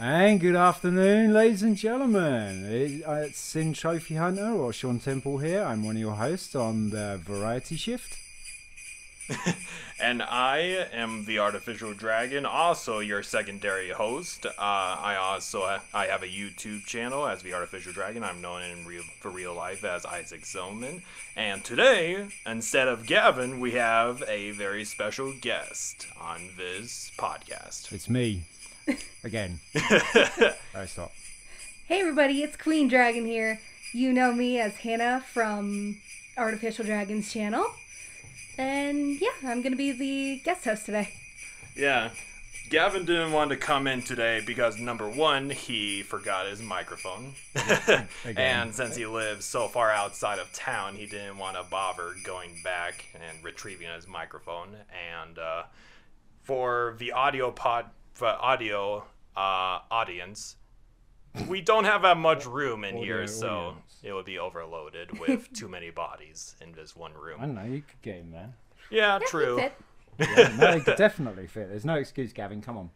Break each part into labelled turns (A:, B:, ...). A: And good afternoon, ladies and gentlemen. It- uh, It's Sin Trophy Hunter or Sean Temple here. I'm one of your hosts on the Variety Shift.
B: And I am the artificial dragon, also your secondary host. Uh, I also I have a YouTube channel as the artificial dragon. I'm known in real for real life as Isaac Zellman. And today, instead of Gavin, we have a very special guest on this podcast.
A: It's me again. I stop.
C: Hey everybody, it's Queen Dragon here. You know me as Hannah from Artificial Dragons channel. And yeah, I'm gonna be the guest host today.
B: Yeah. Gavin didn't want to come in today because number one, he forgot his microphone. and since he lives so far outside of town, he didn't want to bother going back and retrieving his microphone. And uh, for the audio pod, for audio uh, audience, we don't have that much room in here,
A: Audio
B: so
A: audience.
B: it would be overloaded with too many bodies in this one
A: I
B: room.
A: don't know. You could get in there.
B: Yeah, true.
C: That's it.
A: Yeah, no, you could definitely fit. There's no excuse, Gavin. Come on.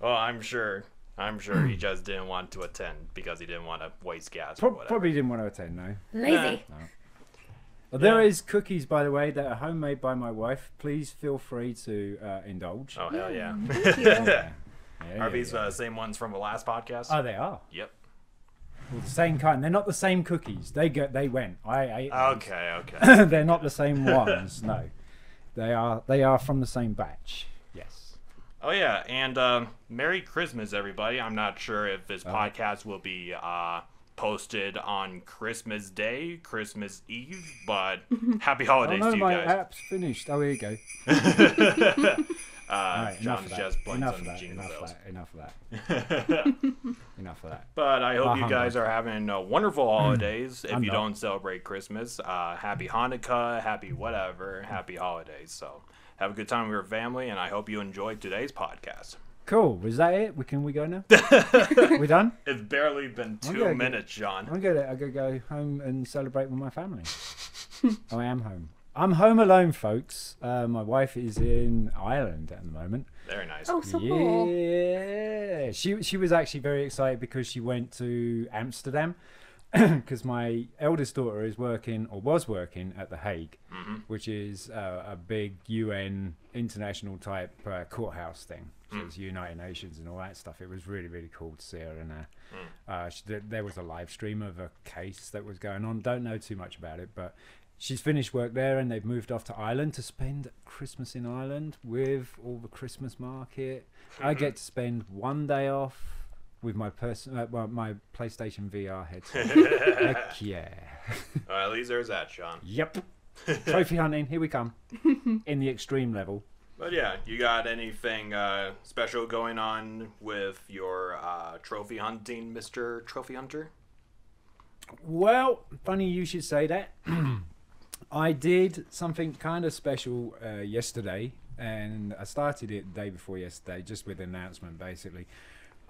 B: Oh, I'm sure. I'm sure he just didn't want to attend because he didn't want to waste gas or
A: Pro-
B: whatever.
A: probably didn't want to attend, no.
C: Lazy.
A: But There is cookies, by the way, that are homemade by my wife. Please feel free to uh, indulge.
B: Oh hell yeah!
C: Thank you.
A: Yeah, yeah,
B: Are these
A: yeah.
B: the same ones from the last podcast?
C: Uh,
A: Oh, they are.
B: yep.
A: Well, the same kind. They're not the same cookies. They go. They went. I.
B: Oh,
A: ate them.
B: Okay, okay.
A: They're not the same ones. No, they are. They are from the same batch. Yes.
B: oh yeah, and um, Merry Christmas, everybody. I'm not sure if this
C: Uh-huh.
B: podcast will be uh, posted on Christmas Day, Christmas Eve, but happy
A: Oh
B: holidays
A: no,
B: to you
A: my
B: guys.
A: app's finished. Oh, here you go.
B: Uh,
A: Alright, enough
B: John's
A: of that.
B: just blinks
A: enough
B: on
A: of
B: the
A: that.
B: jingle
A: Enough of
B: bells.
A: that. Enough of that. enough of that.
B: But I hope
A: Uh,
B: you guys are having uh, wonderful holidays. if
A: Mm. I'm
B: you
A: not.
B: don't celebrate Christmas, uh, happy Hanukkah, happy whatever, happy holidays. So have a good time with your family, and I hope you enjoyed today's podcast.
A: Cool. Was that it? We can we go now? we done?
B: It's barely been two
A: gonna get-
B: minutes, John.
A: I'm gonna. I'm gonna go home and celebrate with my family. oh, I am home. I'm home alone, folks. Uh, my wife is in Ireland at the moment.
B: Very nice.
C: Oh, so cool.
A: Yeah, she she was actually very excited because she went to Amsterdam because my eldest daughter is working or was working at the Hague, which is uh, a big UN international type uh, courthouse thing. So it's United Nations and all that stuff. It was really really cool to see her in there. Uh, she, there- there was a live stream of a case that was going on. Don't know too much about it, but she's finished work there and they've moved off to Ireland to spend Christmas in Ireland with all the Christmas market. I get to spend one day off with my person, uh, well, my PlayStation VR headset. Heck yeah.
B: Uh, at least there's that, Sean.
A: Yep. Trophy hunting, here we come. In the extreme level.
B: But yeah, you got anything uh, special going on with your uh, trophy hunting, Mister Trophy Hunter?
A: Well, funny you should say that. I did something kind of special uh, yesterday, and I started it the day before yesterday, just with an announcement basically.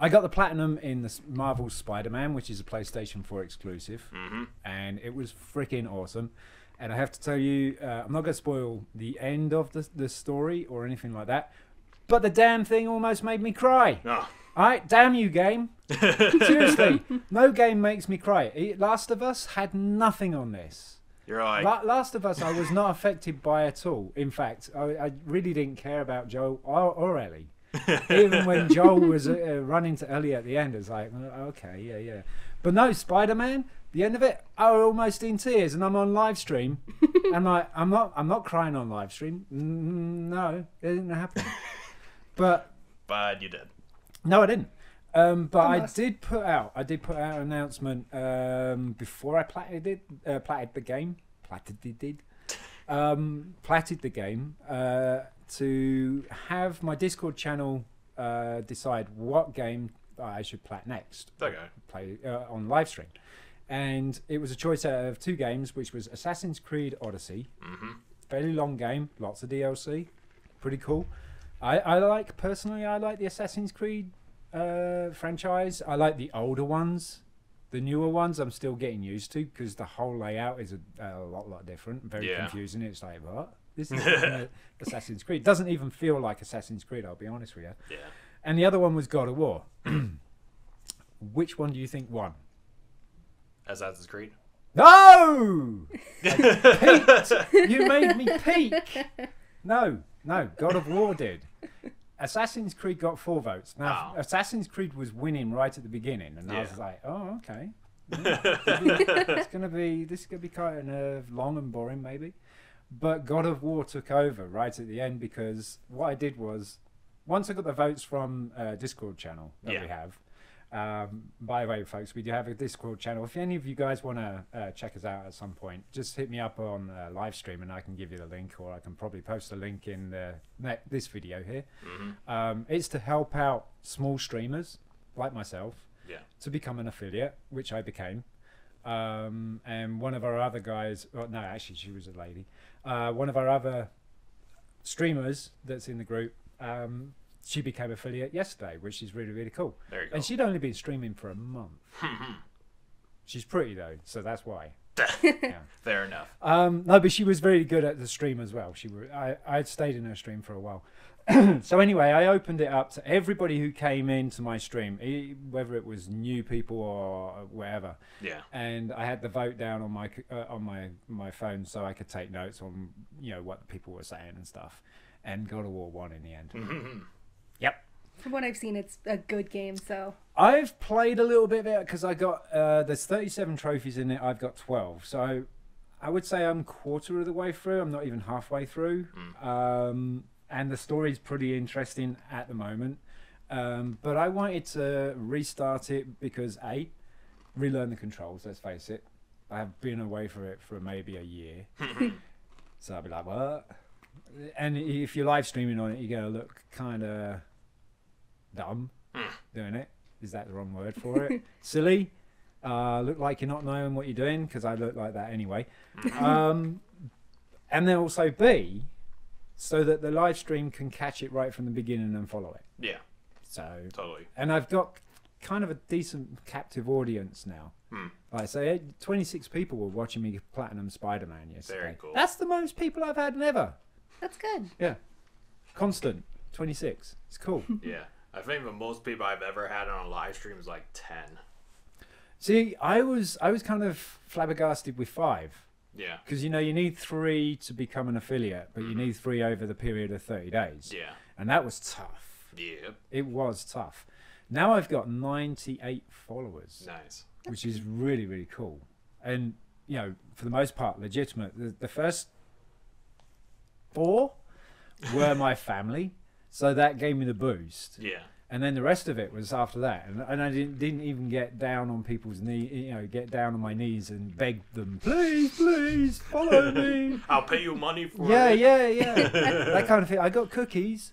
A: I got the platinum in the s- Marvel Spider-Man, which is a PlayStation 4 exclusive, and it was freaking awesome. And I have to tell you, uh, I'm not going to spoil the end of the, the story or anything like that, but the damn thing almost made me cry.
B: No.
A: All right, damn you, game. Seriously, no game makes me cry. It- Last of Us had nothing on this.
B: You're like,
A: La- Last of Us, I was not affected by at all. In fact, I, I really didn't care about Joel or, or Ellie. Even when Joel was uh, uh, running to Ellie at the end, it's like, "Oh, okay, yeah, yeah. But no, Spider Man. The end of it, I was almost in tears, and I'm on live stream. I'm like, I'm not, I'm not crying on live stream. Mm, No, it didn't happen. But
B: but you did.
A: no, I didn't. Um, but I
C: nice.
A: did put out. I did put out an announcement um, before I platted it. Uh, platted the game. Platted did did. Um, platted the game uh, to have my Discord channel uh, decide what game I should plat next
B: Okay.
A: play uh, on live stream. And it was a choice out of two games, which was Assassin's Creed Odyssey. Fairly long game, lots of DLC, pretty cool. I, I like personally, I like the Assassin's Creed uh, franchise. I like the older ones. The newer ones, I'm still getting used to because the whole layout is a, a lot, lot different. Very
B: Yeah.
A: confusing. It's like what this is uh, Assassin's Creed doesn't even feel like Assassin's Creed. I'll be honest with you.
B: Yeah.
A: and the other one was God of War. Which one do you think won?
D: Assassin's Creed.
A: No! I peaked. You made me peak. No, no, God of War did. Assassin's Creed got four votes. Now,
D: Oh.
A: Assassin's Creed was winning right at the beginning, and I
D: Yeah.
A: was like, oh, okay. It's gonna be this is gonna be kind of long and boring, maybe. But God of War took over right at the end because what I did was once I got the votes from uh, Discord channel that we
D: Yeah.
A: have. Um, by the way, folks, we do have a Discord channel. If any of you guys want to uh, check us out at some point, just hit me up on uh, live stream and I can give you the link, or I can probably post the link in the ne- this video here. Um, it's to help out small streamers like myself
D: Yeah.
A: to become an affiliate, which I became. Um, and one of our other guys, well, no, actually, she was a lady. Uh, one of our other streamers that's in the group, um, she became affiliate yesterday, which is really, really cool.
D: There you go. Hmm,
A: And she'd only been streaming for a month. She's pretty, though, so that's why.
D: Fair enough.
A: Um, no, but she was very good at the stream as well. She were, I, I'd stayed in her stream for a while. so anyway, I opened it up to everybody who came into my stream, e- whether it was new people or whatever.
D: Yeah.
A: And I had the vote down on my c- uh, on my my phone so I could take notes on you know what the people were saying and stuff. And God of War won in the end. Yep.
C: From what I've seen, it's a good game, so
A: I've played a little bit of it because I got uh, there's 37 trophies in it. I've got 12, so I would say I'm quarter of the way through. I'm not even halfway through, um, and the story's pretty interesting at the moment. Um, but I wanted to restart it because a relearn the controls. Let's face it, I've been away from it for maybe a year, so I'd be like, what? And if you're live streaming on it, you're gonna look kind of dumb doing it. Is that the wrong word for it? Silly. Uh, look like you're not knowing what you're doing because I look like that anyway. um, and then also B, so that the live stream can catch it right from the beginning and follow it.
D: Yeah.
A: So,
D: Totally.
A: and I've got kind of a decent captive audience now. Like I say, 26 people were watching me platinum Spider-Man yesterday.
D: cool.
A: That's the most people I've had never.
C: that's good.
A: Yeah, constant 26. It's cool.
D: Yeah. I think the most people I've ever had on a live stream is like ten.
A: See, I was I was kind of flabbergasted with five
D: Yeah.
A: because you know you need three to become an affiliate, but you need three over the period of thirty days.
D: Yeah.
A: and that was tough.
D: Yep.
A: It was tough. Now I've got ninety-eight followers,
D: Nice.
A: which is really really cool, and you know for the most part legitimate. The, the first four were my family, so that gave me the boost
D: Yeah.
A: and then the rest of it was after that and, and i didn't, didn't even get down on people's knee you know get down on my knees and beg them please please follow me
D: I'll pay you money for
A: yeah
D: it.
A: yeah yeah that kind of thing i got cookies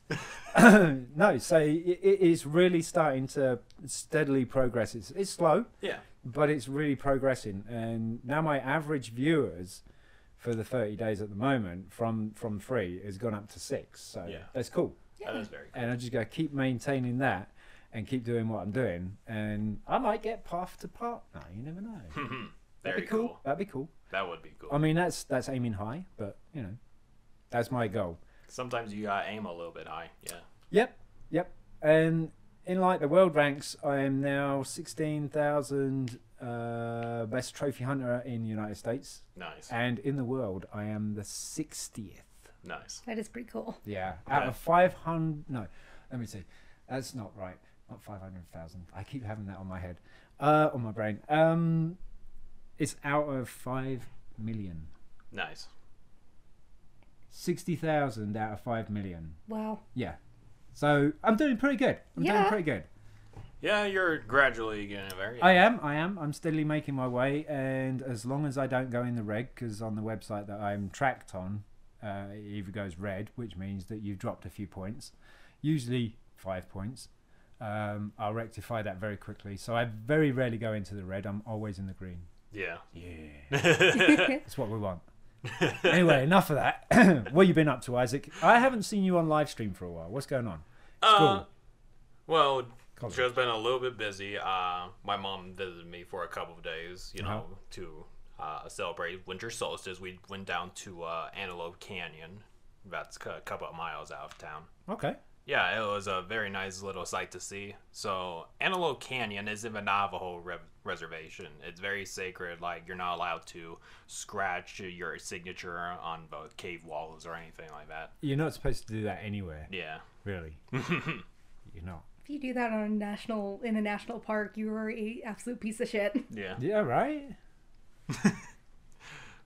A: no so it, it is really starting to steadily progress it's, it's slow
D: Yeah.
A: but it's really progressing and now my average viewers for the 30 days at the moment from from three has gone up to six so
D: Yeah.
A: that's cool
D: That is very cool.
A: and I just got to keep maintaining that and keep doing what I'm doing, and I might get path to partner. You never know. That'd
D: Very
A: be cool.
D: cool. Um,
A: That'd be cool.
D: That would be
A: I
D: cool.
A: mean, that's that's aiming high, but you know, that's my goal.
D: Sometimes you gotta aim a little bit high. Yeah.
A: Yep, yep. And in like the world ranks, I am now sixteen thousand uh, best trophy hunter in the United States,
D: Nice.
A: and in the world, I am the sixtieth.
D: Nice.
C: That is pretty cool.
A: Yeah, out
D: Okay.
A: of 500. No, let me see. That's not right. Not 500,000. I keep having that on my head, uh, on my brain. Um, it's out of 5 million.
D: Nice.
A: 60,000 out of 5 million.
C: Wow.
A: Yeah. So I'm doing pretty good. I'm doing
C: Yeah.
A: pretty good.
D: Yeah, you're gradually getting there. Yeah.
A: I am. I am. I'm steadily making my way. And as long as I don't go in the red, because on the website that I'm tracked on, uh, it either goes red, which means that you've dropped a few points, usually five points. Um, I'll rectify that very quickly. So I very rarely go into the red. I'm always in the green.
D: yeah.
A: Yeah. That's what we want. anyway, enough of that. what you been up to, Isaac? I haven't seen you on live stream for a while. What's going on?
D: Uh, well,
A: College.
D: just been a little bit busy. Uh, my mom visited me for a couple of days, you know, to uh, celebrate winter solstice. We went down to uh, Antelope Canyon. That's c- a couple of miles out of town.
A: Okay.
B: yeah, it was a very nice little sight to see. So, Antelope Canyon is in the Navajo re- reservation. It's very sacred. Like, you're not allowed to scratch your signature on the cave walls or anything like that.
A: You're not supposed to do that anywhere,
B: Yeah.
A: really. You're not.
C: If you do that on a national in a national park, you are a absolute piece of shit.
B: Yeah.
A: Yeah, right?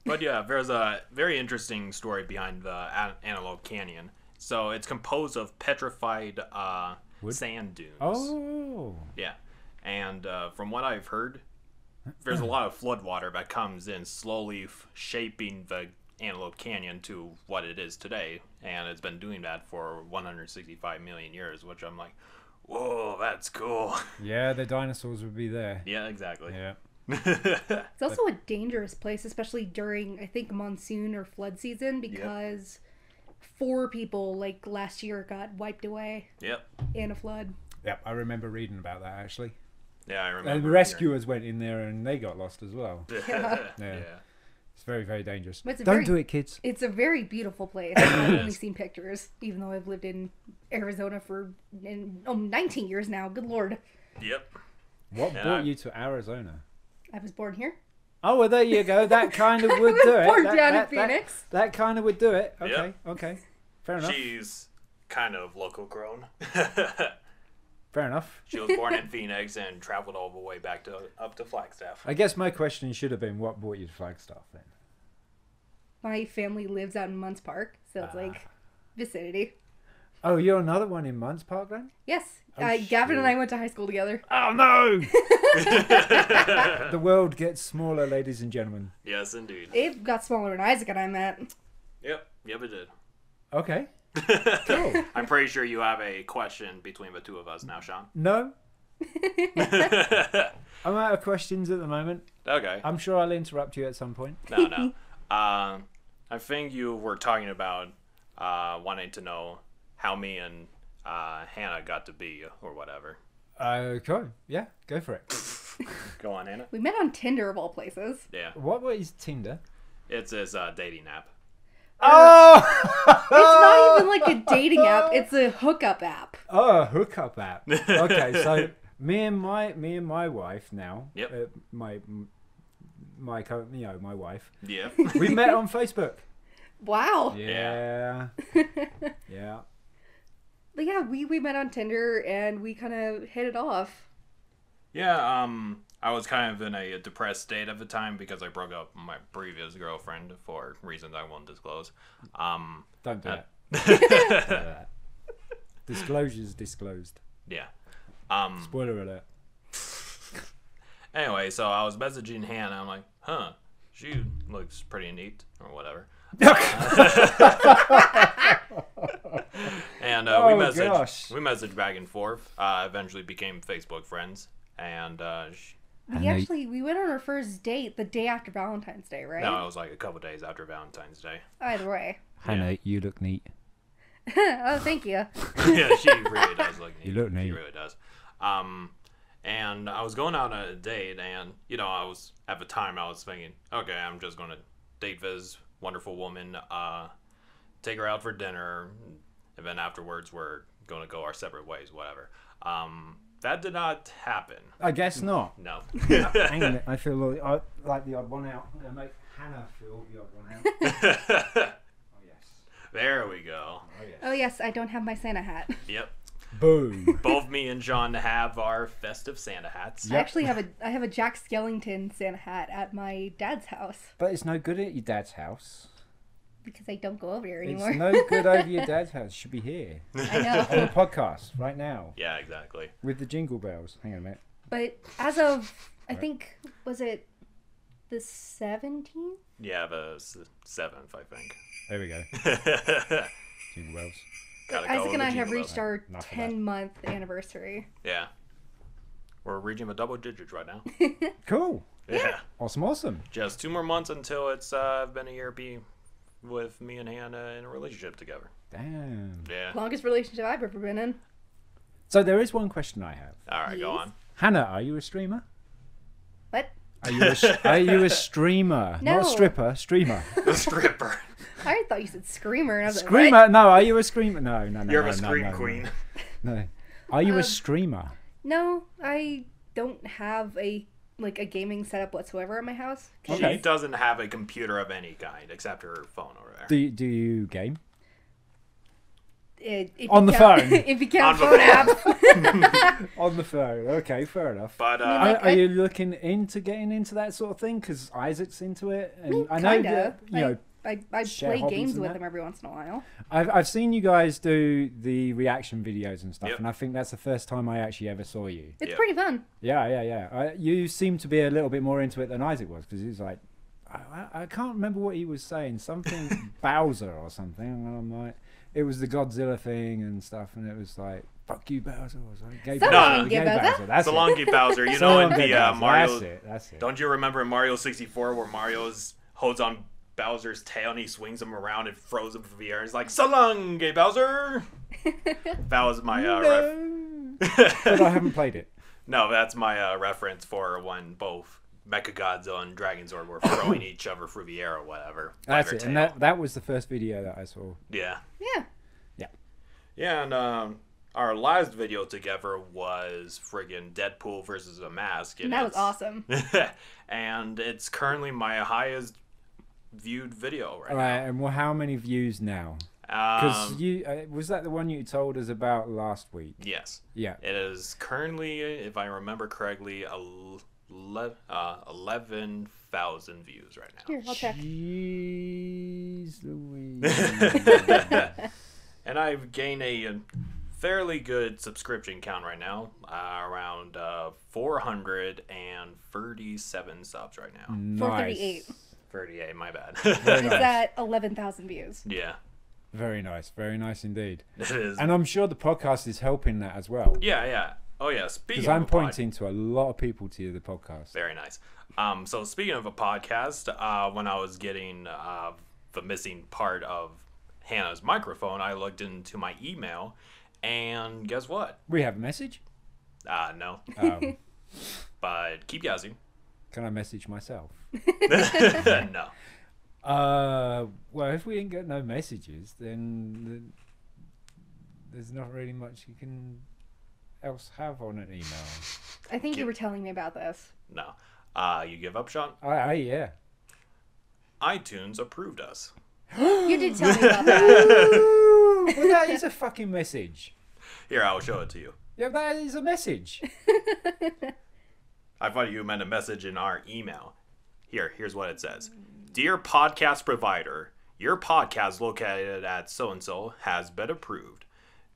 B: But yeah, there's a very interesting story behind the An- Antelope Canyon. So, it's composed of petrified uh,
A: Wood?
B: sand dunes.
A: Oh.
B: Yeah, and uh, from what I've heard, there's a lot of floodwater that comes in slowly, f- shaping the Antelope Canyon to what it is today, and it's been doing that for 165 million years. Which I'm like, whoa, that's cool.
A: Yeah, the dinosaurs would be there.
B: yeah, exactly.
A: Yeah.
C: It's also a dangerous place, especially during I think monsoon or flood season, because four people like last year got wiped away
B: yep.
C: in a flood.
A: Yep, I remember reading about that actually.
B: Yeah, I remember.
A: And the
B: hearing-
A: rescuers went in there and they got lost as well.
B: yeah.
A: Yeah. It's very, very dangerous.
C: But it's a
A: Don't
C: very-
A: do it, kids.
C: It's a very beautiful place. I've only seen pictures, even though I've lived in Arizona for in, um, 19 years now. Good lord,
B: Yep.
A: What
B: And
A: brought
B: I-
A: you to Arizona?
C: I was born here.
A: Oh, well, there you go. That kind of would
C: was
A: do it.
C: born
A: that,
C: down in
A: that- that-
C: Phoenix.
A: That, kind of would do it. Okay, okay. Fair enough.
B: She's kind of local grown.
A: Fair enough.
B: she was born in Phoenix and traveled all the way back to up to Flagstaff.
A: I guess my question should have been what brought you to Flagstaff then?
C: My family lives out in Munns Park, so it's like vicinity.
A: Oh, you're another one in Munns Park then?
C: Yes, uh, Gavin and I went to high school together.
A: Oh, no! the world gets smaller, ladies and gentlemen.
B: Yes, indeed.
C: It got smaller when Isaac and I met.
B: Yep. Yep, it did.
A: Okay. Cool.
B: I'm pretty sure you have a question between the two of us now, Sean.
A: No, I'm out of questions at the moment.
B: okay.
A: I'm sure I'll interrupt you at some point.
B: No, no. Um, I think you were talking about uh, wanting to know how me and uh, Hannah got to be or whatever.
A: Okay. Yeah, go for it.
B: Go on, Hannah.
C: We met on Tinder of all places.
B: Yeah.
A: What what is Tinder?
B: It's this uh, dating app.
A: Oh!
C: It's not even like a dating app; it's a hookup app.
A: Oh, a hookup app. Okay, so me and my me and my wife now.
B: Yep.
A: Uh, my my co- you know my wife.
B: Yeah.
A: We met on Facebook.
C: Wow.
A: Yeah. yeah.
C: But yeah, we we met on Tinder and we kind of hit it off.
B: yeah, um, I was kind of in a depressed state at the time because I broke up with my previous girlfriend for reasons I won't disclose. Um,
A: Don't do that. Don't do that. Disclosures disclosed.
B: yeah. Um,
A: Spoiler alert.
B: Anyway, so I was messaging Hannah. I'm like, huh, she looks pretty neat or whatever. and uh,
A: Oh,
B: we messaged,
A: gosh.
B: we messaged back and forth. Uh, eventually became Facebook friends. And uh, sh
C: We
A: know you-
C: actually we went on our first date the day after Valentine's Day, right?
B: no, it was like a couple days after Valentine's Day.
C: Either way.
A: Hannah, you look neat.
C: oh, thank you.
B: yeah, she really does look neat.
A: You look
B: She
A: neat.
B: really does. Um, and I was going out on a date, and you know, I was at the time I was thinking, okay, I'm just gonna date this wonderful woman, uh, take her out for dinner, and then afterwards we're gonna go our separate ways, whatever. Um, that did not happen.
A: I guess not.
B: No.
A: Hang on, a minute, I feel like, I, like the odd one out. I'm gonna make Hannah feel the odd one out. Oh yes.
B: there we go.
A: Oh yes.
C: Oh yes, I don't have my Santa hat.
B: Yep.
A: Boom.
B: Both me and John have our festive Santa hats.
C: I
A: Yep.
C: actually have a I have a Jack Skellington Santa hat at my dad's house
A: but it's no good at your dad's house.
C: because I don't go over there
A: It's
C: anymore.
A: no good over your dad's house. Should be here
C: I
A: on
C: know.
A: the podcast right now
B: Yeah, exactly.
A: with the jingle bells. Hang on a minute.
C: But as of I think was it the seventeenth?
B: Yeah, the s- seventh, I think.
A: There we go.
B: Gotta
A: Jingle bells.
B: go
C: Isaac
B: with
C: and
B: the
C: I have
B: jingle
C: reached
B: bells.
C: our
A: Enough of that.
C: ten month anniversary.
B: Yeah. We're reaching the double digits right now.
A: Cool.
B: yeah.
A: Awesome. Awesome.
B: Just two more months until it's uh, been a year be with me and Hannah in a relationship together.
A: Damn.
B: Yeah.
C: Longest relationship I've ever been in.
A: So there is one question I have.
B: All right, go
C: Yes.
B: on.
A: Hannah, are you a streamer?
C: What?
A: Are you a, are you a streamer?
C: No.
A: Not stripper, streamer.
B: The stripper.
C: I thought you said screamer. And I was
A: Screamer?
C: Like, what?
A: No, are you a screamer? No, no, no.
B: You're
A: no,
B: a
A: no,
B: scream
A: no, no.
B: queen.
A: No. Are you
C: Um,
A: a streamer?
C: No, I don't have a like a gaming setup whatsoever in my house.
A: Okay.
B: She doesn't have a computer of any kind except her phone over there.
A: Do you, do you game?
C: It- if you
A: On the
C: count-
A: phone.
C: if you count
B: On the
C: phone apps.
A: On the phone. Okay, fair enough.
B: but uh,
C: I mean,
A: Are,
C: like,
A: are you looking into getting into that sort of thing? Because Isaac's into it, and I know
C: Kinda.
A: that you know.
C: I, I, I
A: share
C: play
A: hobbies
C: games
A: and
C: with
A: that?
C: him every once in a while.
A: I've I've seen you guys do the reaction videos and stuff,
B: Yep.
A: and I think that's the first time I actually ever saw you.
C: It's
B: Yeah.
C: pretty fun.
A: Yeah, yeah, yeah. I, you seem to be a little bit more into it than Isaac was, because he was like, I, I, I can't remember what he was saying, something Bowser or something, and I'm like, it was the Godzilla thing and stuff, and it was like, fuck you, Bowser, or something. Gay
C: Someone
A: Bowser,
B: can
A: gay
C: get
A: Bowser.
C: Bowser.
A: That's it.
B: Salongi Bowser, you know,
A: Someone
B: in
A: get
B: the uh,
A: Bowser.
B: Mario.
A: That's it. That's it.
B: Don't you remember in Mario 64 where Mario's holds on Bowser's tail and he swings him around and throws him from the air? He's like, "Salongi Bowser." that was my uh, ref-
A: No. but I haven't played it.
B: no, that's my uh, reference for when both Mechagodzilla and Dragonzord were throwing each other through the air or whatever. by
A: That's
B: their
A: it. And
B: tail.
A: that, that was the first video that I saw.
B: yeah.
C: Yeah.
B: Yeah, and um, our last video together was friggin' Deadpool versus a mask. And
C: And that was
B: it's-
C: awesome.
B: and it's currently my highest viewed video right
A: All right, and well, how many views now?
B: now.
A: Because
B: Um,
A: you uh, was that the one you told us about last week?
B: yes,
A: Yeah.
B: it is currently, if I remember correctly, ele- uh, eleven thousand views right now.
C: Here, I'll check.
A: Jeez Louise.
B: and I've gained a um, fairly good subscription count right now, uh, around uh, four hundred and thirty-seven subs right now.
A: nice.
C: 438.
B: Thirty-eight, my bad.
A: Mm. Very
C: Is
A: nice.
C: that 11,000 views?
B: yeah,
A: Very nice. Very nice indeed.
B: it is.
A: And I'm sure the podcast is helping that as well.
B: Yeah, yeah. Oh yeah. Speaking
A: Because
B: of
A: I'm
B: a pod-
A: pointing to a lot of people to the podcast.
B: Very nice. Um, so speaking of a podcast, uh, when I was getting uh, the missing part of Hannah's microphone, I looked into my email, and guess what?
A: We have a message.
B: Uh, no.
A: Um,
B: But keep guessing.
A: can I message myself?
B: no.
A: Uh, well, if we ain't got no messages, then th there's not really much you can else have on an email.
C: I think you were telling me about this.
B: No. Uh, you give up, Sean?
A: I, I yeah.
B: iTunes approved us.
C: You did tell me about that.
A: Ooh, well, that is a fucking message.
B: Here, I'll show it to you.
A: Yeah, that is a message.
B: I thought you meant a message in our email. Here, here's what it says Dear podcast provider, your podcast located at so and so has been approved.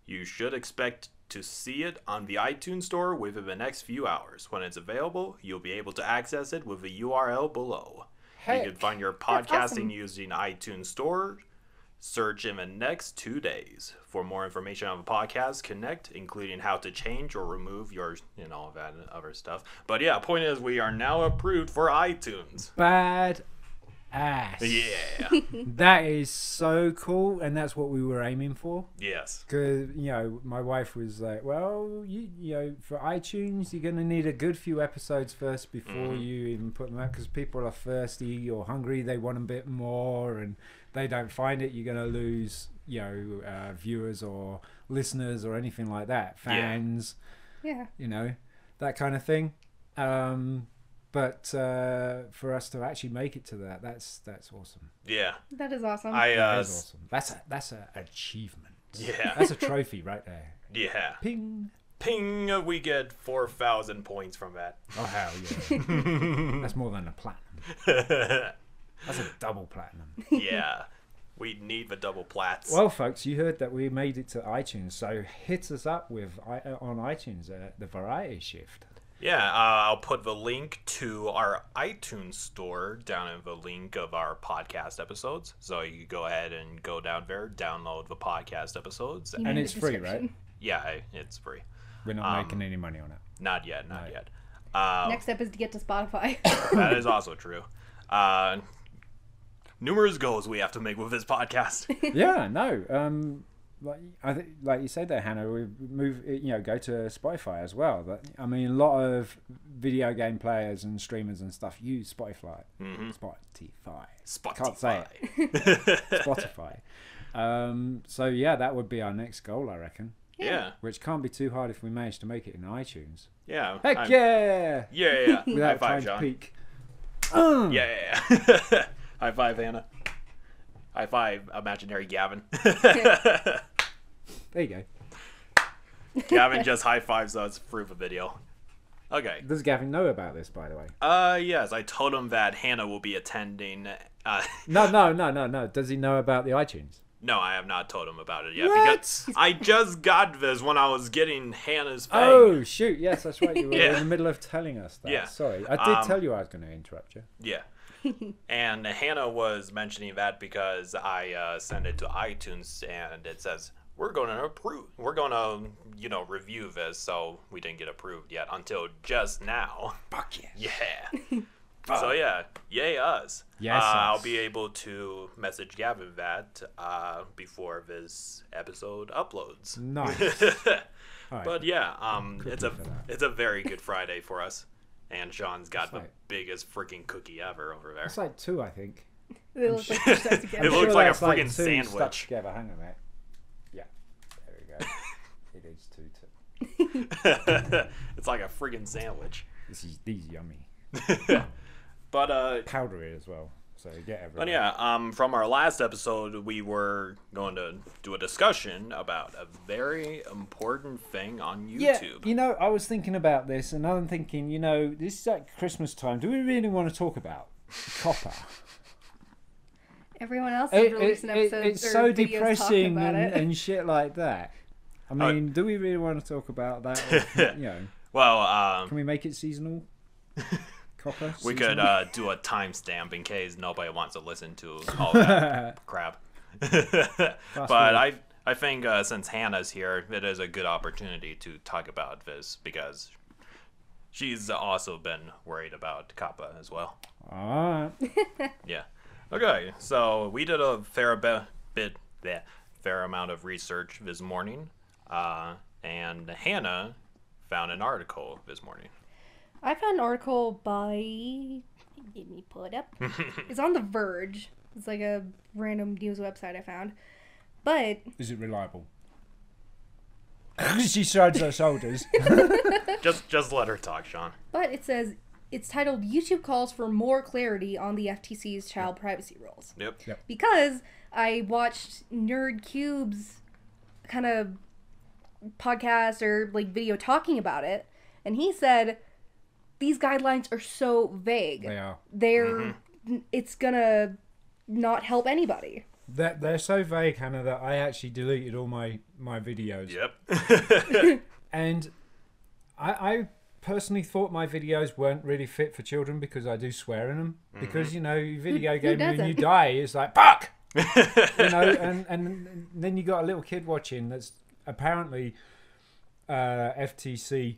B: You should expect to see it on the iTunes store within the next few hours. When it's available, you'll be able to access it with the URL below. You can
A: Heck,
B: find your podcasting
C: awesome.
B: using iTunes Store. Search in the next two days for more information on the podcast Connect, including how to change or remove your and all that other stuff. But yeah, point is we are now approved for iTunes.
A: bad ass.
B: Yeah.
A: That is so cool, and that's what we were aiming for.
B: yes.
A: Because you know, my wife was like, "Well, you you know, for iTunes, you're gonna need a good few episodes first before you even put them out, because people are thirsty or hungry. They want a bit more, and they don't find it. You're gonna lose, you know, uh, viewers or listeners or anything like that, fans,
C: Yeah.
A: you know, that kind of thing." Um, but uh, for us to actually make it to that, that's that's awesome.
B: Yeah.
C: That is awesome.
B: I
A: That
B: uh
A: is awesome. That's a, that's a achievement.
B: Yeah.
A: that's a trophy right there.
B: yeah.
A: Ping.
B: Ping we get four thousand points from that.
A: Oh hell yeah! That's more than a platinum. That's a double platinum.
B: yeah. We need the double plats.
A: Well, folks, you heard that we made it to iTunes, so hit us up with I- uh, on iTunes uh, the Variety Shift.
B: Yeah, uh, I'll put the link to our iTunes store down in the link of our podcast episodes. So you can go ahead and go down there, download the podcast episodes.
C: You
B: and-
C: know
A: and
C: the
A: it's free, right?
C: description.
B: Yeah, I- it's free.
A: We're not making any money on it.
B: Not yet, not yet. Uh,
C: Next step is to get to Spotify.
B: That is also true. Uh, numerous goals we have to make with this podcast.
A: yeah, no. Um, like I think, like you said there, Hannah, we move you know go to Spotify as well. But I mean, a lot of video game players and streamers and stuff use Spotify.
B: Mm-hmm.
A: Spotify.
B: Spotify.
A: Can't say it. Spotify. um, so yeah, that would be our next goal, I reckon.
B: yeah.
A: Which can't be too hard if we manage to make it in iTunes.
B: Yeah.
A: Heck
B: I'm-
A: yeah!
B: Yeah, yeah, yeah.
A: Without
B: High
A: trying
B: five, John.
A: to peak.
B: Yeah, yeah, yeah. High five, Hannah. High five, imaginary Gavin.
A: There you go.
B: Gavin just high fives us for the video. Okay.
A: Does Gavin know about this, by the way?
B: Uh, yes, I told him that Hannah will be attending. Uh,
A: No, no, no, no, no. Does he know about the iTunes?
B: no, I have not told him about it yet
A: What?
B: because I just got this when I was getting Hannah's thing.
A: Oh shoot! Yes, that's right. You were
B: Yeah.
A: in the middle of telling us that.
B: Yeah.
A: Sorry, I did
B: Um,
A: tell you I was going to interrupt you.
B: Yeah. and Hannah was mentioning that because I uh, sent it to iTunes and it says we're going to approve, we're going to you know review this, so we didn't get approved yet until just now.
A: Fuck yes.
B: Yeah. so yeah, yay us.
A: Yes,
B: Uh, I'll
A: us.
B: be able to message Gavin that uh, before this episode uploads.
A: Nice. All right.
B: But yeah, um, it's a
A: for that.
B: it's a very good Friday for us, and Sean's got the
A: right.
B: biggest freaking cookie ever over there.
A: It's like two, I think.
C: They look like they're stuck together.
B: It looks like a
A: that's
B: friggin'
A: two
B: sandwich.
A: stuck together. Hang on a minute. Yeah. There we go. it is two. two.
B: it's like a friggin' sandwich.
A: This is these yummy,
B: But uh,
A: powdery as well. So get everyone.
B: but yeah, um, from our last episode, we were going to do a discussion about a very important thing on
A: Yeah,
B: YouTube.
A: you know, I was thinking about this, and I'm thinking, you know, this is like Christmas time. Do we really want to talk about copper?
C: Everyone else
A: It-
C: is
A: it-
C: releasing
A: it-
C: episodes
A: it's
C: or
A: so
C: videos talking
A: depressing
C: about
A: and,
C: it.
A: and shit like that. I mean, do we really want to talk about that? Or, you know,
B: Well, um,
A: can we make it seasonal? Copper.
B: we
A: seasonal?
B: could uh, do a timestamp in case nobody wants to listen to all that crap. but I I think uh, since Hannah's here, it is a good opportunity to talk about this because she's also been worried about Kappa as well.
A: uh, Alright.
B: Yeah. Okay, so we did a fair be- bit, bleh, fair amount of research this morning, uh, and Hannah found an article this morning.
C: I found an article by. Let me pull it up. it's on The Verge. It's like a random news website I found. But
A: Is it reliable? she shrugs her shoulders.
B: Just, just let her talk, Sean.
C: but it says it's titled YouTube calls for more clarity on the FTC's child privacy rules.
B: Yep.
A: Yep.
C: because I watched Nerd Cube's kind of podcast or like video talking about it, and he said these guidelines are so vague.
A: they are.
C: They're n- it's gonna not help anybody.
A: They're, they're so vague, Hannah, that I actually deleted all my, my videos.
B: Yep.
A: And I, I personally thought my videos weren't really fit for children because I do swear in them. Because, you know, you video game and you
C: doesn't?
A: die, it's like, fuck! you know, and, and then you got a little kid watching that's apparently uh, FTC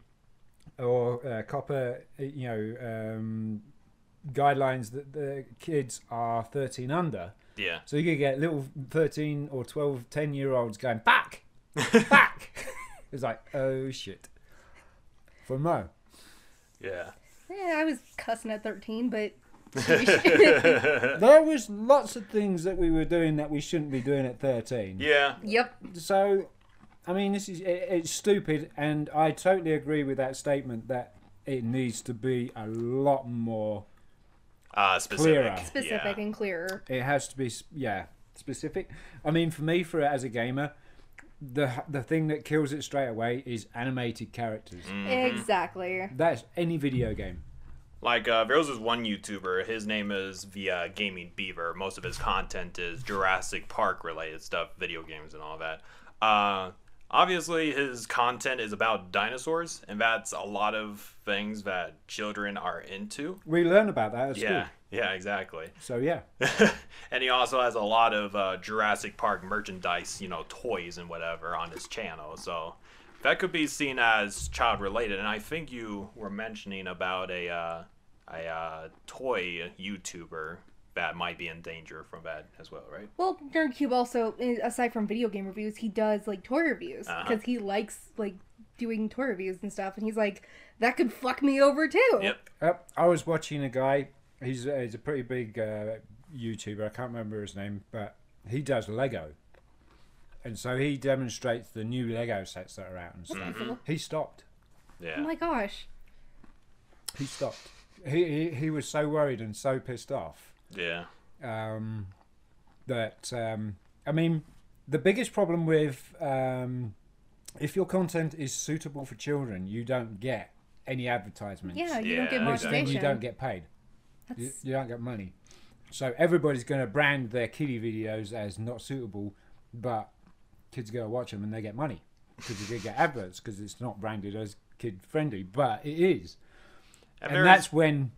A: or uh, copper, you know, um, guidelines that the kids are 13 under.
B: yeah.
A: So you could get little 13 or 12, 10 year olds going, back, back. it's like, oh shit. For Mo.
B: Yeah.
C: Yeah, I was cussing at thirteen, but
A: There was lots of things that we were doing that we shouldn't be doing at 13.
B: Yeah.
C: yep,
A: So, I mean, this is, it, it's stupid. And I totally agree with that statement that it needs to be a lot more,
B: Uh, specific.
A: Clearer.
C: specific
B: Yeah.
C: and clearer.
A: it has to be, s- yeah, specific. I mean, for me, for as a gamer, the, the thing that kills it straight away is animated characters.
D: Mm-hmm.
C: Exactly.
A: That's any video game.
B: Like, uh, there was this one YouTuber. His name is the uh, Gaming Beaver. Most of his content is Jurassic Park related stuff, video games, and all that. Uh, obviously, his content is about dinosaurs, and that's a lot of things that children are into.
A: We learn about that at
B: Yeah.
A: school.
B: Yeah, exactly.
A: So yeah,
B: and he also has a lot of uh, Jurassic Park merchandise, you know, toys and whatever on his channel. So that could be seen as child related. And I think you were mentioning about a uh, a uh, toy YouTuber
D: that might be in danger from that as well, right?
C: Well, NerdCube also, i- aside from video game reviews, he does like toy reviews
D: Uh-huh.
C: because he likes like doing toy reviews and stuff. And he's like, that could fuck me over too.
D: Yep.
A: Yep, Uh, I was watching a guy. He's he's a pretty big uh, YouTuber. I can't remember his name, but he does Lego, and so he demonstrates the new Lego sets that are out and stuff.
C: Mhm.
A: He stopped.
C: Oh
D: Mm-hmm. Yeah.
C: my gosh.
A: He stopped. He he, he was so worried and so pissed off
D: yeah.
A: um, that um, I mean, the biggest problem with um, if your content is suitable for children, you don't get any advertisements.
C: Yeah, you don't
D: Yeah,
C: get
D: exactly.
A: and
C: monetization.
A: you don't get paid. you,
C: That's,
A: you don't get money. So everybody's going to brand their kiddie videos as not suitable, but kids go watch them and they get money because you get adverts because it's not branded as kid friendly, but it is.
D: And,
A: And,
D: there's-
A: that's when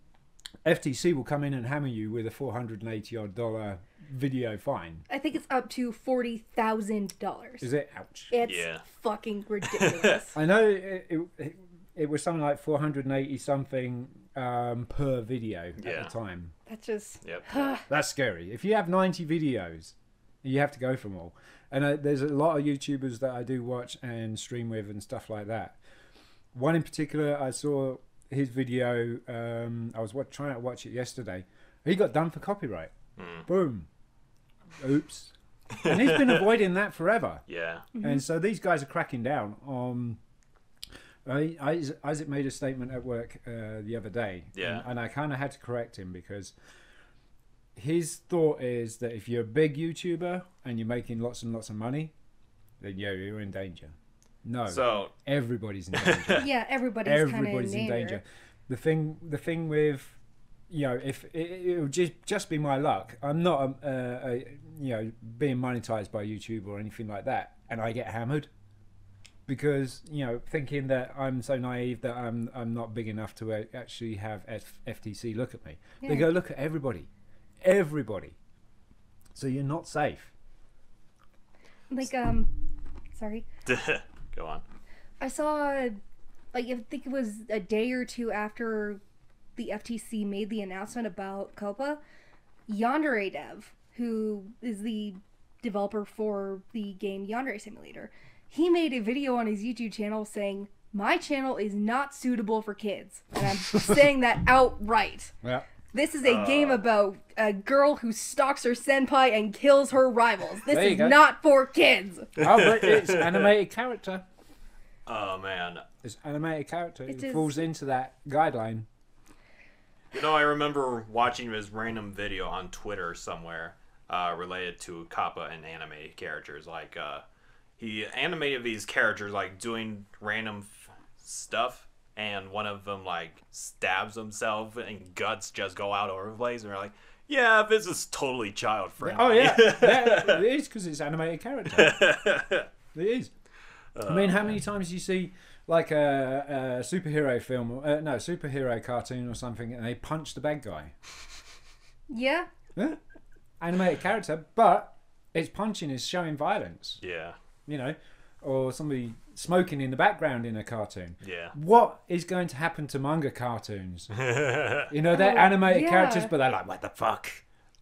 A: FTC will come in and hammer you with a four hundred and eighty odd dollar video fine.
C: I think it's up to forty thousand dollars.
A: Is it? Ouch.
C: It's
D: Yeah.
C: fucking ridiculous.
A: I know it, it, it, it was something like four hundred and eighty something um, per video
D: Yeah.
A: at the time.
C: That's just
D: Yep.
A: That's scary. If you have 90 videos, you have to go from all. And uh, there's a lot of YouTubers that I do watch and stream with and stuff like that. One in particular, I saw his video. Um, I was wa trying to watch it yesterday. He got done for copyright. Boom. Oops. and he's been avoiding that forever.
D: Yeah.
A: And so these guys are cracking down on. I, Isaac Isaac made a statement at work uh, the other day,
D: Yeah.
A: and, and I kind of had to correct him because his thought is that if you're a big YouTuber and you're making lots and lots of money, then yeah, you're in danger. No,
D: So
A: everybody's in danger.
C: yeah, everybody's,
A: everybody's
C: kinda
A: in danger. The thing, the thing with you know, if it, it would just just be my luck. I'm not a, a, a you know being monetized by YouTube or anything like that, and I get hammered because you know thinking that I'm so naive that I'm I'm not big enough to uh, actually have F- FTC look at me.
C: Yeah.
A: They go look at everybody, everybody. So you're not safe.
C: Like um, sorry.
D: go on.
C: I saw, like, I think it was a day or two after the FTC made the announcement about Copa, Yandere Dev, who is the developer for the game Yandere Simulator, he made a video on his YouTube channel saying, My channel is not suitable for kids. And I'm saying that outright.
A: Yeah.
C: This is a
A: Uh.
C: game about a girl who stalks her senpai and kills her rivals. This
A: There you
C: is
A: go.
C: not for kids.
A: Oh, but it's animated character.
D: Oh man.
A: It's animated character. It,
C: is-
A: falls into that guideline.
D: You know, I remember watching this random video on Twitter somewhere uh, related to Kappa and anime characters. Like, uh, he animated these characters, like, doing random f- stuff, and one of them, like, stabs himself, and guts just go out over the place, and we're like, yeah, this is totally child friendly.
A: Oh yeah, yeah it is because it's animated character. it is. I mean, how many times do you see like a, a superhero film, uh, no superhero cartoon or something, and they punch the bad guy?
C: Yeah?
A: Huh? animated character, but its punching is showing violence.
D: yeah,
A: You know, or somebody smoking in the background in a cartoon.
D: yeah.
A: What is going to happen to manga cartoons? you know, they're
C: Oh,
A: animated
C: yeah.
A: characters, but they're like, "What the fuck,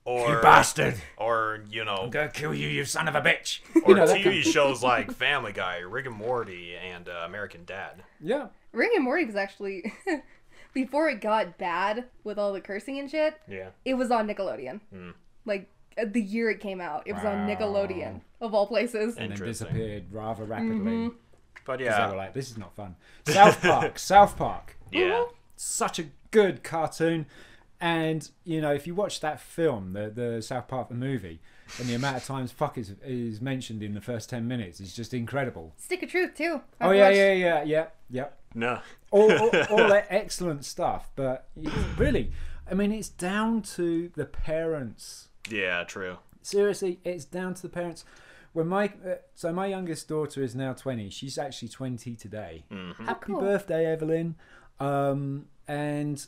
A: you
D: Or,
A: bastard!
D: or you know,
A: I'm gonna kill you, you son of a bitch!"
D: or
A: know, that
D: TV shows like Family Guy, Rick and Morty, and uh, American Dad.
A: Yeah.
C: Rick and Morty was actually before it got bad with all the cursing and shit.
D: Yeah.
C: It was on Nickelodeon. Like uh, the year it came out, it was on
A: Wow.
C: Nickelodeon of all places.
A: and then
D: Interesting.
A: disappeared rather rapidly.
D: But
A: So
D: yeah,
A: we're like, this is not fun. South Park, South Park,
D: yeah,
A: such a good cartoon. And you know, if you watch that film, the the South Park the movie, and the amount of times fuck is is mentioned in the first ten minutes is just incredible.
C: Stick of Truth too.
A: Oh yeah, yeah, yeah, yeah, yeah.
D: no,
A: All all, all that excellent stuff, but it's really, I mean, it's down to the parents.
D: yeah, true.
A: seriously it's down to the parents when my uh, so my youngest daughter is now 20 she's actually 20 today happy
C: cool.
A: birthday evelyn um, and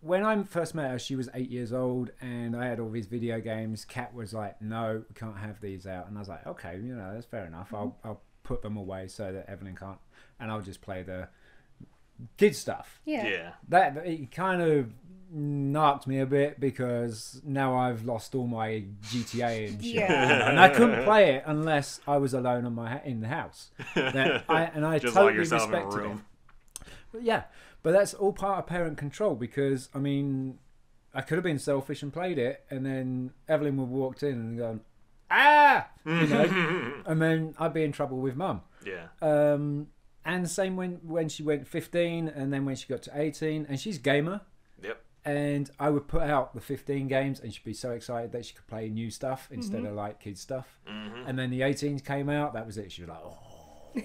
A: when i first met her she was eight years old and i had all these video games kat was like no we can't have these out and i was like okay you know that's fair enough I'll, I'll put them away so that evelyn can't and i'll just play the kid stuff
C: Yeah.
D: Yeah,
A: that it kind of knocked me a bit because now I've lost all my GTA and shit,
C: Yeah.
A: and I couldn't play it unless I was alone on my in the house. That I, and I
B: Just
A: totally
B: lock yourself in a
A: respected it.
B: room.
A: But yeah, but that's all part of parent control because I mean, I could have been selfish and played it, and then Evelyn would have walked in and gone, ah, you know, and then I'd be in trouble with mum.
B: Yeah.
A: Um, and same when when she went 15, and then when she got to 18, and she's gamer.
B: Yep.
A: And I would put out the 15 games, and she'd be so excited that she could play new stuff instead of like kids stuff.
B: Mm-hmm.
A: And then the 18s came out. That was it. She was like,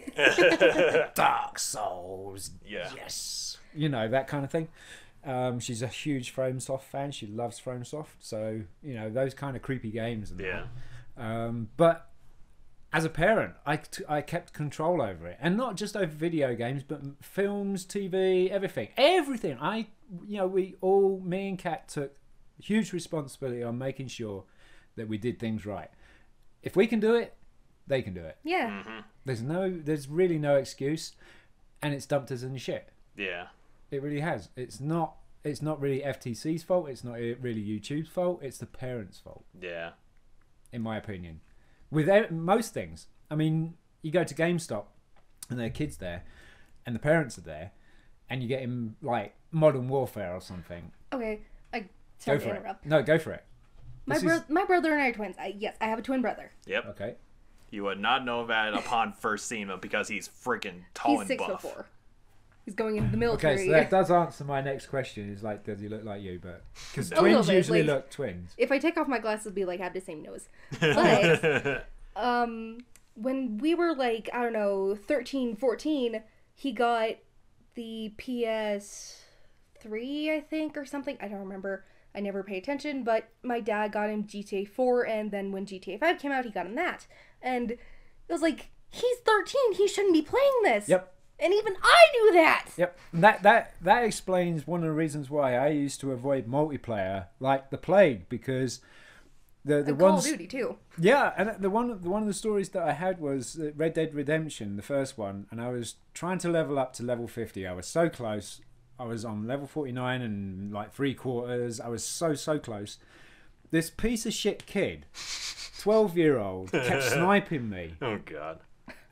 A: "Oh, Dark Souls,
B: Yeah.
A: yes," you know that kind of thing. Um, she's a huge FrameSoft fan. She loves FrameSoft, so you know those kind of creepy games. And that.
B: Yeah.
A: Um, but as a parent, I, t- I kept control over it, and not just over video games, but m- films, TV, everything, everything. I, you know, we all, me and Kat, took huge responsibility on making sure that we did things right. If we can do it, they can do it.
C: Yeah.
A: There's no, there's really no excuse, and it's dumped us in the shit.
B: Yeah.
A: It really has. It's not. It's not really FTC's fault. It's not really YouTube's fault. It's the parents' fault
B: Yeah.
A: in my opinion. With e- most things, I mean, you go to GameStop and there are kids there, and the parents are there, and you get in like Modern Warfare or something.
C: Okay. I
A: Go
C: sorry to
A: for it.
C: interrupt.
A: No, go for it.
C: My
A: This
C: bro-
A: is-
C: my brother and I are twins. I, yes, I have a twin brother.
B: Yep.
A: Okay.
B: You would not know that upon first seeing him because he's freaking tall
C: He's
B: and
C: six
B: buff.
C: foot four. He's going into the military.
A: Okay, so that does answer my next question. Is like, does he look like you? But because
C: A little
A: twins
C: bit,
A: usually
C: like-
A: look twins.
C: if I take off my glasses, it'll be like I have the same nose. But um, when we were like I don't know 13, 14, he got the PS three I think or something. I don't remember. I never pay attention. But my dad got him GTA four, and then when GTA five came out, he got him that. And it was like he's thirteen. He shouldn't be playing this.
A: Yep.
C: And even I knew that.
A: Yep. And that that that explains one of the reasons why I used to avoid multiplayer like the plague because the the
C: And Call of
A: ones
C: Duty too.
A: Yeah, and the one the one of the stories that I had was uh, Red Dead Redemption, the first one, and I was trying to level up to level fifty. I was so close. I was on level forty nine and like three quarters. I was so so close. This piece of shit kid, twelve year old, kept sniping me,
B: Oh god.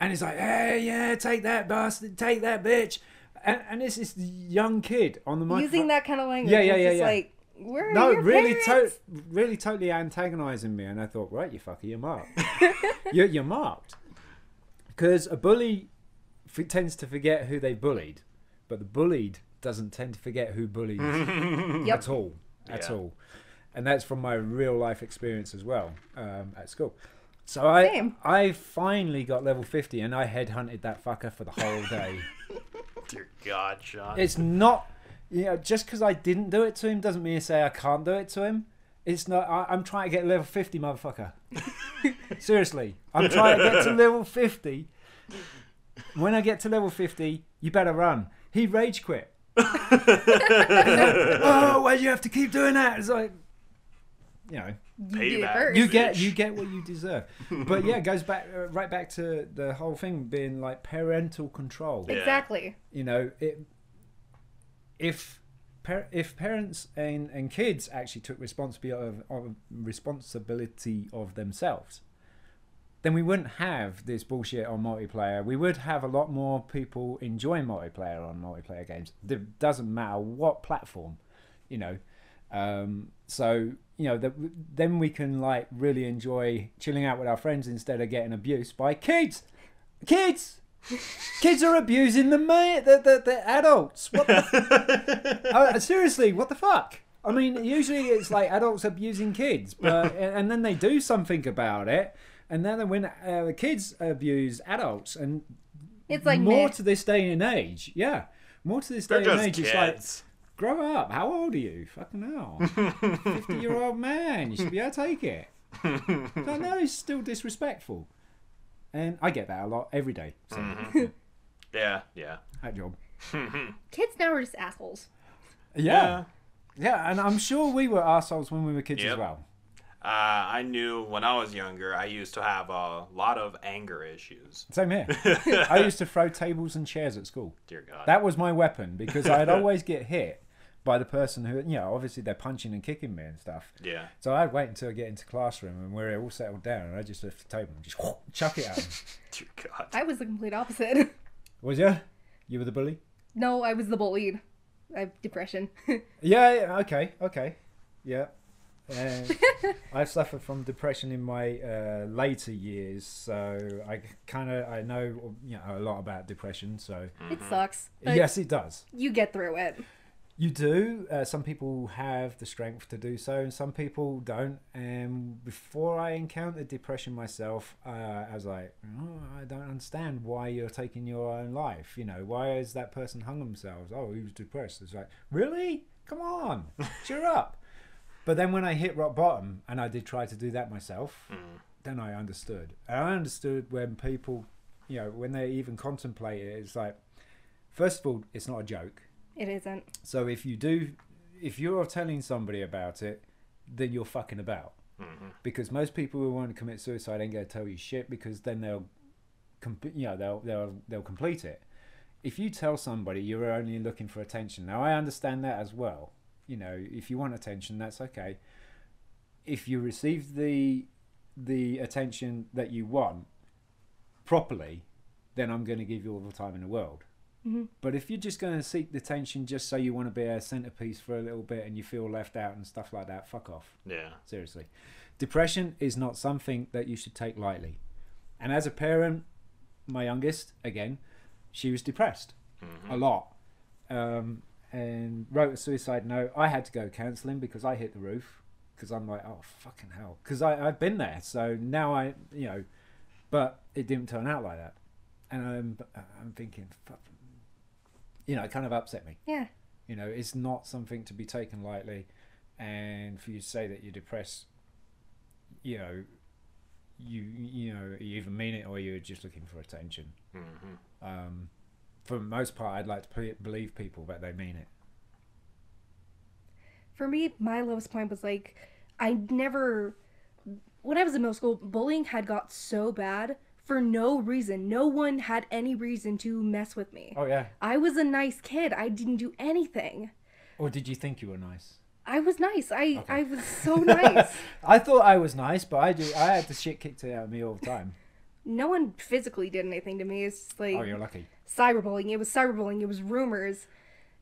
A: and he's like, "Hey, yeah, take that bastard, take that bitch," and, and this is the young kid on the mic.
C: Using that kind of language.
A: Yeah, yeah,
C: it's
A: yeah,
C: just
A: yeah.
C: Like where are
A: No,
C: your
A: really, to-
C: parents?
A: really, totally antagonising me, and I thought, right, you fucker, you're marked. you're, you're marked because a bully f- tends to forget who they bullied, but the bullied doesn't tend to forget who bullied
C: Yep.
A: at all, at
B: Yeah.
A: all, and that's from my real life experience as well um, at school. So I,
C: Same.
A: I finally got level fifty, and I headhunted that fucker for the whole day.
B: Dear God, Sean.
A: it's not you know just because i didn't do it to him doesn't mean to say i can't do it to him it's not I, i'm trying to get level 50 motherfucker seriously i'm trying to get to level 50 when i get to level 50 you better run he rage quit oh why do you have to keep doing that it's like you know
C: You did it
B: Payback.
C: first.
A: you get
B: bitch.
A: you get what you deserve but yeah it goes back uh, right back to the whole thing being like parental control
B: Yeah.
C: Exactly.
A: you know it, if par- if parents and, and kids actually took responsibility of, of responsibility of themselves then we wouldn't have this bullshit on multiplayer we would have a lot more people enjoying multiplayer on multiplayer games it doesn't matter what platform you know um, so you know that then we can like really enjoy chilling out with our friends instead of getting abused by kids kids Kids are abusing the ma- the, the, the adults. What the f- Uh, seriously, what the fuck? I mean, usually it's like adults abusing kids, but and and then they do something about it, and then when uh, the kids abuse adults, and
C: It's like
A: more
C: meh.
A: to this day and age, yeah, more to this
B: They're
A: day and
B: just
A: age,
B: kids.
A: it's like grow up. How old are you? Fucking hell, fifty-year-old man. You should be able to take it. I know it's still disrespectful, and I get that a lot every day so,
B: Mm. Yeah, yeah.
A: at job.
C: kids now are just assholes.
A: Yeah. Yeah, and I'm sure we were assholes when we were kids as
B: Yep.
A: well.
B: Uh, I knew when I was younger, I used to have a lot of anger issues.
A: Same here. I used to throw tables and chairs at school.
B: Dear God.
A: That was my weapon because I'd always get hit by the person who, you know, obviously they're punching and kicking me and stuff.
B: Yeah.
A: So I'd wait until I get into classroom and we're all settled down, and I just lift the table and just chuck it at them.
B: Dear God.
C: I was the complete opposite.
A: Was you? You were the bully.
C: no, I was the bullied. I have depression.
A: Yeah. yeah, Okay. Okay. Yeah. Uh, I've suffered from depression in my uh, later years, so I kind of I know you know a lot about depression. So
C: It sucks. But
A: yes, it does.
C: You get through it.
A: You do. Uh, some people have the strength to do so, and some people don't. And before I encountered depression myself, uh, I was like, oh, I don't understand why you're taking your own life. You know, why has that person hung themselves? Oh, he was depressed. It's like, really? Come on, cheer up. But then when I hit rock bottom, and I did try to do that myself, then I understood. And I understood when people, you know, when they even contemplate it, it's like, first of all, it's not a joke.
C: It isn't.
A: So if you do, if you're telling somebody about it, then you're fucking about. Because most people who want to commit suicide ain't gonna tell you shit because then they'll, comp- you know, they'll they'll they'll complete it. If you tell somebody you're only looking for attention, now I understand that as well. You know, if you want attention, that's okay. If you receive the the attention that you want properly, then I'm going to give you all the time in the world. But if you're just going to seek the attention just so you want to be a centerpiece for a little bit and you feel left out and stuff like that, fuck off.
B: Yeah.
A: Seriously. Depression is not something that you should take lightly. And as a parent, my youngest, again, she was depressed a lot um, and wrote a suicide note. I had to go counseling because I hit the roof because I'm like, oh, fucking hell. Because I've been there. So now I, you know, but it didn't turn out like that. And I'm, I'm thinking, fuck, you know, it kind of upset me.
C: Yeah.
A: You know, it's not something to be taken lightly. And for you to say that you're depressed, you know, you you know, you either mean it or you're just looking for attention. Mm-hmm. Um, for the most part, I'd like to pe- believe people that they mean it.
C: For me, my lowest point was like, I never, when I was in middle school, bullying had got so bad for no reason. No one had any reason to mess with me.
A: Oh yeah.
C: I was a nice kid. I didn't do anything.
A: Or did you think you were nice?
C: I was nice. I, I was so nice.
A: I thought I was nice, but I do. I had the shit kicked out of me all the time.
C: no one physically did anything to me. It's just like
A: Oh, you're lucky.
C: cyberbullying. It was cyberbullying. It was rumors.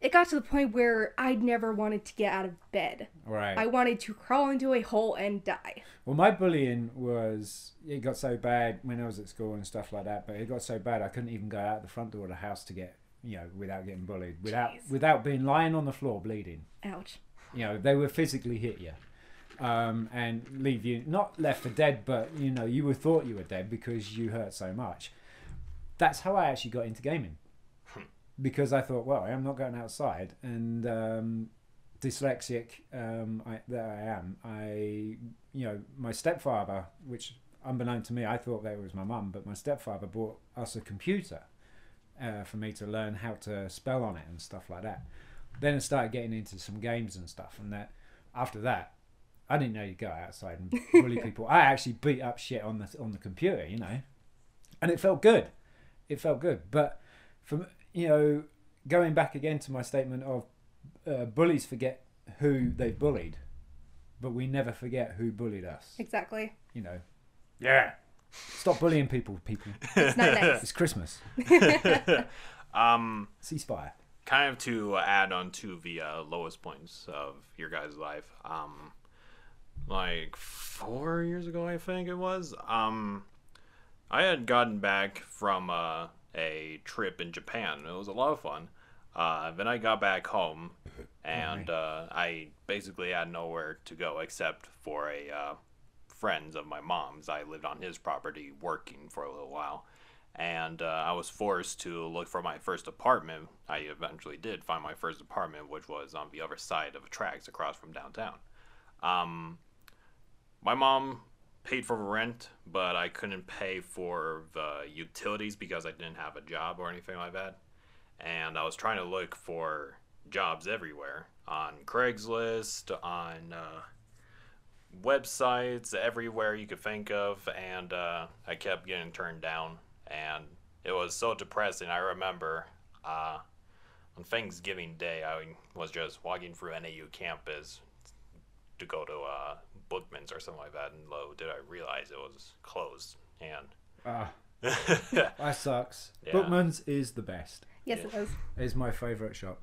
C: It got to the point where I never wanted to get out of bed.
A: Right.
C: I wanted to crawl into a hole and die.
A: Well, my bullying was it got so bad when I was at school and stuff like that. But it got so bad I couldn't even go out the front door of the house to get you know without getting bullied, without
C: Jeez.
A: without being lying on the floor bleeding.
C: Ouch.
A: You know they would physically hit you, um, and leave you not left for dead, but you know you were thought you were dead because you hurt so much. That's how I actually got into gaming, because I thought, well, I'm not going outside, and um, dyslexic um, I, that I am, I you know my stepfather, which unbeknown to me, I thought that it was my mum, but my stepfather bought us a computer uh, for me to learn how to spell on it and stuff like that. Then I started getting into some games and stuff, and that after that, I didn't know you go outside and bully people. I actually beat up shit on the on the computer, you know, and it felt good. It felt good, but from you know going back again to my statement of uh, bullies forget who they bullied, but we never forget who bullied us.
C: Exactly.
A: You know,
D: Yeah.
A: stop bullying people, people.
C: It's not nice.
A: It's Christmas.
B: Um,
A: Ceasefire.
B: kind of to add on to the uh, lowest points of your guys' life. Um, like four years ago, I think it was. Um, I had gotten back from uh, a trip in Japan. It was a lot of fun. Uh, then I got back home, and uh, I basically had nowhere to go except for a uh, friends of my mom's. I lived on his property working for a little while, and uh, I was forced to look for my first apartment. I eventually did find my first apartment, which was on the other side of the tracks across from downtown. Um, my mom paid for rent, but I couldn't pay for the utilities because I didn't have a job or anything like that. And I was trying to look for jobs everywhere on Craigslist, on uh, websites, everywhere you could think of, and uh, I kept getting turned down. And it was so depressing. I remember uh, on Thanksgiving Day, I was just walking through NAU campus to go to uh, Bookman's or something like that, and lo, did I realize it was closed. And
A: Ah,
B: yeah,
A: that sucks.
B: Yeah.
A: Bookman's is the best.
C: Yes, it was.
A: It's my favorite shop.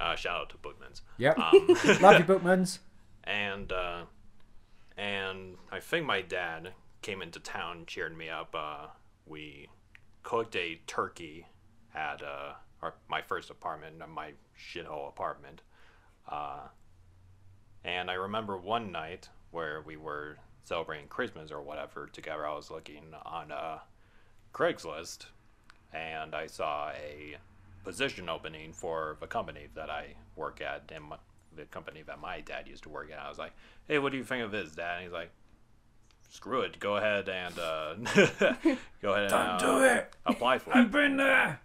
B: uh, shout out to Bookman's.
A: Yep.
B: Um,
A: Love you, Bookman's.
B: and uh, and I think my dad came into town, cheered me up. Uh, we cooked a turkey at uh, our, my first apartment, uh, my shithole apartment. Uh, and I remember one night where we were celebrating Christmas or whatever together. I was looking on uh, Craigslist, and I saw a position opening for the company that I work at and my, the company that my dad used to work at. I was like, "Hey, what do you think of this, Dad?" And he's like, "Screw it, go ahead and uh, go ahead and uh,
A: it.
B: apply for it."
A: been there.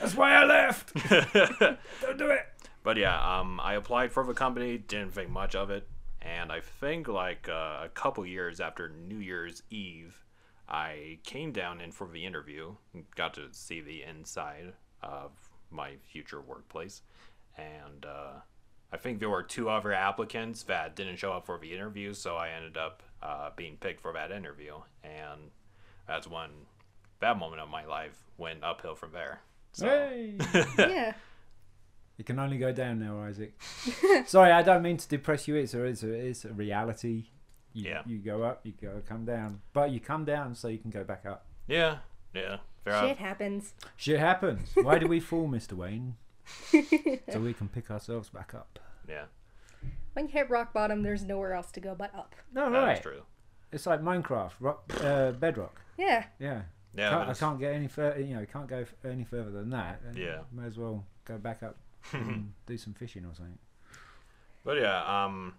A: That's why I left. Don't do it.
B: But yeah, um, I applied for the company, didn't think much of it, and I think like uh, a couple years after New Year's Eve, I came down in for the interview, got to see the inside of my future workplace, and uh, I think there were two other applicants that didn't show up for the interview, so I ended up uh, being picked for that interview, and that's one that moment of my life went uphill from there. So,
A: Hey.
C: yeah.
A: You can only go down now, Isaac. Sorry, I don't mean to depress you. It's a, it's a, it's a reality. You,
B: Yeah.
A: you go up, you go come down, but you come down so you can go back up.
B: yeah, yeah, there are-
C: Shit happens.
A: Shit happens. Why do we fall, Mr. Wayne? so we can pick ourselves back up.
B: yeah,
C: When you hit rock bottom, there's nowhere else to go but up.
A: No,
B: that's
A: right.
B: true.
A: It's like Minecraft, rock, uh, bedrock.
C: Yeah.
A: Yeah.
B: Yeah,
A: Can't-
B: but
A: I
B: it's-
A: can't get any further. You know, can't go f- any further than that. Uh,
B: Yeah.
A: May as well go back up and do some fishing or something.
B: But yeah, um,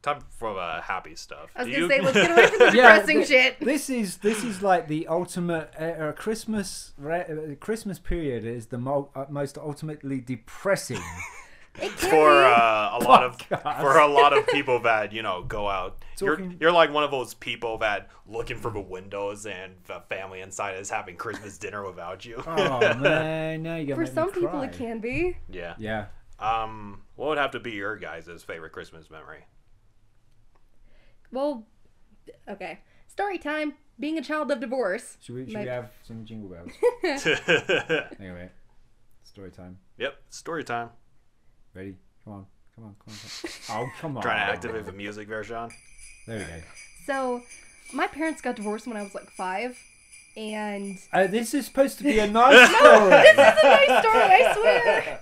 B: time for the happy stuff.
C: I was
B: Do
C: gonna
B: you-
C: say, let's get away from the
A: Yeah,
C: depressing
A: the-
C: shit.
A: This is this is like the ultimate uh, uh, Christmas re- uh, Christmas period is the mo- uh, most ultimately depressing.
C: It can
B: for
C: be.
B: uh, a lot of
A: Podcast.
B: for a lot of people that you know go out. You're
A: Talking-
B: you're like one of those people that looking for the windows and the family inside is having Christmas dinner without you.
A: oh man, now you're
C: for
A: gonna
C: some
A: make me
C: people, it
A: cry.
C: can be.
B: yeah.
A: Yeah,
B: Um, what would have to be your guys' favorite Christmas memory?
C: Well, okay. Story time. Being a child of divorce.
A: should we should
C: Like-
A: we have some jingle bells? anyway, story time.
B: yep, story time.
A: Ready? Come on, come on, come on. come on. Oh come on!
B: Trying to activate the music there, Sean.
A: There we go.
C: So, my parents got divorced when I was like five, and
A: Uh, this is supposed to be a nice story.
C: that's a nice story. I swear.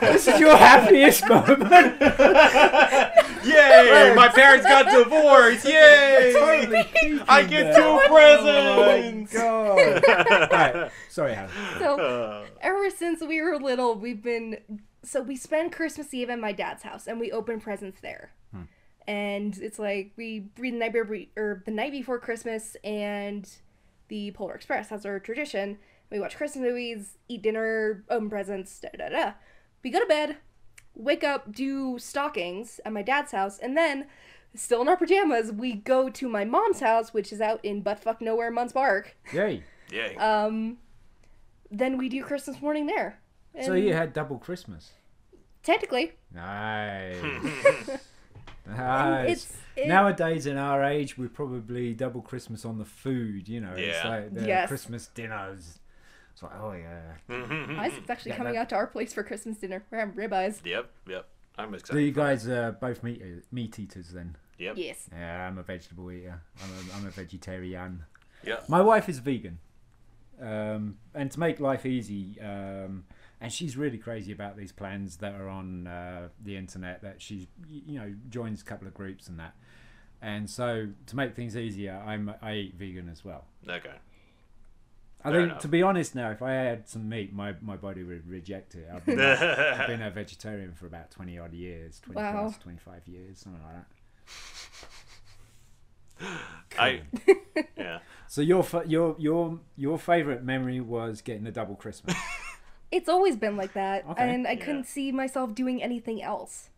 A: this is your happiest moment.
B: Yay! My parents got divorced. Yay! I get two presents.
A: Oh my god! right, sorry, Hannah.
C: So,
B: Uh,
C: ever since we were little, we've been so we spend Christmas Eve at my dad's house, and we open presents there. And it's like we read the night be- or the night before Christmas, and the Polar Express. That's our tradition. We watch Christmas movies, eat dinner, open presents, da da da. We go to bed, wake up, do stockings at my dad's house, and then, still in our pajamas, we go to my mom's house, which is out in buttfuck nowhere, Munns Park.
A: Yay.
B: yay.
A: Uh,
C: Um, then we do Christmas morning there.
A: So
C: And
A: you had double Christmas.
C: technically,
A: Nice.
C: And
A: nice.
C: Um, it's- it-
A: Nowadays, in our age, we probably double Christmas on the food. You know, it's
B: Yeah.
A: like the
C: Yes.
A: Christmas dinners. It's like, oh yeah.
B: Mm-hmm.
C: Isaac's actually
A: Yeah,
C: coming
A: that-
C: out to our place for Christmas dinner. We're having ribeyes.
B: Yep, yep. I'm excited.
A: So you guys are both meat uh, meat eaters then?
B: Yep.
C: Yes.
A: Yeah, I'm a vegetable eater. I'm a, I'm a vegetarian.
B: Yeah.
A: My wife is vegan, um, and to make life easy, um, and she's really crazy about these plans that are on uh, the internet. That she's y- you know joins a couple of groups and that. And so to make things easier, I'm I eat vegan as well.
B: Okay.
A: I
B: Fair
A: think
B: enough.
A: to be honest now, if I had some meat, my, my body would reject it. I've been,
B: Uh,
A: I've been a vegetarian for about twenty odd years, twenty
C: Wow.
A: plus twenty five years, something like that.
B: I. Yeah.
A: So your fa- your your your favorite memory was getting a double Christmas.
C: It's always been like that,
A: Okay.
C: and I
B: Yeah.
C: couldn't see myself doing anything else.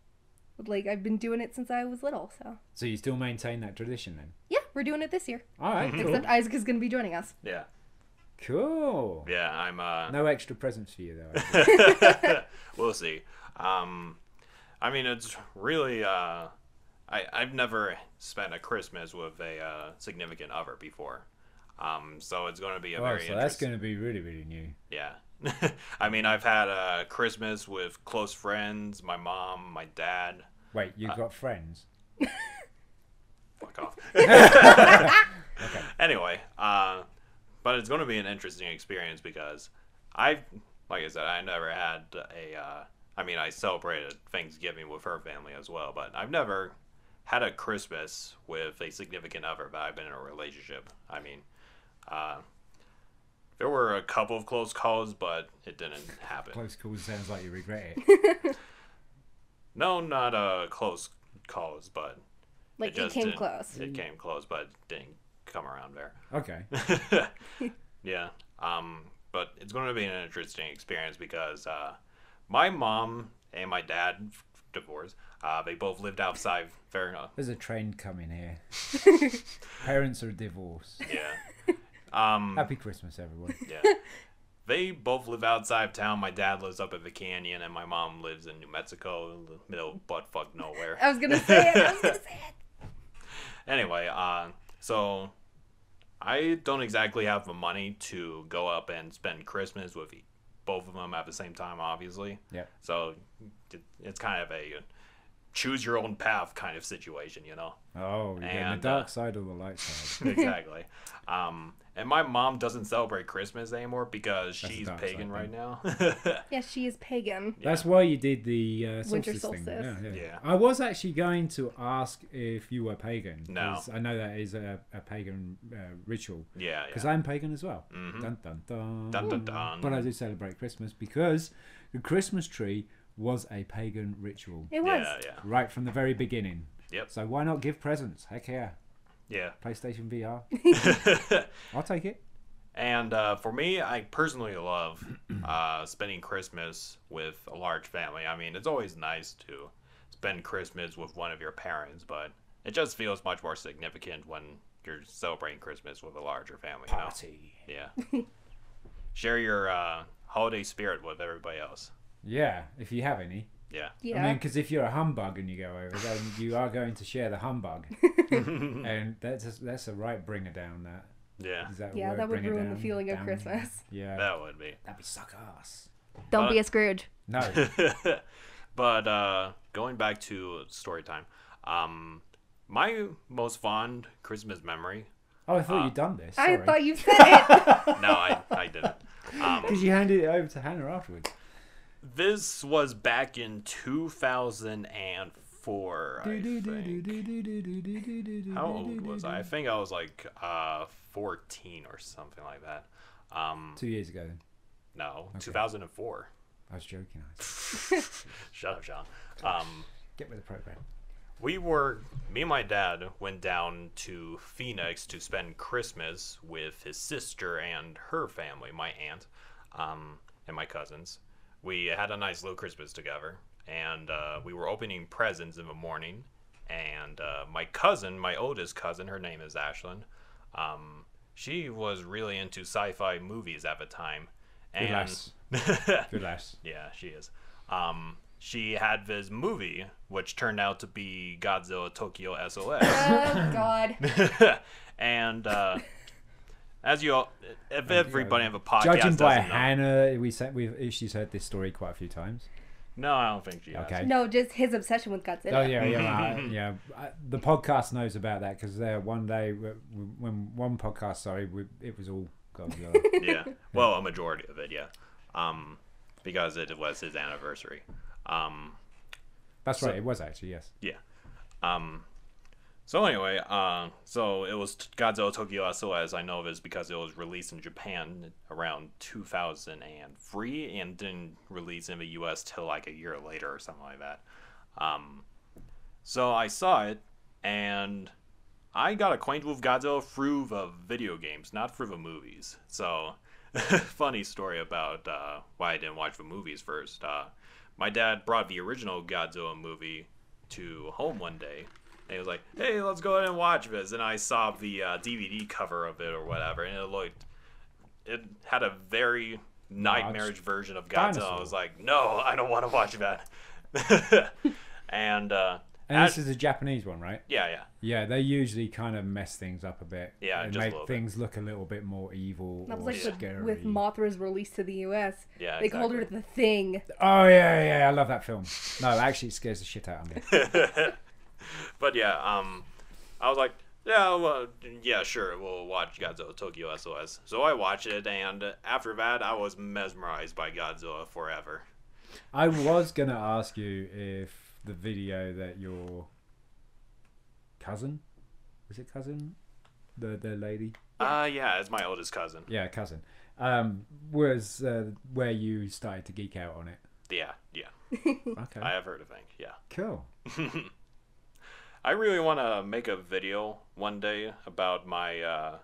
C: Like I've been doing it since I was little, so
A: so you still maintain that tradition then?
C: yeah, we're doing it this year.
B: Mm-hmm.
A: All right, cool.
C: Except Isaac is going to be joining us.
B: Yeah.
A: Cool.
B: Yeah, I'm uh
A: No extra presents for you though. I
B: we'll see. Um, I mean, it's really. Uh, I I've never spent a Christmas with a uh, significant other before, um, so it's going to be a
A: think.
B: very
A: oh, so that's
B: interesting.
A: going to be really really new.
B: Yeah, I mean, I've had a Christmas with close friends, my mom, my dad.
A: Wait,
B: Uh,
A: you've got friends.
B: Fuck off. Anyway, uh, but it's going to be an interesting experience because I, like I said, I never had a. Uh, I mean, I celebrated Thanksgiving with her family as well, but I've never had a Christmas with a significant other that I've been in a relationship. I mean, uh, there were a couple of close calls, but it didn't happen.
A: Close calls sounds like you regret it.
B: No, not uh, close calls, but
C: Like it,
B: just
C: came
B: didn't-
C: close.
B: It came close, but didn't come around there.
A: Okay.
B: yeah. Um, but it's going to be an interesting experience because uh, my mom and my dad divorced. Uh, they both lived outside. Fair enough.
A: There's a trend coming here. Parents are divorced.
B: Yeah. Um,
A: Happy Christmas, everyone.
B: yeah. They both live outside of town. My dad lives up at the canyon, and my mom lives in New Mexico, in the middle of butt fuck nowhere.
C: I was gonna say it. I was gonna say it.
B: anyway, uh, so I don't exactly have the money to go up and spend Christmas with e- both of them at the same time, obviously.
A: Yeah.
B: So it- it's kind of a choose your own path kind of situation, you know?
A: Oh, you're getting the
B: And,
A: dark
B: uh,
A: side or the light side.
B: exactly. Um, and my mom doesn't celebrate Christmas anymore because
A: the
B: she's
A: dark side
B: pagan right
A: thing.
B: now.
C: Yeah, she is pagan.
A: That's why you did the uh, solstice
C: Winter
A: thing. Yeah,
C: solstice.
A: yeah.
B: Yeah.
A: I was actually going to ask if you were pagan.
B: No.
A: 'cause I know that is a, a pagan uh, ritual.
B: yeah,
A: Because
B: yeah.
A: I'm pagan as well. Dun, dun, dun.
B: Dun, dun, dun.
A: But I do celebrate Christmas because the Christmas tree was a pagan ritual
C: It was.
B: yeah, yeah.
A: right from the very beginning.
B: Yep.
A: So why not give presents? Heck yeah.
B: Yeah.
A: PlayStation VR. I'll take it.
B: And uh, for me, I personally love uh, spending Christmas with a large family. I mean, it's always nice to spend Christmas with one of your parents, but it just feels much more significant when you're celebrating Christmas with a larger family. You know?
A: Party.
B: Yeah. Share your uh, holiday spirit with everybody else. Yeah.
A: Yeah, if you have any.
B: Yeah.
C: Yeah.
A: I mean, because if you're a humbug and you go over, then you are going to share the humbug, and that's a, that's a right bringer down. That
B: Yeah.
A: is that
C: yeah,
A: word?
C: that would
A: Bring it
C: ruin the
A: down,
C: feeling of
A: down.
C: Christmas.
A: Yeah,
B: That would be.
A: that'd be suck ass.
C: Don't
B: Uh,
C: be a Scrooge.
A: No,
B: but uh, going back to story time, um, my most fond Christmas memory.
A: oh, I
B: Ah.
A: thought you'd done this.
C: I thought you said it.
B: No, I, I didn't. Um,
A: because you handed it over to Hannah afterwards.
B: This was back in 2004. I think. How old was I? I think I was like uh, 14 or something like that. Um,
A: Two years ago. Then.
B: no, 2004.
A: I was joking. I was-
B: Shut up, John. Um,
A: Get with the program.
B: we were, me and my dad went down to Phoenix to spend Christmas with his sister and her family, my aunt, um, and my cousins. We had a nice little Christmas together, and uh, we were opening presents in the morning. And uh, my cousin, my oldest cousin, her name is Ashlyn. Um, she was really into sci-fi movies at the time,
A: Good
B: and
A: lass. Good lass.
B: yeah, she is. Um, she had this movie, which turned out to be Godzilla Tokyo SOS.
C: oh God.
B: and uh, as you all, if everybody on the podcast
A: Judging by
B: doesn't know-
A: Hannah, we said we've she's heard this story quite a few times.
B: no, I don't think she has.
A: Okay.
C: No, just his obsession with Godzilla.
A: Oh yeah,
B: Mm-hmm.
A: yeah, I- yeah. I, the podcast knows about that because there one day w- w- when one podcast, sorry, we, it was all Godzilla.
B: yeah. Well, a majority of it, yeah. Um, because it was his anniversary. Um,
A: That's right, it was actually yes.
B: Yeah. Um. So anyway, uh, so it was t- Godzilla Tokyo SOS. I know this because it was released in Japan around 2003 and didn't release in the U.S. till like a year later or something like that. Um, so I saw it and I got acquainted with Godzilla through the video games, not through the movies. So, funny story about uh, why I didn't watch the movies first. Uh, my dad brought the original Godzilla movie to home one day. And he was like, hey, let's go ahead and watch this. And I saw the uh, DVD cover of it or whatever, and it looked it had a very nightmarish version of Godzilla. I
A: dinosaur.
B: was like, no, I don't want to watch that. and uh,
A: And
B: at-
A: this is a Japanese one, right?
B: yeah, yeah.
A: Yeah, they usually kind of mess things up a bit.
B: Yeah,
A: and
B: just a
A: make
B: little bit.
A: things look a little bit more evil
C: That was
A: or
C: like
A: scary.
C: with, with Mothra's release to the U.S.
B: Yeah,
C: they called her the Thing.
A: oh yeah, yeah, I love that film. No, actually, it scares the shit out of me.
B: But yeah, um, I was like, yeah, well, yeah, sure, we'll watch Godzilla Tokyo SOS. So I watched it, and after that, I was mesmerized by Godzilla forever.
A: I was gonna ask you if the video that your cousin, was it cousin, the the lady,
B: Uh, yeah, it's my oldest cousin.
A: yeah, cousin, um, was uh, where you started to geek out on it.
B: Yeah, yeah,
C: Hmm.
A: Okay,
B: I have heard of Hank. Yeah,
A: cool.
B: I really want to make a video one day about my uh,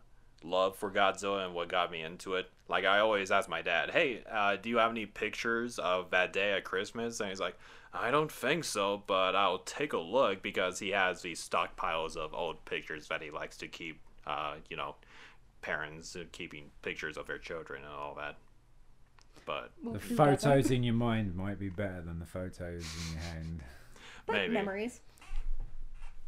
B: love for Godzilla and what got me into it. Like I always ask my dad, "Hey, uh, do you have any pictures of that day at Christmas?" And he's like, "I don't think so, but I'll take a look because he has these stockpiles of old pictures that he likes to keep. Uh, you know, parents keeping pictures of their children and all that." But
A: The
C: We'll do that one.
A: photos in your mind might be better than the photos in your hand.
C: But
B: maybe.
C: memories.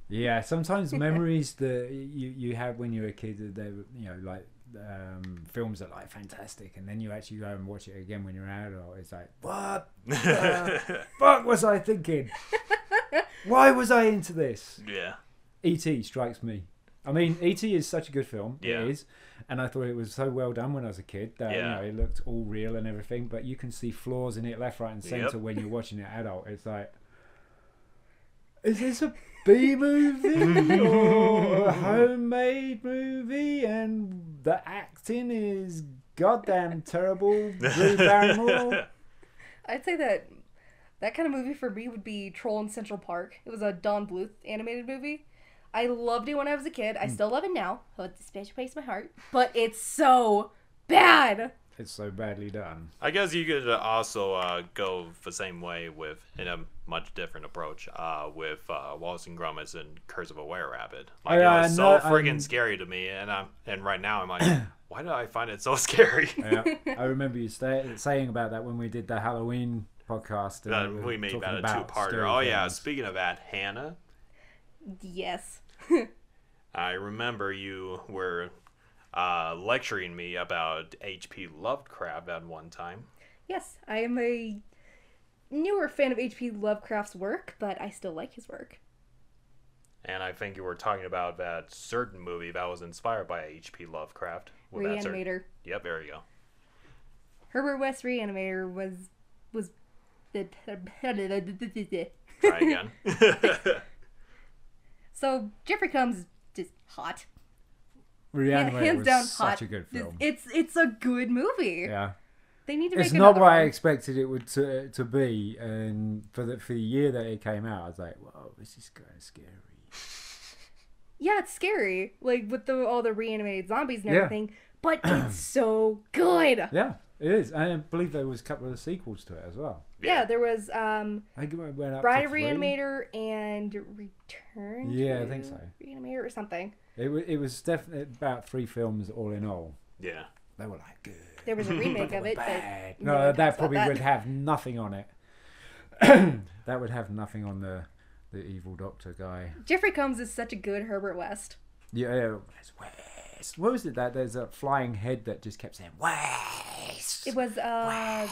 A: Yeah, sometimes memories that you you have when you were a kid, that they were, you know like um, films are like fantastic, and then you actually go and watch it again when you're an adult. It's like what the fuck was I thinking? Why was I into this?
B: yeah,
A: E.T. E strikes me. I mean, E.T. is such a good film.
B: Yeah.
A: It is. And I thought it was so well done when I was a kid that you
B: Yeah.
A: know, it looked all real and everything, but you can see flaws in it left, right, and
B: Yep.
A: centre when you're watching it adult. It's like, is this a B movie or a homemade movie? And the acting is goddamn terrible. Drew Barrymore.
C: I'd say that that kind of movie for me would be Troll in Central Park. It was a Don Bluth animated movie. I loved it when I was a kid. I still love it now. Oh, it's a special place in my heart. But it's so bad.
A: It's so badly done.
B: I guess you could uh, also uh, go the same way with in a much different approach uh, with uh, Wallace and Gromit and Curse of a Were Rabbit. Like
A: I-
B: it was
A: I
B: so
A: know-
B: friggin'
A: I'm-
B: scary to me, and I'm and right now I'm like, why did I find it so scary?
A: Yeah, I remember you sta saying about that when we did the Halloween podcast. and
B: That
A: we were
B: Uh, we made
A: talking
B: that a
A: about
B: two-parter.
A: scary
B: Oh yeah,
A: films.
B: speaking of that, Hannah,
C: Yes.
B: I remember you were uh, lecturing me about H.P. Lovecraft at one time.
C: Yes, I am a newer fan of H.P. Lovecraft's work, but I still like his work.
B: And I think you were talking about that certain movie that was inspired by H.P. Lovecraft. Well, that certain-
C: Reanimator.
B: Yep, there you go.
C: Herbert West Reanimator was was the
B: Try again.
C: So Jeffrey comes just hot. Yeah,
A: Reanimator
C: hands
A: was
C: down
A: such
C: hot.
A: a good
C: This-
A: film.
C: It's it's a good movie.
A: yeah,
C: They need to make
A: it's not
C: another
A: what I
C: one.
A: expected it would to, to be, and for the for the year that it came out, I was like, "Whoa, this is kind of scary."
C: Yeah, it's scary. Like with the all the reanimated zombies and
A: Yeah.
C: everything. But it's so good. Yeah.
A: Yeah, it is. And I believe there was a couple of sequels to it as well.
C: there was um
A: I think it went up
C: Bride
A: to
C: of
A: three.
C: Reanimator and Return.
A: Yeah, I
C: to
A: think so.
C: Reanimator or something.
A: It was it was definitely about three films all in all.
B: Yeah.
A: They were like good.
C: There was a remake of it, but
A: bad. No, that
C: that's
A: probably
C: not
A: would have nothing on it. that would have nothing on the the evil doctor guy.
C: Jeffrey Combs is such a good Herbert West.
A: Yeah, yeah. West, West. What was it that there's a flying head that just kept saying West?
C: It was uh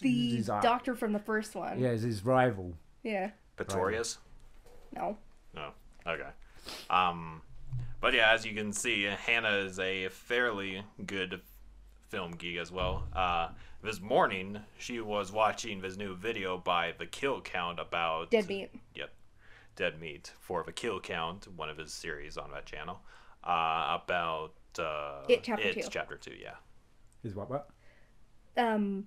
C: the
A: He's, uh,
C: doctor from the first one.
A: Yeah, it's his rival.
C: yeah.
B: Pretorius?
C: No.
B: No. Okay. Um, but yeah, as you can see, Hannah is a fairly good film geek as well. Uh, this morning, she was watching this new video by The Kill Count about
C: Dead Meat.
B: Yep. Dead Meat for The Kill Count, one of his series on that channel, uh, about uh,
C: It Chapter
B: It's
C: Two.
B: Chapter Two. Yeah.
A: Is what what?
C: um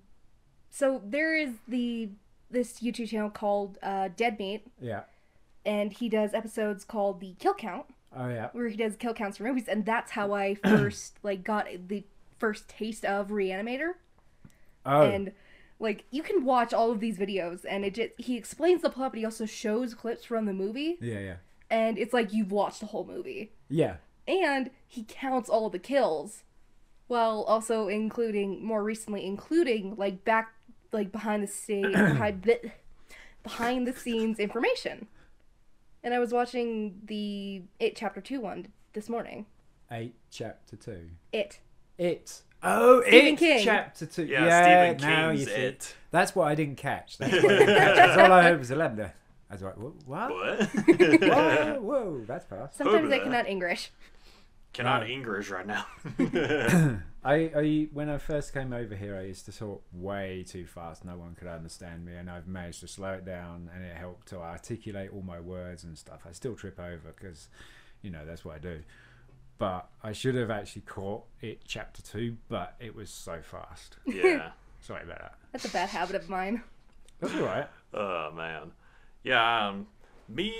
C: so there is the this YouTube channel called uh, Dead Meat,
A: Yeah.
C: and he does episodes called the Kill Count,
A: Oh yeah.
C: where he does kill counts for movies, and that's how I first like got the first taste of Reanimator,
A: Oh.
C: and like you can watch all of these videos, and it just he explains the plot, but he also shows clips from the movie,
A: yeah, yeah.
C: and it's like you've watched the whole movie,
A: Yeah.
C: and he counts all the kills, Well, also including more recently, including like back, like behind the scene, behind the, behind the scenes information. And I was watching the It Chapter Two one this morning.
A: Eight chapter two.
C: It.
A: It. Oh,
C: Stephen
A: it
C: King.
A: chapter two.
B: Yeah, Stephen
A: now
B: King's
A: you see.
B: It.
A: That's what I didn't catch. That's what I didn't catch. That's all I heard was eleven. there. I was like, wha- what?
B: What?
A: Whoa, whoa, that's fast.
C: Sometimes I
B: Hoorah.
C: cannot English.
B: Cannot English right now.
A: I, I when I first came over here, I used to talk way too fast. No one could understand me, and I've managed to slow it down, and it helped to articulate all my words and stuff. I still trip over because, you know, that's what I do. But I should have actually caught it chapter two, but it was so fast.
B: yeah.
A: Sorry about that.
C: That's a bad habit of mine.
A: That's all right.
B: Oh man, yeah. Um, me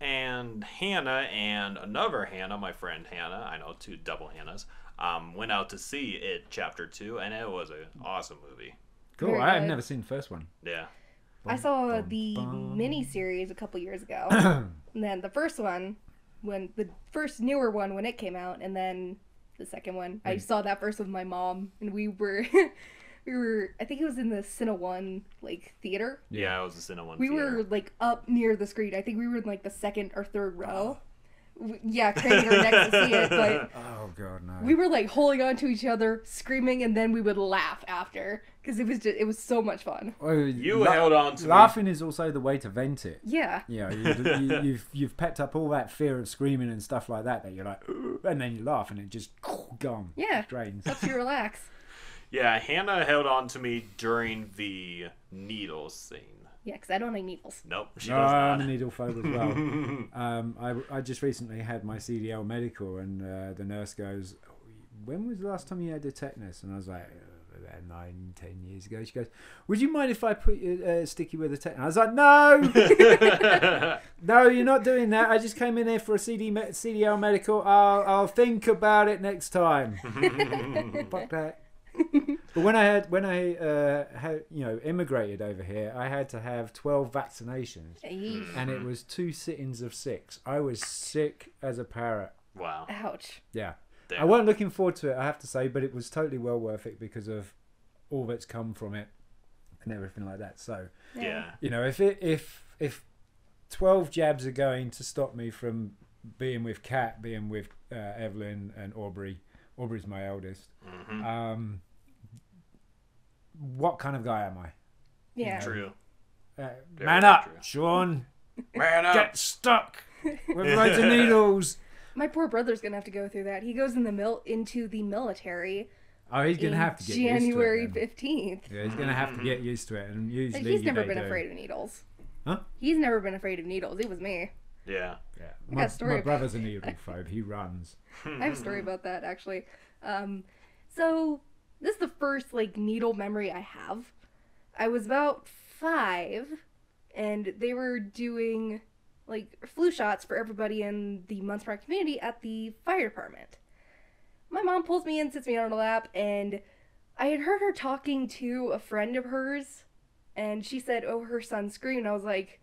B: and Hannah and another Hannah, my friend Hannah. I know two double Hannahs. Um, went out to see it chapter two, and it was an awesome movie.
A: Cool.
C: Very
A: I have
C: good.
A: never seen the first one.
B: Yeah,
C: I saw the mini series a couple years ago, and then the first one, when the first newer one when it came out, and then the second one. I saw that first with my mom, and we were, we were. I think it was in the Cine One like theater.
B: yeah. I was just in a one.
C: We
B: theater.
C: were like up near the screen. I think we were in like the second or third
B: Oh.
C: row. W Yeah, craning our necks to see it, but
A: Oh god, no.
C: we were like holding on to each other, screaming, and then we would laugh after because it was just it was so much fun.
A: Oh,
B: You held on to me.
A: laughing is also the way to vent it.
C: Yeah.
A: You know, you, you, you've you've pepped up all that fear of screaming and stuff like that. That you're like, "Ugh," and then you laugh, and it just gone.
C: Yeah.
A: drains.
C: Helps you relax.
B: Yeah, Hannah held on to me during the needle scene.
C: Yeah, because I don't like needles.
B: Nope, she
A: No,
B: does
A: I'm
B: not.
A: a needle phobe as well. um, I, I just recently had my CDL medical, and uh, the nurse goes, "When was the last time you had a tetanus?" And I was like, "Uh, "About nine, ten years ago." She goes, "Would you mind if I put you, uh, stick you with a tetanus?" I was like, "No, no, you're not doing that. I just came in here for a CD me- CDL medical. I'll, I'll think about it next time." Fuck that. But when I had when I uh, had you know immigrated over here, I had to have twelve vaccinations
C: Eesh.
A: and
B: Mm-hmm.
A: it was two sittings of six. I was sick as a parrot.
B: Wow.
C: Ouch.
A: Yeah. I
B: Damn.
A: wasn't looking forward to it, I have to say, but it was totally well worth it because of all that's come from it and everything like that. So,
B: Yeah.
A: you know, if it if if 12 jabs are going to stop me from being with Kat, being with uh, Evelyn and Aubrey. Aubrey's my eldest.
B: Mm-hmm.
A: Um, what kind of guy am I?
C: Yeah.
B: True.
A: Uh,
B: Very
A: man up,
B: true.
A: Sean.
B: Man up.
A: Get stuck with loads of needles.
C: My poor brother's gonna have to go through that. He goes in the mil into the military
A: Oh, he's gonna
C: in
A: have to get
C: January
A: used to it.
C: fifteenth.
A: then. Yeah, he's gonna have to get used to it, and usually
C: He's
A: you-
C: never
A: they
C: been
A: do.
C: afraid of needles.
A: Huh?
C: He's never been afraid of needles. It was me.
B: yeah.
A: Yeah. My,
C: a story
A: my
C: about
A: brother's a needle phobe. He runs.
C: I have a story about that actually. Um, so this is the first like needle memory I have. I was about five, and they were doing like flu shots for everybody in the Munspar community at the fire department. My mom pulls me in, sits me on her lap, and I had heard her talking to a friend of hers, and she said, "Oh, her son screamed." I was like,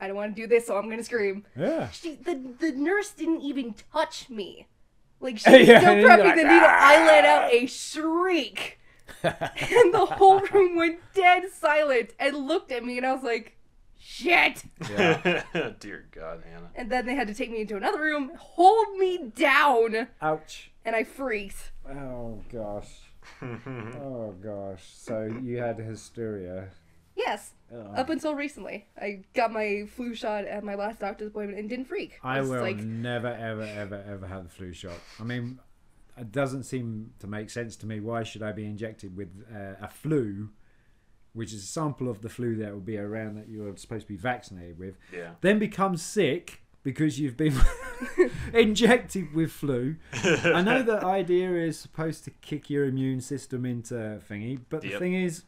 C: "I don't want to do this, so I'm gonna scream."
A: Yeah.
C: she the the nurse didn't even touch me. Like she
A: Yeah,
C: was so
A: you're
C: prepping
A: like, "Ah!"
C: the needle, I let out a shriek, and the whole room went dead silent and looked at me, and I was like, "Shit!"
B: Dear God, Hannah.
C: And then they had to take me into another room, hold me down,
A: Ouch.
C: and I freaked.
A: Oh gosh. oh gosh. So you had hysteria.
C: Yes,
A: Oh.
C: up until recently, I got my flu shot at my last doctor's appointment and didn't freak.
A: I
C: was
A: will
C: like,
A: never, ever, ever, ever have the flu shot. I mean, it doesn't seem to make sense to me. Why should I be injected with uh, a flu, which is a sample of the flu that will be around that you're supposed to be vaccinated with?
B: Yeah.
A: Then become sick because you've been injected with flu. I know the idea is supposed to kick your immune system into thingy, but the
B: Yep.
A: thing is,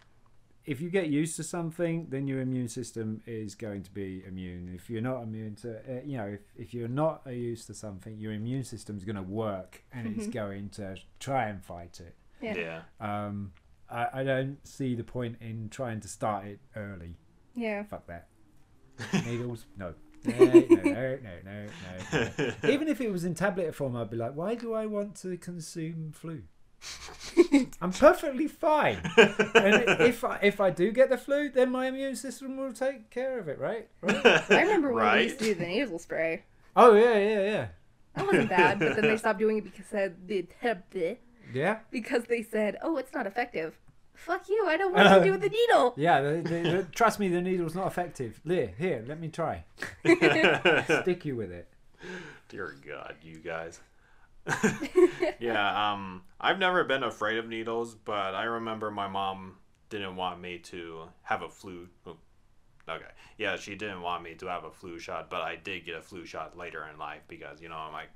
A: if you get used to something, then your immune system is going to be immune. If you're not immune to, uh, you know, if, if you're not uh, used to something, your immune system's going to work and it's going to try and fight it.
B: Yeah.
C: Yeah.
A: Um, I, I don't see the point in trying to start it early.
C: yeah,
A: Fuck that. Needles? No. No, no, no, no, no, no. Even if it was in tablet form, I'd be like, why do I want to consume flu? I'm perfectly fine. and if I, if I do get the flu, then my immune system will take care of it, right? right?
C: I remember when they used
B: right?
C: to do the nasal spray.
A: Oh yeah, yeah, yeah,
C: That wasn't bad, but then they stopped doing it because said the
A: yeah,
C: because they said, "Oh, it's not effective." Fuck you! I don't want to do with the needle.
A: yeah. The, the, the, trust me, the needle's not effective. Here, here, let me try. Stick you with it.
B: Dear God, you guys. yeah, um, I've never been afraid of needles, but I remember my mom didn't want me to have a flu. oh, Okay, yeah, she didn't want me to have a flu shot, but I did get a flu shot later in life because you know I'm like,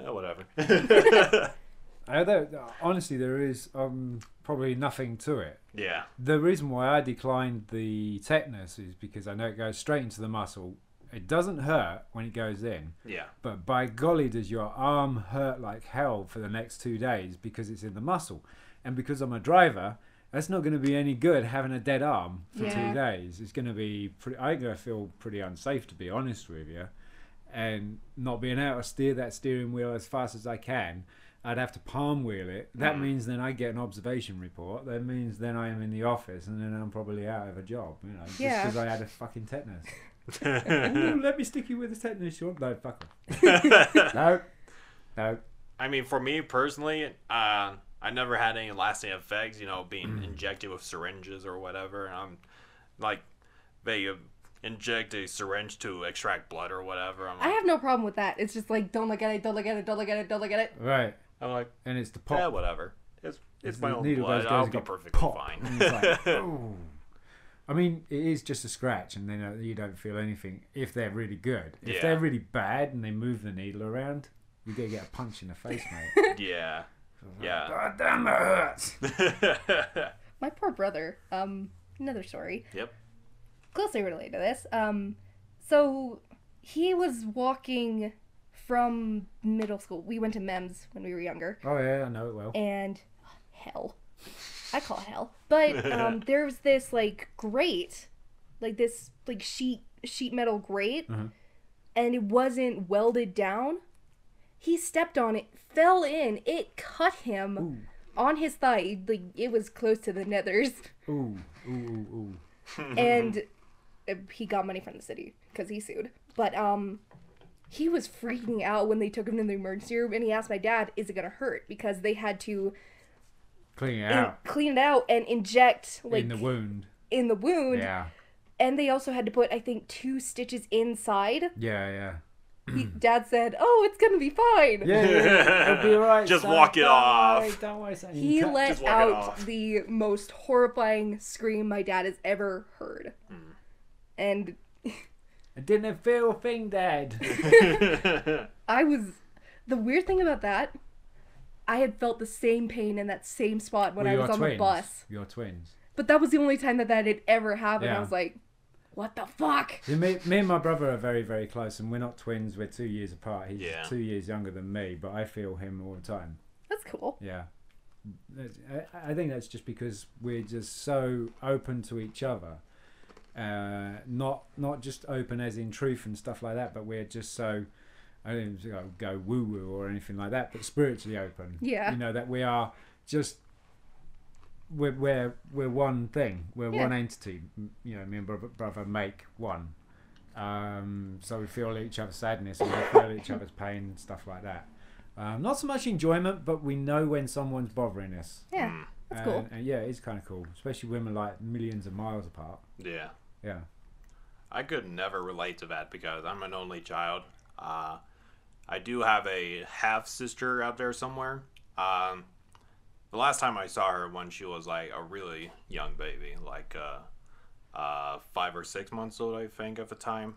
B: yeah, whatever.
A: Although honestly, there is um, probably nothing to it.
B: yeah,
A: The reason why I declined the tetanus is because I know it goes straight into the muscle. It doesn't hurt when it goes in,
B: yeah,
A: but by golly, does your arm hurt like hell for the next two days because it's in the muscle. And because I'm a driver, that's not going to be any good having a dead arm for
C: Yeah.
A: two days. It's going to be, pretty, I'm going to feel pretty unsafe, to be honest with you. And not being able to steer that steering wheel as fast as I can, I'd have to palm wheel it. That means then I get an observation report. That means then I am in the office and then I'm probably out of a job, you know, just
C: Yeah.
A: because I had a fucking tetanus. Ooh, let me stick you with the tetanus shot. No, fuck off. no, no.
B: I mean, for me personally, uh, I never had any lasting effects, you know, being
A: Mm.
B: injected with syringes or whatever. And I'm like, they uh, inject a syringe to extract blood or whatever. I'm
C: I
B: like,
C: have no problem with that. It's just like, don't look at it, don't look at it, don't look at it, don't look at it.
A: Right,
B: I'm like,
A: and it's the pop.
B: yeah, whatever. It's it's
A: The
B: my own
A: needle
B: blood.
A: goes
B: I'll
A: down,
B: be
A: it
B: perfectly
A: pop, and
B: fine.
A: it's like, ooh. I mean, it is just a scratch, and then uh, you don't feel anything if they're really good. If
B: Yeah.
A: they're really bad and they move the needle around, you're gonna get a punch in the face, mate.
B: yeah, yeah.
A: God damn, it hurts.
C: My poor brother. Um, another story.
B: yep.
C: closely related to this. Um, so he was walking from middle school. We went to MEMS when we were younger,
A: Oh yeah, I know it well.
C: and hell, I call it hell. But um, there was this like grate, like this like sheet sheet metal grate, and it wasn't welded down. He stepped on it, fell in, it cut him. On his thigh, like it was close to the nethers
A: Ooh, ooh, ooh, ooh.
C: and uh, he got money from the city because he sued. But um, he was freaking out when they took him to the emergency room, and he asked my dad, "Is it gonna hurt?" Because they had to
A: Clean it
C: in-
A: out
C: clean it out and inject like
A: in the wound.
C: wound,
A: Yeah,
C: and they also had to put I think two stitches inside.
A: yeah, yeah.
C: He- dad said, "Oh, it's gonna be fine."
A: Yeah, yeah, yeah. it'll be alright.
B: Just
A: son.
B: walk it
A: Don't
B: off.
A: worry, don't worry, son. You
C: He
A: cut-
C: let
B: just walk it
C: out
B: off.
C: the most horrifying scream my dad has ever heard,
B: Hmm.
C: and
A: I didn't feel a thing, Dad.
C: I was the weird thing about that. I had felt the same pain in that same spot when I was on the bus,
A: Your twins.
C: but that was the only time that that had ever happened.
A: Yeah.
C: I was like, "What the fuck?"
A: See, me, me and my brother are very, very close, and we're not twins. We're two years apart. He's
B: Yeah.
A: two years younger than me, but I feel him all the time.
C: That's cool.
A: Yeah. That's- I, I think that's just because we're just so open to each other. Uh, not not just open as in truth and stuff like that, but we're just so I don't even go- go woo woo or anything like that, but spiritually open.
C: Yeah.
A: You know that we are just we're we're, we're one thing. We're
C: Yeah.
A: one entity. M- You know, me and brother, brother make one. Um, so we feel each other's sadness and we feel each other's pain and stuff like that. Um, not so much enjoyment, but we know when someone's bothering us.
C: Yeah,
B: Hmm.
C: that's cool.
A: And- and yeah, it's kind of cool, especially when we're like millions of miles apart.
B: Yeah.
A: Yeah.
B: I could never relate to that because I'm an only child. Uh, I do have a half sister out there somewhere. Um, the last time I saw her, when she was like a really young baby, like uh, uh, five or six months old, I think, at the time.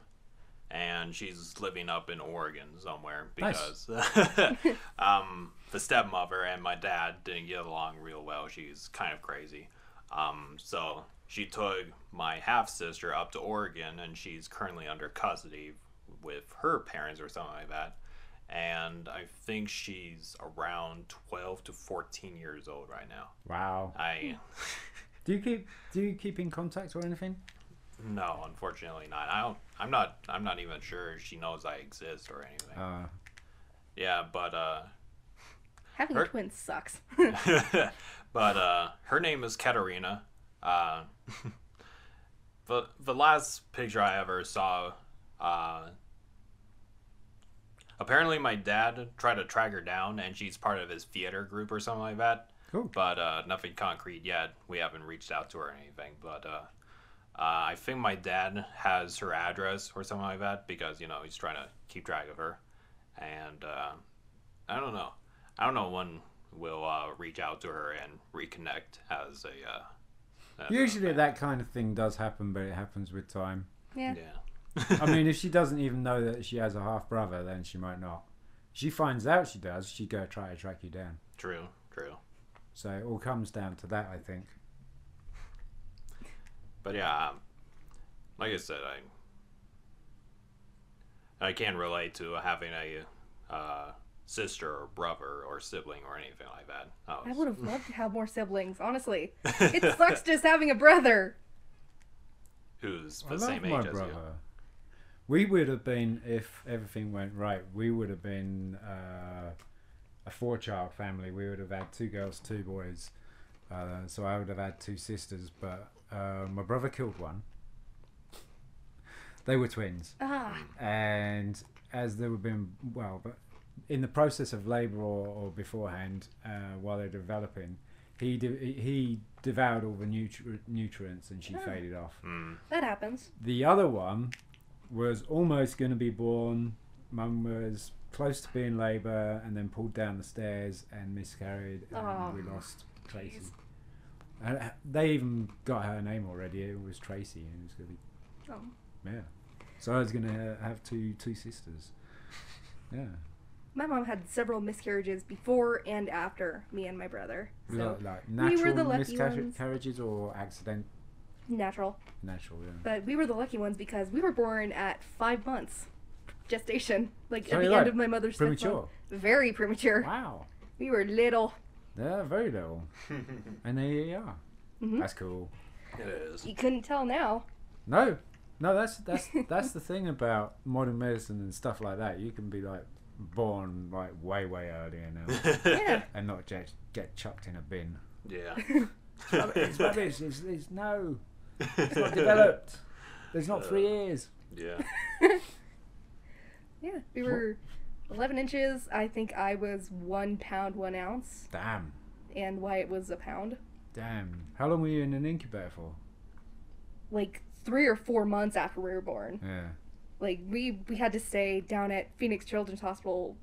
B: And she's living up in Oregon somewhere
A: Nice.
B: because um, the stepmother and my dad didn't get along real well. She's kind of crazy. Um, so she took my half sister up to Oregon, and she's currently under custody with her parents or something like that. And I think she's around 12 to 14 years old right now.
A: Wow.
B: I
A: Do you keep do you keep in contact or anything?
B: no, unfortunately not. I don't. I'm not. I'm not Uh, even sure she knows I exist or anything.
A: Uh,
B: Yeah, but uh,
C: Having
B: Her-
C: twins sucks.
B: but uh, her name is Katerina. Uh, the the last picture I ever saw, uh, apparently my dad tried to track her down, and she's part of his theater group or something like that.
A: Cool.
B: But uh, nothing concrete yet. We haven't reached out to her or anything. But uh, uh, I think my dad has her address or something like that because you know he's trying to keep track of her, and uh, I don't know. I don't know when we'll uh, reach out to her and reconnect as a. Uh, uh,
A: Usually that kind of thing does happen, but it happens with time.
C: Yeah.
B: yeah.
A: I mean, if she doesn't even know that she has a half brother, then she might not. She finds out she does, she go try to track you down.
B: True. True.
A: So it all comes down to that, I think.
B: But yeah, um, like I said, I I can relate to having a uh, sister or brother or sibling or anything like that. I
C: I
B: was-
C: would have loved to have more siblings, honestly. It sucks just having a brother.
B: who's
A: I
B: the
A: love
B: same
A: my
B: age as
A: brother.
B: you.
A: We would have been, if everything went right, we would have been uh, a four child family. We would have had two girls, two boys. Uh, so I would have had two sisters, but uh, my brother killed one. They were twins.
C: Ah,
A: Mm. and as they were being well, but in the process of labour or, or beforehand, uh, while they're developing, he de- he devoured all the nutri- nutrients and she
C: Oh.
A: faded off.
C: that happens.
A: The other one was almost going to be born. Mum was close to being labour and then pulled down the stairs and miscarried, and
C: Oh,
A: we lost Tracy. And uh, they even got her name already. It was Tracy, and it was going to be
C: Oh.
A: yeah. So I was gonna have two two sisters. Yeah.
C: My mom had several miscarriages before and after me and my brother.
A: Was
C: So
A: that like
C: we were
A: natural
C: the lucky ones.
A: miscarriages or accident
C: natural.
A: natural? Yeah.
C: But we were the lucky ones because we were born at five months gestation, like
A: So
C: at the
A: you're
C: end
A: like
C: of my mother's fifth month.
A: Premature.
C: Very premature.
A: Wow.
C: We were little.
A: They're very little. and there you are.
C: Mhm.
A: That's cool.
B: It is.
C: You couldn't tell now.
A: No, no, that's that's that's the thing about modern medicine and stuff like that. You can be like born like way way earlier now
C: Yeah.
A: and not just get chucked in a bin.
B: yeah.
A: It's rubbish. It's, it's no. It's not developed. There's not three years.
B: Yeah.
C: Yeah. We were 11 inches. I think I was one pound, one ounce,
A: Damn.
C: and Wyatt was a pound.
A: Damn. How long were you in an incubator for?
C: Like three or four months after we were born.
A: Yeah.
C: Like, we, we had to stay down at Phoenix Children's Hospital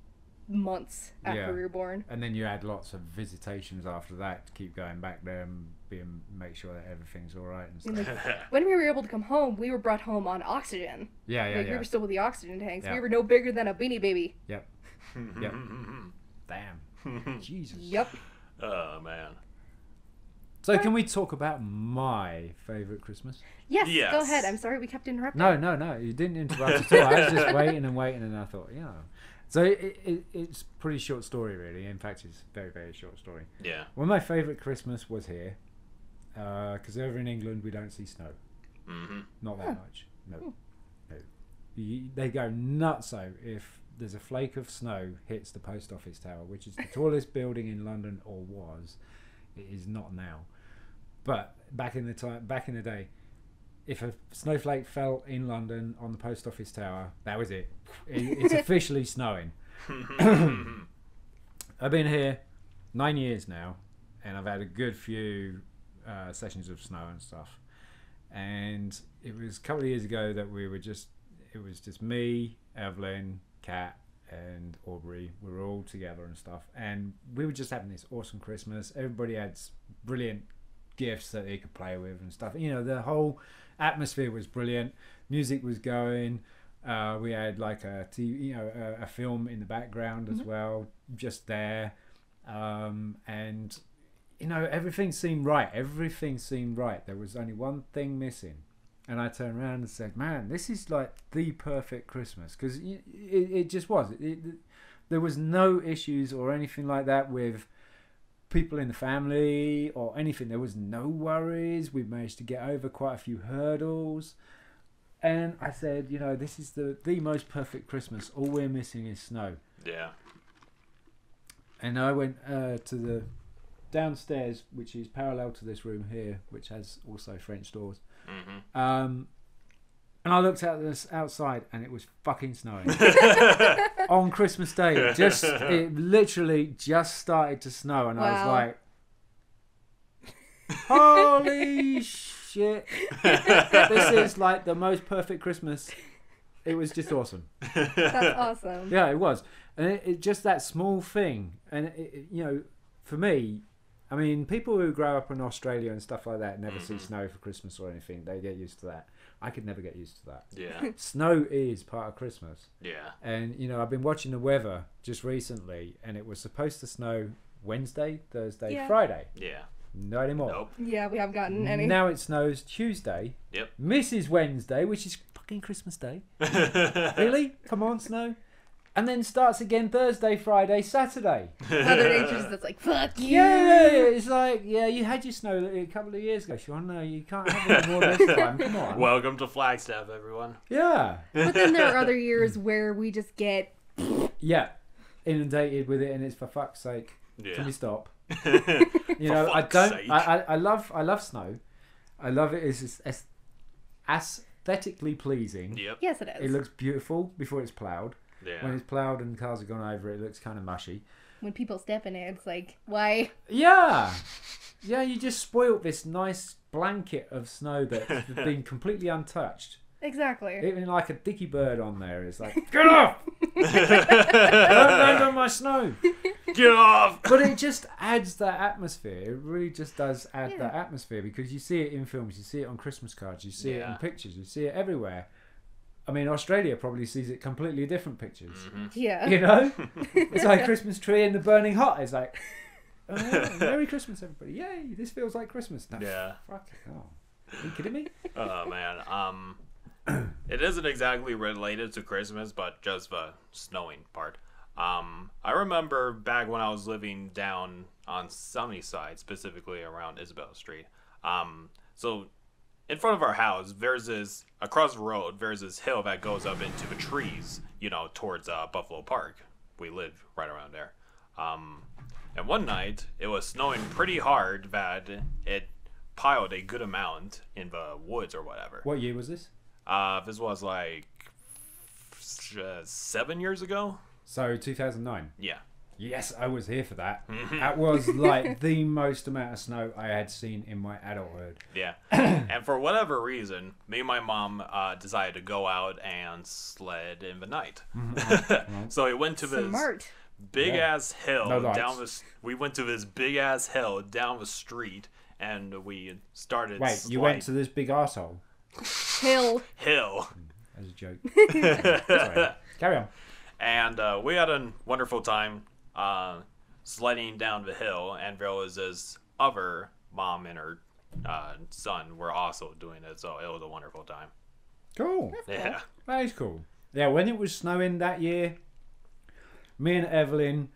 C: months after
A: Yeah.
C: we were born.
A: And then you add lots of visitations after that to keep going back there and being make sure that everything's all right and
C: And,
A: stuff.
C: like, when we were able to come home, we were brought home on oxygen.
A: Yeah, yeah,
C: like, we
A: yeah.
C: were still with the oxygen tanks.
A: Yeah.
C: We were no bigger than a beanie baby.
A: Yep. Yep. Damn. Jesus.
C: Yep.
B: oh man.
A: So can we talk about my favourite Christmas?
C: Yes, go
D: Yes.
C: ahead. I'm sorry we kept interrupting.
A: No, no, no. You didn't interrupt at all. I was just waiting and waiting, and I thought, you know. So it, it, it's pretty short story, really. In fact, it's very, very short story.
B: Yeah.
A: Well, my favourite Christmas was here, because over in England we don't see snow.
B: Mhm.
A: Not that
C: Huh.
A: much. No, no. You, they go nuts though if there's a flake of snow hits the post office tower, which is the tallest building in London or was. It is not now, but back in the time, back in the day, if a snowflake fell in London on the post office tower, that was it. It- it's officially snowing. I've been here nine years now, and I've had a good few uh, sessions of snow and stuff. And it was a couple of years ago that we were just, it was just me, Evelyn, Kat, and Aubrey. We were all together and stuff. And we were just having this awesome Christmas. Everybody had s- brilliant gifts that they could play with and stuff. You know, the whole atmosphere was brilliant. Music was going. Uh, we had like a TV, you know, a, a film in the background as well, just there, um, and you know everything seemed right. Everything seemed right. There was only one thing missing, and I turned around and said, "Man, this is like the perfect Christmas because it, it just was. It, it, there was no issues or anything like that with people in the family or anything. There was no worries. We managed to get over quite a few hurdles. And I said, you know, this is the, the most perfect Christmas. All we're missing is snow.
B: Yeah.
A: And I went uh, to the downstairs, which is parallel to this room here, which has also French doors. Um, and I looked out this outside, and it was fucking snowing on Christmas Day. It just it literally just started to snow, and I was
C: Wow.
A: like, "Holy shit! This is like the most perfect Christmas." It was just awesome.
C: That's awesome.
A: Yeah, it was, and it, it just that small thing, and it, it, you know, for me, I mean, people who grow up in Australia and stuff like that never see
B: Mm-hmm.
A: snow for Christmas or anything. They get used to that. I could never get used to that.
B: Yeah.
A: Snow is part of Christmas,
B: Yeah.
A: and you know, I've been watching the weather just recently, and it was supposed to snow Wednesday, Thursday,
C: Yeah.
A: Friday.
B: Yeah.
A: Not anymore.
B: Nope.
C: Yeah, we haven't gotten any.
A: Now it snows Tuesday.
B: Yep.
A: Mrs. Wednesday, which is fucking Christmas Day. really? Come on, snow. And then starts again Thursday, Friday, Saturday.
C: Mother Nature's that's like, fuck you.
A: Yeah, it's like, yeah, you had your snow a couple of years ago, Sean. No, you can't have any more this time. Come on.
B: Welcome to Flagstaff, everyone.
A: yeah.
C: But then there are other years where we just get
A: Yeah. Inundated with it, and it's for fuck's sake. Can
B: Yeah.
A: you stop? You know, I
B: fuck's
A: don't.
B: sake.
A: I, I, I love. I love snow. I love it. It's, it's, it's aesthetically pleasing.
B: yep.
C: yes, it is.
A: It looks beautiful before it's ploughed. When
B: Yeah.
A: it's ploughed and cars have gone over, it looks kind of mushy.
C: when people step in it, it's like, why?
A: Yeah, yeah. You just spoilt this nice blanket of snow that's been completely untouched.
C: Exactly.
A: Even like a dicky bird on there is like, get off! Don't land on my snow.
B: Get off.
A: But it just adds that atmosphere. It really just does add
C: Yeah.
A: that atmosphere because you see it in films, you see it on Christmas cards, you see it
B: Yeah.
A: in pictures, you see it everywhere. I mean, Australia probably sees it completely different pictures.
C: yeah.
A: You know, it's like Christmas tree in the burning hot. It's like, oh, Merry Christmas, everybody! Yay! This feels like Christmas. No,
B: Yeah.
A: Fuck. Oh, are you kidding me?
B: Oh man. Um, it isn't exactly related to Christmas, but just the snowing part. Um, I remember back when I was living down on Sunnyside, specifically around Isabel Street. Um, so in front of our house, there's this across the road, there's this hill that goes up into the trees, you know, towards uh, Buffalo Park. We live right around there. Um, and one night, it was snowing pretty hard that it piled a good amount in the woods or whatever.
A: What year was this?
B: Uh, this was like s- uh, seven years ago.
A: So 2009.
B: Yeah.
A: Yes, I was here for that. that was like the most amount of snow I had seen in my adulthood.
B: Yeah. and for whatever reason, me and my mom uh, decided to go out and sled in the night. so we went to this
C: Smart.
B: big
A: Mm-hmm. Yeah.
B: ass hill
A: No lights.
B: down this. We went to this big ass hill down the street, and we started.
A: Wait, you went to
B: slide-
A: this big arsehole?
C: Hill.
B: hill,
A: As a joke. Sorry. Carry on.
B: and uh, we had a wonderful time uh, sledding down the hill. And there was this other mom and her uh, son were also doing it, so it was a wonderful time.
A: Cool.
B: Yeah.
A: That is cool. Yeah, when it was snowing that year, me and Evelyn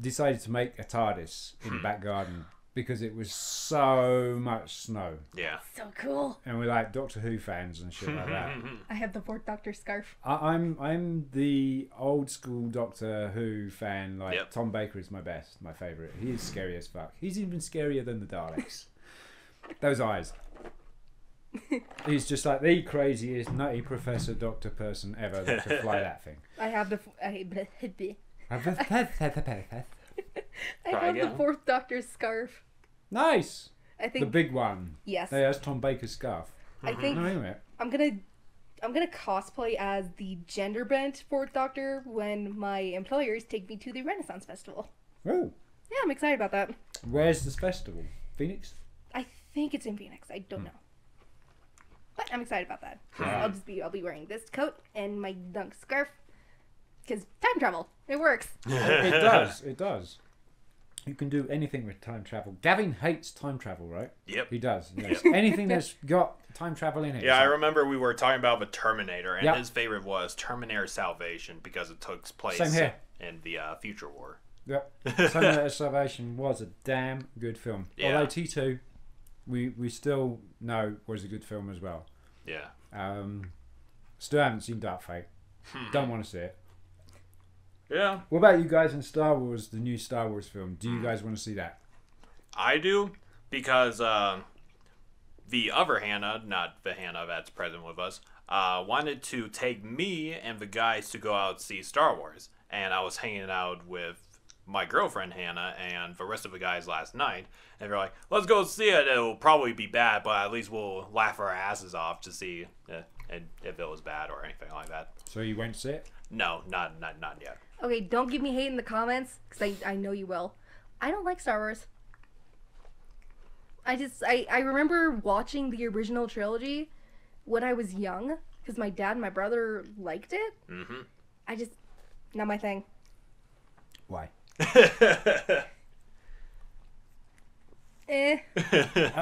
A: decided to make a TARDIS in the back garden because it was so much snow.
B: Yeah.
C: So cool.
A: And we're like Doctor Who fans and shit like that.
C: I have the fourth Doctor scarf.
A: I, I'm I'm the old school Doctor Who fan. Like
B: Yep.
A: Tom Baker is my best, my favorite. He is scary as fuck. He's even scarier than the Daleks. Those eyes. He's just like the craziest nutty professor doctor person ever that could fly that thing.
C: I have the. f- I, bleh, I
B: Try
C: have the
B: again.
C: fourth Doctor scarf.
A: nice.
C: I
A: The
C: think.
A: big one.
C: yes.
A: Hey, that's Tom Baker's scarf.
C: I think
A: No, wait a minute.
C: I'm gonna. I'm gonna cosplay as the gender bent fourth Doctor when my employers take me to the Renaissance Festival.
A: Ooh.
C: Yeah, I'm excited about that.
A: Where's this festival? Phoenix?
C: I think it's in Phoenix. I don't know. But I'm excited about that. I'll just be I'll be wearing this coat and my dunk scarf. Cause time travel. It works.
A: it does. It does. You can do anything with time travel. Gavin hates time travel, right?
B: Yep.
A: He does. Yes. Anything that's got time travel in it.
B: Yeah, I remember we were talking about the Terminator, and
A: Yeah.
B: his favorite was Terminator Salvation because it took place
A: Same here.
B: in the uh, Future War.
A: Yep. Terminator Salvation was a damn good film.
B: Yeah.
A: Although T two, we we still know was a good film as well.
B: Yeah. Hmm.
A: Um, still haven't seen Dark Fate. Don't want to see it.
B: Yeah,
A: What about you guys in Star Wars, the new Star Wars film? Do you
B: Mm.
A: guys want to see that?
B: I do because uh, the other Hannah, not the Hannah that's present with us, uh, wanted to take me and the guys to go out see Star Wars, and I was hanging out with my girlfriend Hannah and the rest of the guys last night, and they're like, "Let's go see it. It'll probably be bad, but at least we'll laugh our asses off to see uh, and if it was bad or anything like that."
A: So you won't see it?
B: No, not not not yet.
C: Okay, don't give me hate in the comments because I, I know you will. I don't like Star Wars. I just I, I remember watching the original trilogy when I was young because my dad and my brother liked it. Mm-hmm. I just not my thing.
A: Why?
C: Eh.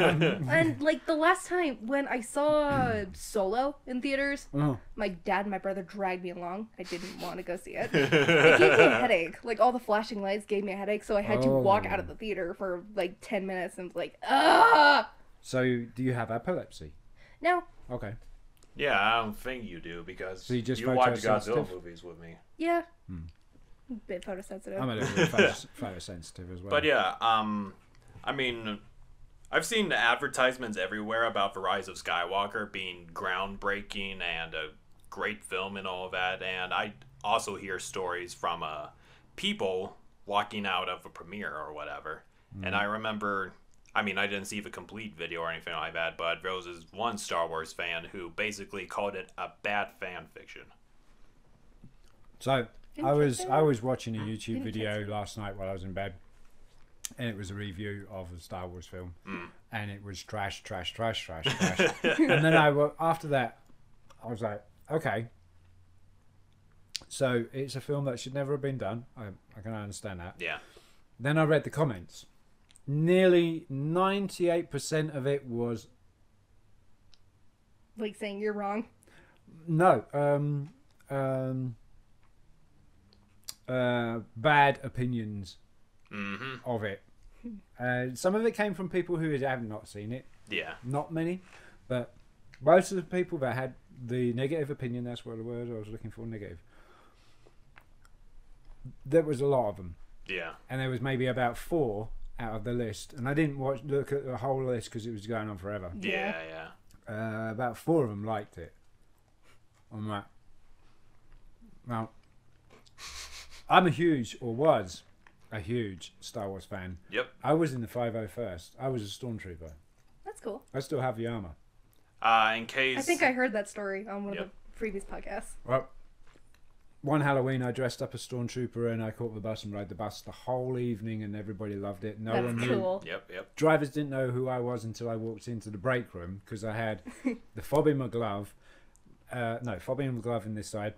C: and like the last time when I saw Solo in theaters,
A: Oh.
C: my dad and my brother dragged me along. I didn't want to go see it. It gave me a headache. Like all the flashing lights gave me a headache, so I had to walk
A: Oh.
C: out of the theater for like ten minutes and was like, ah.
A: So do you have epilepsy?
C: No,
A: Okay.
B: Yeah, I don't think you do because
A: So you just
B: watch Godzilla
A: photosensitive?
B: movies with
A: Oh.
B: me.
C: yeah, bit photosensitive.
A: Hmm. I'm a little bit photos- photosensitive as well.
B: But yeah, um, I mean, I've seen the advertisements everywhere about The Rise of Skywalker being groundbreaking and a great film and all of that, and I also hear stories from uh, people walking out of a premiere or whatever.
A: Mm-hmm.
B: And I remember, I mean, I didn't see the complete video or anything like that, but there was this one Star Wars fan who basically called it a bad fan fiction.
A: So I was
C: Interesting.
A: I was watching a YouTube
C: Interesting.
A: video last night while I was in bed, and it was a review of a Star Wars film,
B: Mm.
A: and it was trash, trash, trash, trash, trash. and then I wa- after that, I was like, okay. So it's a film that should never have been done. I, I can understand that.
B: Yeah.
A: Then I read the comments. Nearly ninety-eight percent of it was
C: Like saying you're wrong.
A: No. Um, um, uh, bad opinions
B: Mm-hmm.
A: of it. Uh, some of it came from people who had- have not seen it.
B: Yeah.
A: Not many, but most of the people that had the negative opinion, that's what the word I was looking for, negative. There was a lot of them
B: Yeah.
A: and there was maybe about four out of the list and i didn't watch look at the whole list because it was going on forever
B: Yeah. Yeah.
A: uh, about four of them liked it. I'm like, now, I'm a huge, or was a huge Star Wars fan.
B: Yep.
A: I was in the 501st. I was a stormtrooper.
C: That's cool.
A: I still have the armor.
B: Uh, in case.
C: I think I heard that story on one of
B: Yep.
C: the previous podcasts.
A: Well, one Halloween, I dressed up as stormtrooper and I caught the bus and rode the bus the whole evening, and everybody loved it. No one
C: That's
A: knew.
C: cool.
B: Yep. Yep.
A: drivers didn't know who I was until I walked into the break room because I had the fob in my glove. Uh, no, fob in my glove in this side.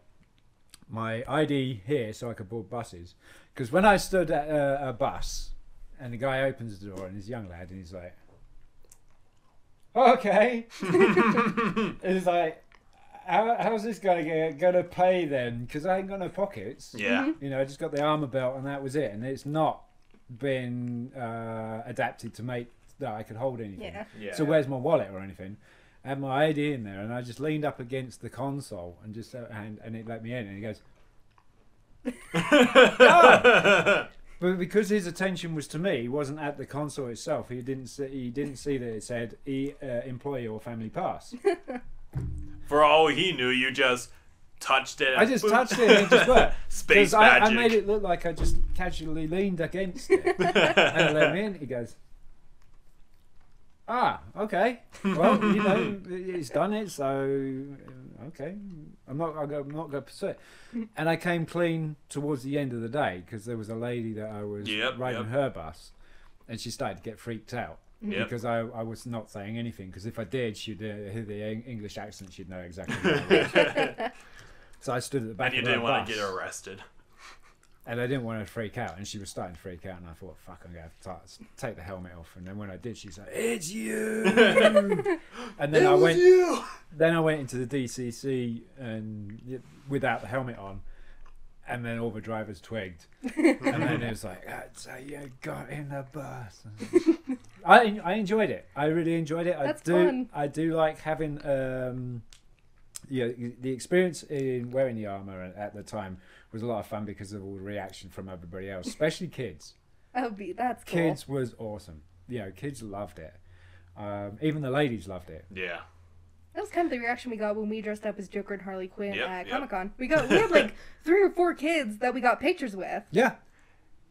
A: My ID here so I could board buses. Because when I stood at a, a bus and the guy opens the door and he's a young lad and he's like, okay. and he's like, How, how's this guy going to pay then? Because I ain't got no pockets.
B: Yeah.
C: Mm-hmm.
A: You know, I just got the armor belt and that was it. And it's not been uh, adapted to make that I could hold anything.
C: Yeah.
B: Yeah.
A: So where's my wallet or anything? I had my ID in there, and I just leaned up against the console and just uh, and, and it let me in. And he goes, "Ah!" but because his attention was to me, he wasn't at the console itself. He didn't see, he didn't see that it said e, uh, employee or family pass.
B: For all he knew, you just touched it.
A: I
B: and
A: just
B: boop.
A: touched it and it just worked.
B: Space
A: 'Cause I, I
B: magic.
A: made it look like I just casually leaned against it. and I let him in. He goes, Ah, okay. Well, you know, he's done it, so uh, okay. I'm not. I'll go, I'm not going to pursue it. And I came clean towards the end of the day because there was a lady that I was
B: Yep,
A: riding
B: yep.
A: her bus, and she started to get freaked out.
B: Yep.
A: Because I, I was not saying anything. Because if I did, she'd uh, hear the Eng- English accent, she'd know exactly. What I was. so I stood at the back.
B: and you
A: of her
B: didn't want to
A: bus
B: get arrested.
A: and I didn't want her to freak out, and she was starting to freak out, and I thought, "Fuck, I'm gonna have to ta- take the helmet off." And then when I did, she's like, "It's you!" and then I went, then I went into the DCC and y- without the helmet on, and then all the drivers twigged, and then it was like, "That's how you got in the bus." I I enjoyed it. I really enjoyed it.
C: That's
A: I do
C: fun.
A: I do like having um, yeah, the experience in wearing the armor at- at the time was a lot of fun because of all the reaction from everybody else, especially kids.
C: Oh, be that's cool.
A: Kids was awesome. You know, kids loved it. Um, even the ladies loved it.
B: Yeah.
C: That was kind of the reaction we got when we dressed up as Joker and Harley Quinn
B: Yep,
C: at
B: yep.
C: Comic Con. We got we had like three or four kids that we got pictures with.
A: Yeah.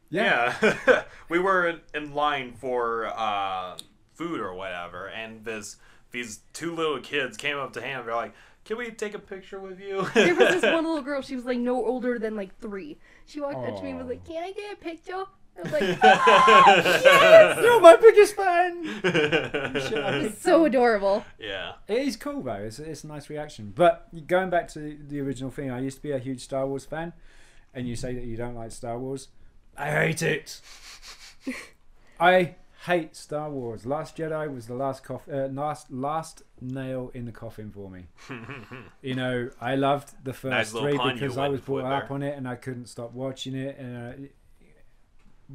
B: Yeah. we were in- in line for uh, food or whatever, and this these two little kids came up to him. They're like, "Can we take a picture with you?"
C: There was this one little girl. She was like no older than like three. She walked up to me and was
A: Aw.
C: like, "Can I get a picture?" I was like, "Ah, "Yes!"
A: You're my biggest fan.
C: It was so adorable.
B: yeah.
A: It is cool though. It's, it's a nice reaction. But going back to the original thing, I used to be a huge Star Wars fan, and you say that you don't like Star Wars. I hate it. I hate Star Wars. Last Jedi was the last coff- uh, last last nail in the coffin for me. you know, I loved the
B: Nice
A: first
B: little
A: three
B: pun you
A: because I
B: went
A: was brought
B: for
A: up
B: there.
A: on it and I couldn't stop watching it. And uh,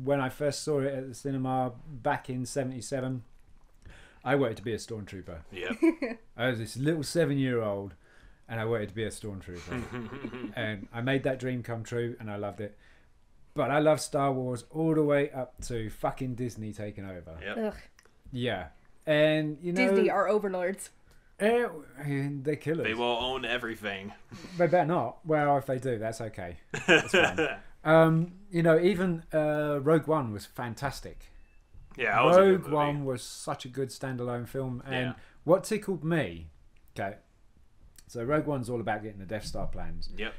A: when I first saw it at the cinema back in '77, I wanted to be a stormtrooper.
B: Yep.
A: I was this little seven year old and I wanted to be a stormtrooper. and I made that dream come true and I loved it. But I love Star Wars all the way up to fucking Disney taking over.
B: Yep.
C: Ugh,
A: Yeah. And you know
C: Disney are overlords.
A: eh, and they kill us.
B: They will own everything.
A: They better not. Well, if they do, that's okay. That's fine. um, you know, even uh, Rogue One was fantastic.
B: Yeah. That was a good
A: Rogue
B: movie.
A: One was such a good standalone film, and
B: Yeah.
A: what tickled me, okay. So Rogue One's all about getting the Death Star plans,
B: Yep.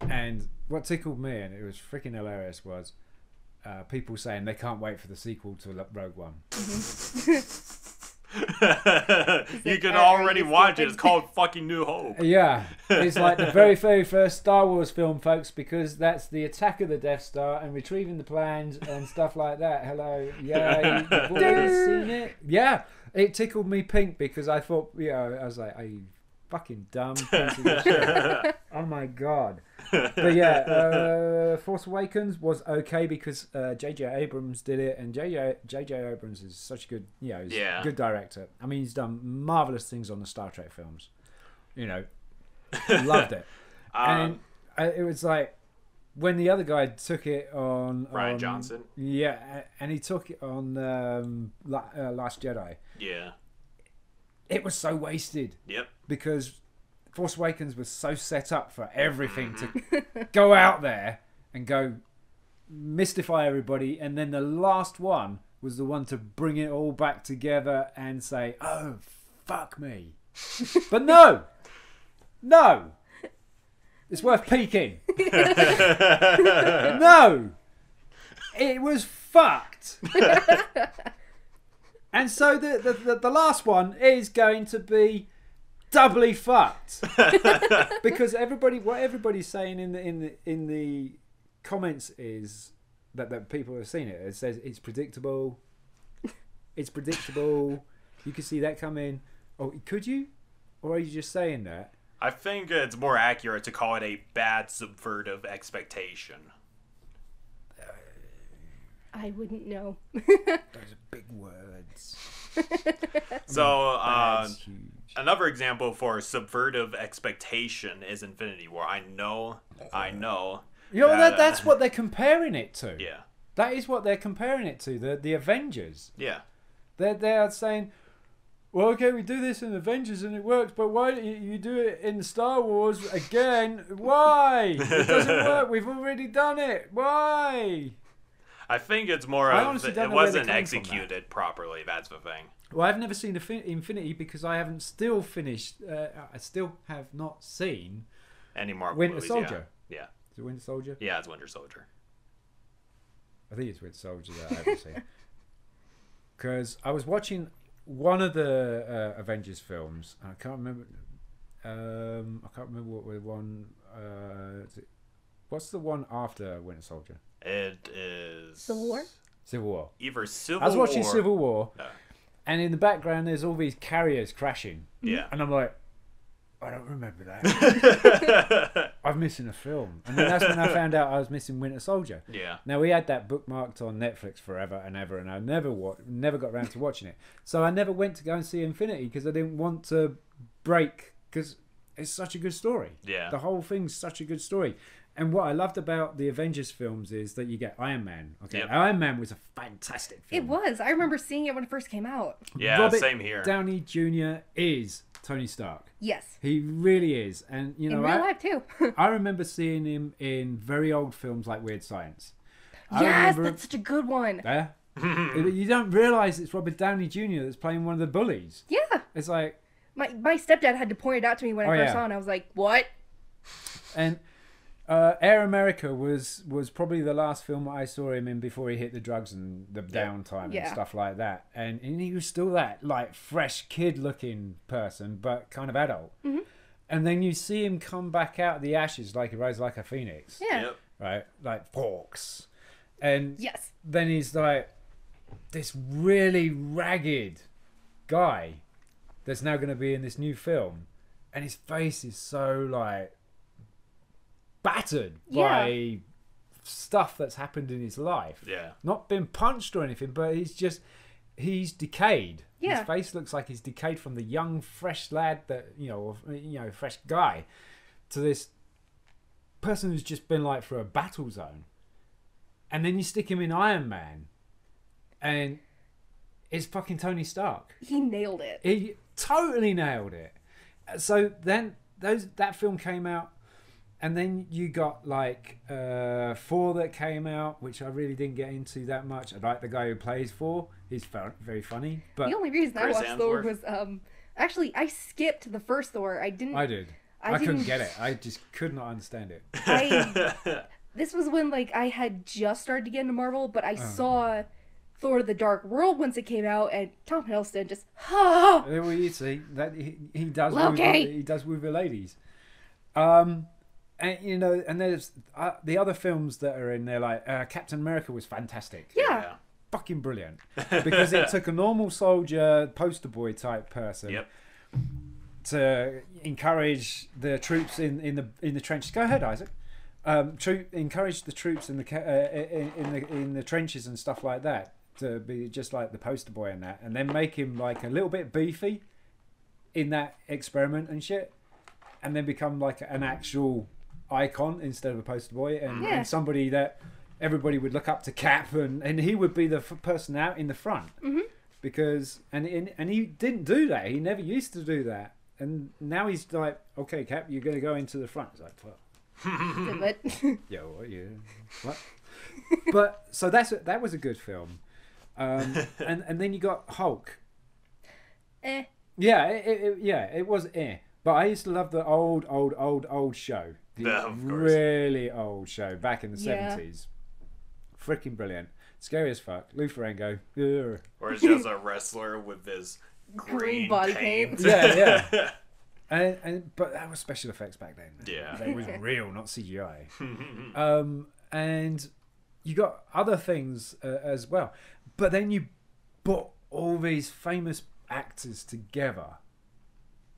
A: and what tickled me, and it was freaking hilarious, was uh, people saying they can't wait for the sequel to Lo- Rogue One.
B: you can
C: "Uh, are
B: already
C: you
B: watch it.
C: stupid?"
B: It's called fucking New Hope.
A: Yeah, it's like the very, very first Star Wars film, folks, because that's the attack of the Death Star and retrieving the plans and stuff like that. Hello, yeah, you- you've already seen it. Yeah, it tickled me pink because I thought, you know, I was like, are you fucking dumb? piece of shit?" oh my god. But yeah, uh, Force Awakens was okay because uh, J.J. Abrams did it, and J.J. J.J. Abrams is such a good, you know, he's
B: Yeah.
A: a good director. I mean, he's done marvelous things on the Star Trek films. You know, loved it. and
B: Um,
A: I, it was like when the other guy took it on
B: Ryan
A: on-
B: Johnson.
A: Yeah, a- and he took it on um, La- uh, Last Jedi.
B: yeah.
A: It was so wasted
B: Yep.
A: because Force Awakens was so set up for everything to go out there and go mystify everybody, and then the last one was the one to bring it all back together and say, "Oh, fuck me," but no, no, it's worth peeking. no, it was fucked. And so the, the, the, the last one is going to be doubly fucked because everybody what everybody's saying in the in the in the comments is that, that people have seen it. It says it's predictable. It's predictable. you could see that coming. Oh, could you? Or are you just saying that?
B: I think it's more accurate to call it a bad subvertive expectation.
C: I wouldn't know.
A: Those are big words. Mm,
B: So, uh,
A: That's huge.
B: another example for subvertive expectation is Infinity War. I know, I know.
A: You know that
B: uh,
A: that's what they're comparing it to.
B: Yeah,
A: That is what they're comparing it to. The the Avengers.
B: yeah,
A: They're they are saying, well, okay, we do this in Avengers and it works, but why don't you, you do it in Star Wars again? Why? It doesn't work. We've already done it. Why?
B: I think it's more
A: I
B: of
A: honestly
B: it
A: don't know where they're
B: wasn't
A: coming from that.
B: executed properly. That's the thing.
A: Well, I've never seen Infin- Infinity because I haven't still finished. Uh, I still have not seen.
B: Any Marvel
A: Winter
B: movies,
A: Soldier.
B: Yeah. yeah,
A: Is it Winter Soldier?
B: yeah, it's Winter Soldier.
A: I think it's Winter Soldier that I haven't seen. Because I was watching one of the uh, Avengers films, and I can't remember. Um, I can't remember what the one. Uh, is it- what's the one after Winter Soldier?
B: It is
C: Civil War?
A: Civil War.
B: Either Civil
A: I was watching
B: War.
A: Civil War,
B: No.
A: and in the background there's all these carriers crashing,
B: Yeah.
A: and I'm like, I don't remember that. I'm missing a film, and then that's when I found out I was missing Winter Soldier.
B: Yeah.
A: Now we had that bookmarked on Netflix forever and ever, and I never wa- never got around to watching it. So I never went to go and see Infinity because I didn't want to break because it's such a good story.
B: Yeah.
A: The whole thing's such a good story. And what I loved about the Avengers films is that you get Iron Man. Okay.
B: Yep.
A: Iron Man was a fantastic film.
C: It was. I remember seeing it when it first came out.
B: Yeah,
A: Robert
B: same here.
A: Downey Jr. is Tony Stark.
C: Yes.
A: He really is. And you know
C: In
A: I,
C: real life too.
A: I remember seeing him in very old films like Weird Science. I
C: yes,
A: remember-
C: that's such a good one.
A: Yeah. you don't realize it's Robert Downey Jr. that's playing one of the bullies.
C: Yeah.
A: It's like,
C: My my stepdad had to point it out to me when I
A: Oh,
C: first
A: yeah.
C: saw it and I was like, What?
A: and uh, Air America was was probably the last film I saw him in before he hit the drugs and the downtime and
C: Yeah.
A: stuff like that. And and he was still that like fresh kid looking person, but kind of adult.
C: Mm-hmm.
A: And then you see him come back out of the ashes like he rose like a phoenix,
C: Yeah.
B: Yep.
A: right? Like forks, and
C: Yes.
A: then he's like this really ragged guy that's now going to be in this new film and his face is so like battered by stuff that's happened in his life
B: Yeah.
A: not been punched or anything but he's just he's decayed
C: Yeah.
A: his face looks like he's decayed from the young fresh lad that you know of- you know fresh guy to this person who's just been like through a battle zone and then you stick him in iron man and it's fucking tony stark
C: He nailed it.
A: he totally nailed it. So then those that film came out, and then you got like uh, four that came out, which I really didn't get into that much. I like the guy who plays four; he's fu- very funny. But
C: The only reason I
B: Chris
C: watched Thor
B: Hemsworth.
C: was um actually I skipped the first Thor. I didn't
A: I did. I,
C: I
A: couldn't
C: didn't-
A: get it. I just could not understand it.
C: I this was when like I had just started to get into Marvel, but
A: Oh.
C: I saw Thor: The Dark World once it came out, and Tom Hiddleston just ha.
A: There we- you see that he, he does
C: Loki!
A: With, he does with the ladies. Um, and you know, and there's uh, the other films that are in there. Like uh, Captain America was fantastic.
C: yeah.
B: Yeah.
A: fucking brilliant because it took a normal soldier, poster boy type person
B: Yep.
A: to encourage the troops in, in the in the trenches. Go ahead, Isaac. Um, troop, encourage the troops in the ca- uh, in, in the in the trenches and stuff like that to be just like the poster boy and that, and then make him like a little bit beefy in that experiment and shit, and then become like an actual icon instead of a poster boy and,
C: Yeah.
A: and somebody that everybody would look up to cap and, and he would be the f- person out in the front because and, and and he didn't do that he never used to do that and now he's like okay cap you're going to go into the front it's like well
C: But
A: yeah what you what but so that's a, that was a good film um, and and then you got hulk
C: eh,
A: yeah, it, it, it- yeah, it was eh. But I used to love the old, old, old, old show. The
B: Yeah, of course.
A: really old show back in the
C: Yeah.
A: seventies. Freaking brilliant. Scary as fuck. Lou Ferrigno. Ugh.
B: Or it's just a wrestler with this green,
C: body
B: paint.
C: paint.
A: Yeah, yeah. and, and but that was special effects back then.
B: Yeah.
A: That was real, not CGI. um, and you got other things uh, as well. But then you brought all these famous actors together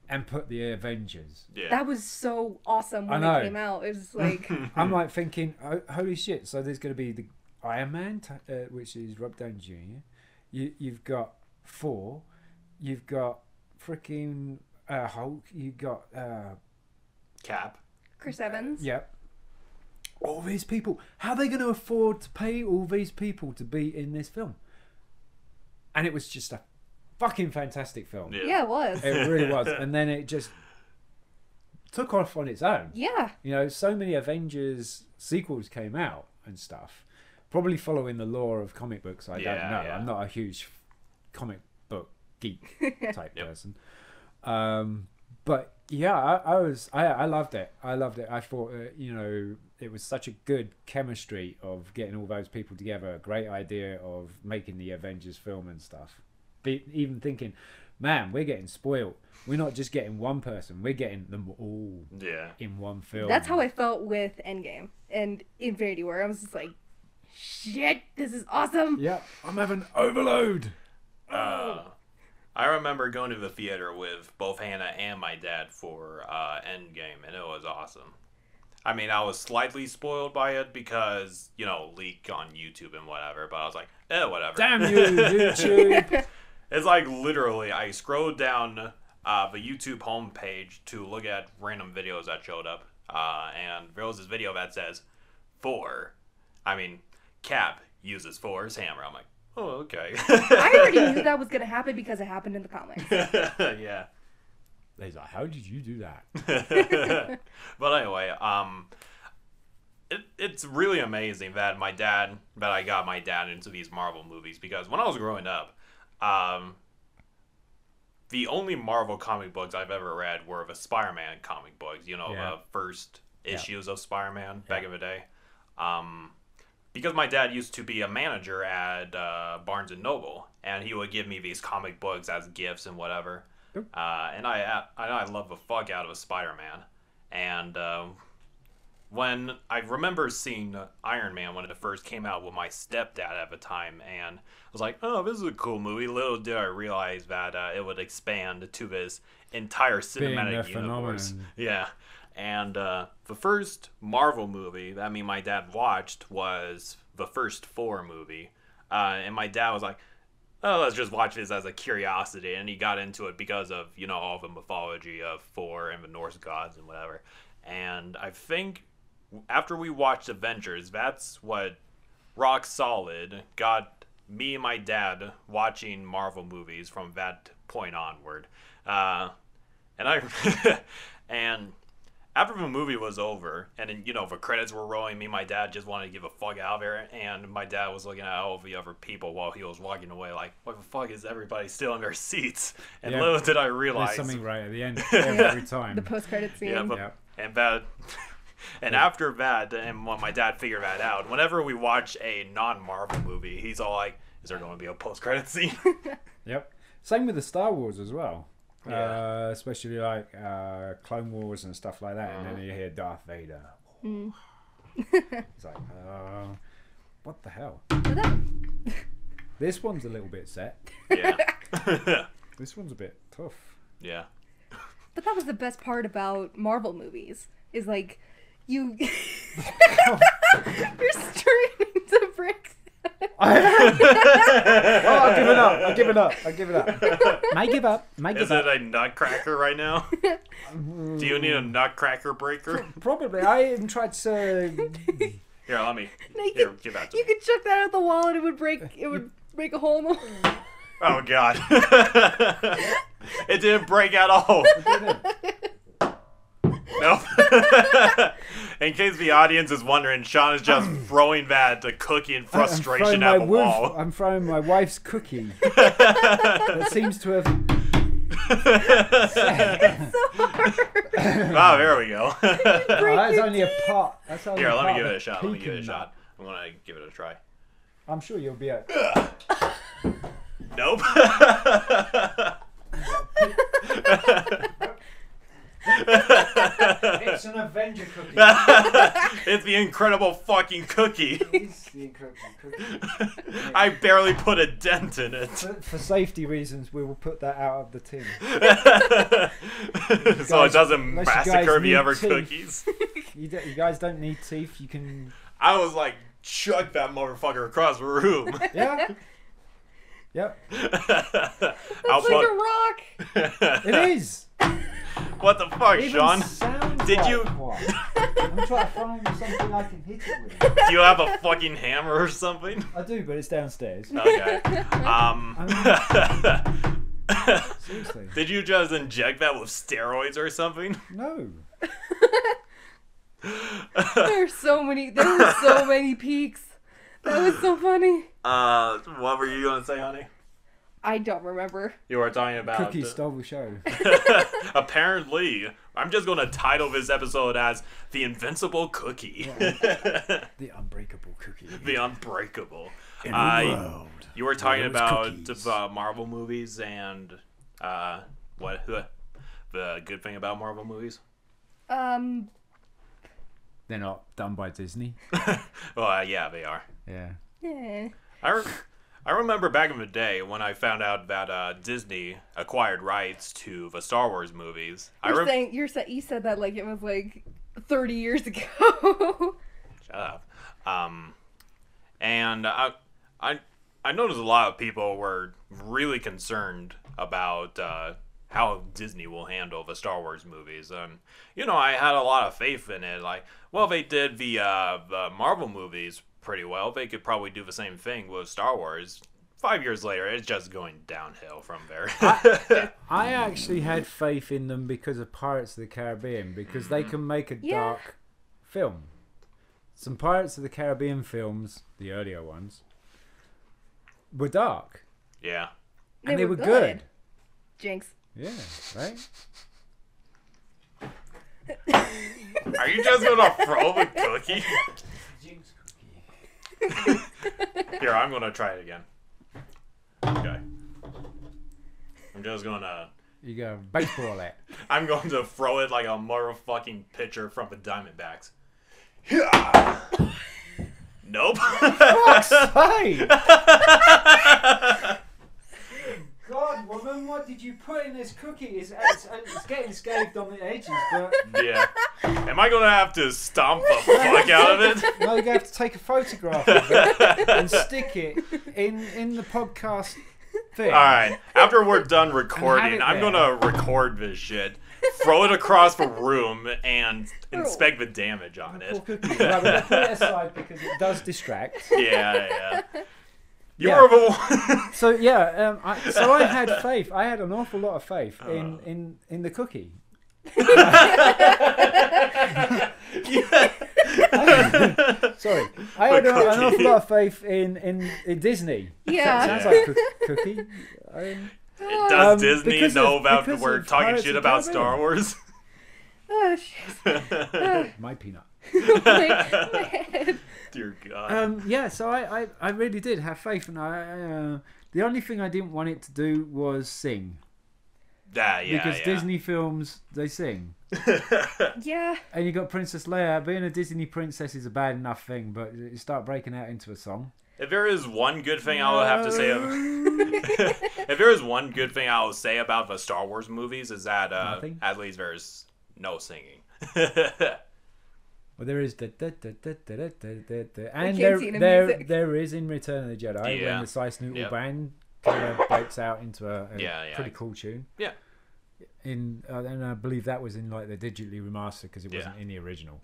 A: and put the Avengers.
B: Yeah.
C: that was so awesome when
A: I know.
C: it came out. It was like
A: I'm like thinking, oh, holy shit! So there's going to be the Iron Man, t- uh, which is Rob Downey Jr. You you've got four, you've got freaking uh, Hulk, you got uh,
B: Cap.
C: Chris Evans.
A: yep. All these people, how are they going to afford to pay all these people to be in this film? And it was just a fucking fantastic film.
B: Yeah.
C: Yeah, it was.
A: It really was, and then it just took off on its own.
C: Yeah,
A: You know, so many Avengers sequels came out and stuff, probably following the law of comic books. I
B: Yeah,
A: don't know.
B: yeah.
A: I'm not a huge comic book geek type person. Um, but yeah, I, I was. I, I loved it. I loved it. I thought, uh, you know, it was such a good chemistry of getting all those people together. A great idea of making the Avengers film and stuff. Be, even thinking, man, we're getting spoiled. We're not just getting one person. We're getting them all
B: Yeah.
A: in one film.
C: that's how I felt with Endgame and Infinity War. I was just like, shit, this is awesome.
A: Yeah, I'm having overload. Oh.
B: Uh, I remember going to the theater with both Hannah and my dad for uh, Endgame, and it was awesome. I mean, I was slightly spoiled by it because, you know, leak on YouTube and whatever, but I was like, eh, whatever.
A: Damn you, YouTube.
B: It's like literally, I scrolled down uh, the YouTube homepage to look at random videos that showed up. Uh, and there was this video that says, four. I mean, Cap uses four as hammer. I'm like, oh, okay.
C: I already knew that was gonna happen because it happened in the comics.
B: yeah.
A: He's like, how did you do that?
B: but anyway, um, it, it's really amazing that my dad, that I got my dad into these Marvel movies because when I was growing up, um, the only Marvel comic books I've ever read were the Spider-Man comic books. You know,
A: Yeah.
B: the first issues of Spider-Man back in the day. Um, because my dad used to be a manager at uh, Barnes and Noble, and he would give me these comic books as gifts and whatever.
A: Yep.
B: Uh, and I, I I love the fuck out of Spider Man, and um when I remember seeing Iron Man when it first came out with my stepdad at the time, and I was like, "Oh, this is a cool movie." Little did I realize that uh, it would expand to this entire cinematic
A: a
B: universe.
A: phenomenon.
B: Yeah, and uh, the first Marvel movie that me and my dad watched was the first four movie, uh, and my dad was like, "Oh, let's just watch this as a curiosity," and he got into it because of you know all the mythology of four and the Norse gods and whatever. And I think after we watched Avengers, that's what rock solid got me and my dad watching Marvel movies from that point onward. Uh, and I and after the movie was over, and then, you know the credits were rolling, me and my dad just wanted to give a fuck out of there, and my dad was looking at all the other people while he was walking away, like, "What the fuck is everybody still in their seats?" And
A: Yeah.
B: little did I
A: There's
B: realize
A: something right at the end every time.
C: The post credit scene.
B: yeah, but,
A: Yeah.
B: and that, and after that, and when my dad figured that out, whenever we watch a non-Marvel movie, he's all like, "Is there going to be a post-credit scene?"
A: Yep. Same with the Star Wars as well.
B: Yeah.
A: Uh, especially like uh, Clone Wars and stuff like that, and then you hear Darth Vader.
C: Mm.
A: it's like, uh, what the hell?
C: So that-
A: This one's a little bit set.
B: yeah,
A: This one's a bit tough.
B: yeah,
C: but that was the best part about Marvel movies is like you you're straight into bricks.
A: Oh, I've given up. I've given up. I've given up. May give up. May
B: Is
A: give
B: it
A: up.
B: a nutcracker right now? Do you need a nutcracker breaker?
A: Probably. I even tried to.
B: Here, let me.
C: You
B: Here,
C: could,
B: give that to
C: you
B: me.
C: could chuck that at the wall and it would break. It would break a hole in the wall.
B: Oh God! it didn't break at all. Nope. in case the audience is wondering, Sean is just throwing that uh, cookie in
A: I'm
B: frustration
A: throwing, my
B: at the
A: wolf-
B: wall.
A: I'm throwing my wife's cookie. that seems to have. uh,
B: Oh, there we go.
A: Oh,
C: Break
A: that's
C: your
A: only a pot. That's only
B: Here,
A: a
B: let me
A: part
B: give
A: of
B: it
A: the
B: a shot. Let me give it a
A: pecan nut.
B: shot. I'm gonna give it a try.
A: I'm sure you'll be a
B: Nope.
A: It's an Avenger cookie.
B: it's the incredible fucking cookie.
A: It's the incredible cookie.
B: I barely put a dent in it.
A: For, for safety reasons, we will put that out of the tin.
B: so it
A: guys-
B: doesn't
A: unless you guys
B: massacre the
A: need
B: other
A: teeth.
B: cookies.
A: You, don't- you guys don't need teeth. You can.
B: I was like, chuck that motherfucker across the room.
A: Yeah. Yep.
B: I'll
C: It's like a
B: put,
C: rock.
A: It is.
B: what the fuck,
A: Even
B: Sean?
A: sounds
B: did
A: like
B: you-
A: one. I'm trying to find something I can hit it with.
B: Do you have a fucking hammer or something?
A: I do, but it's downstairs.
B: Okay. Um.
A: Seriously.
B: Did you just inject that with steroids or something?
A: No.
C: There are so many. There were so many peaks. That was so funny.
B: Uh, what were you gonna say, honey?
C: I don't remember.
B: You were talking about
A: Cookie stole the show.
B: Apparently, I'm just gonna title this episode as "The Invincible Cookie,"
A: The unbreakable cookie.
B: the Unbreakable. I,
A: world.
B: you were talking
A: there was
B: about
A: uh, cookies.
B: the Marvel movies and uh, what the, the good thing about Marvel movies?
C: Um,
A: They're not done by Disney.
B: Well, uh, yeah, they are.
A: Yeah.
C: yeah.
B: I, re- I remember back in the day when I found out that uh, Disney acquired rights to the Star Wars movies. I
C: You're
B: rem-
C: saying you're sa- you said that like it was like 30 years ago.
B: Shut up. Um, and I, I, I noticed a lot of people were really concerned about uh, how Disney will handle the Star Wars movies. And you know, I had a lot of faith in it. Like, well, they did the, uh, the Marvel movies pretty well. They could probably do the same thing with Star Wars. Five years later, it's just going downhill from there.
A: I actually had faith in them because of Pirates of the Caribbean because they can make a
C: Yeah.
A: dark film. Some Pirates of the Caribbean films, the earlier ones, were dark
B: yeah.
A: and they were good.
C: Jinx.
A: Yeah, right.
B: Are you just gonna throw the cookie? Here, I'm gonna try it again. Okay. I'm just gonna.
A: You go baseball it.
B: I'm going to throw it like a motherfucking pitcher from the Diamondbacks. nope.
A: Hey! God, woman, what did you put in this cookie? It's, it's, it's getting scathed on the edges, but
B: yeah. Am I gonna have to stomp the fuck out of it?
A: now you're going to have to take a photograph of it and stick it in in the podcast thing.
B: All right. After we're done
A: And have
B: recording, I'm
A: it
B: gonna record this shit, throw it across the room, and inspect the damage on
A: Well,
B: it.
A: cookie. No, we're gonna put it aside because it does distract.
B: Yeah, yeah. You
A: Yeah.
B: were the one.
A: So yeah, um, I, so I had faith. I had an awful lot of faith
B: Uh.
A: in in in the cookie. Sorry, I had a, an awful
B: cookie.
A: lot of faith in in, in Disney.
C: Yeah.
A: Sounds like cook- cookie. Um,
B: It does
A: Um,
B: Disney
A: because
B: know
A: of-
B: about
A: because
B: we're
A: of
B: talking
A: Pirates
B: shit
A: of
B: about
A: Caribbean.
B: Star Wars?
C: Oh, shit.
A: my peanut.
C: my, my head.
B: Dear God.
A: Um, yeah, so I, I I really did have faith, and I uh, the only thing I didn't want it to do was sing
B: Ah, yeah,
A: because
B: yeah.
A: Disney films they sing.
C: Yeah.
A: And you got Princess Leia. Being a Disney princess is a bad enough thing, but you start breaking out into a song.
B: If there is one good thing I will have to say, if there is one good thing I will say about the Star Wars movies is that uh,
A: Nothing?
B: at least there's no singing.
A: Well, there is the da, da, da, da, da, da, da, da. and
C: can't
A: there
C: see the
A: there,
C: music.
A: there is in Return of the Jedi
B: Yeah.
A: when the Seisnootle
B: Yep.
A: band kind of breaks out into a, a
B: Yeah, yeah.
A: pretty cool tune.
B: yeah,
A: In uh, and I believe that was in like the digitally remastered because it
B: Yeah.
A: wasn't in the original.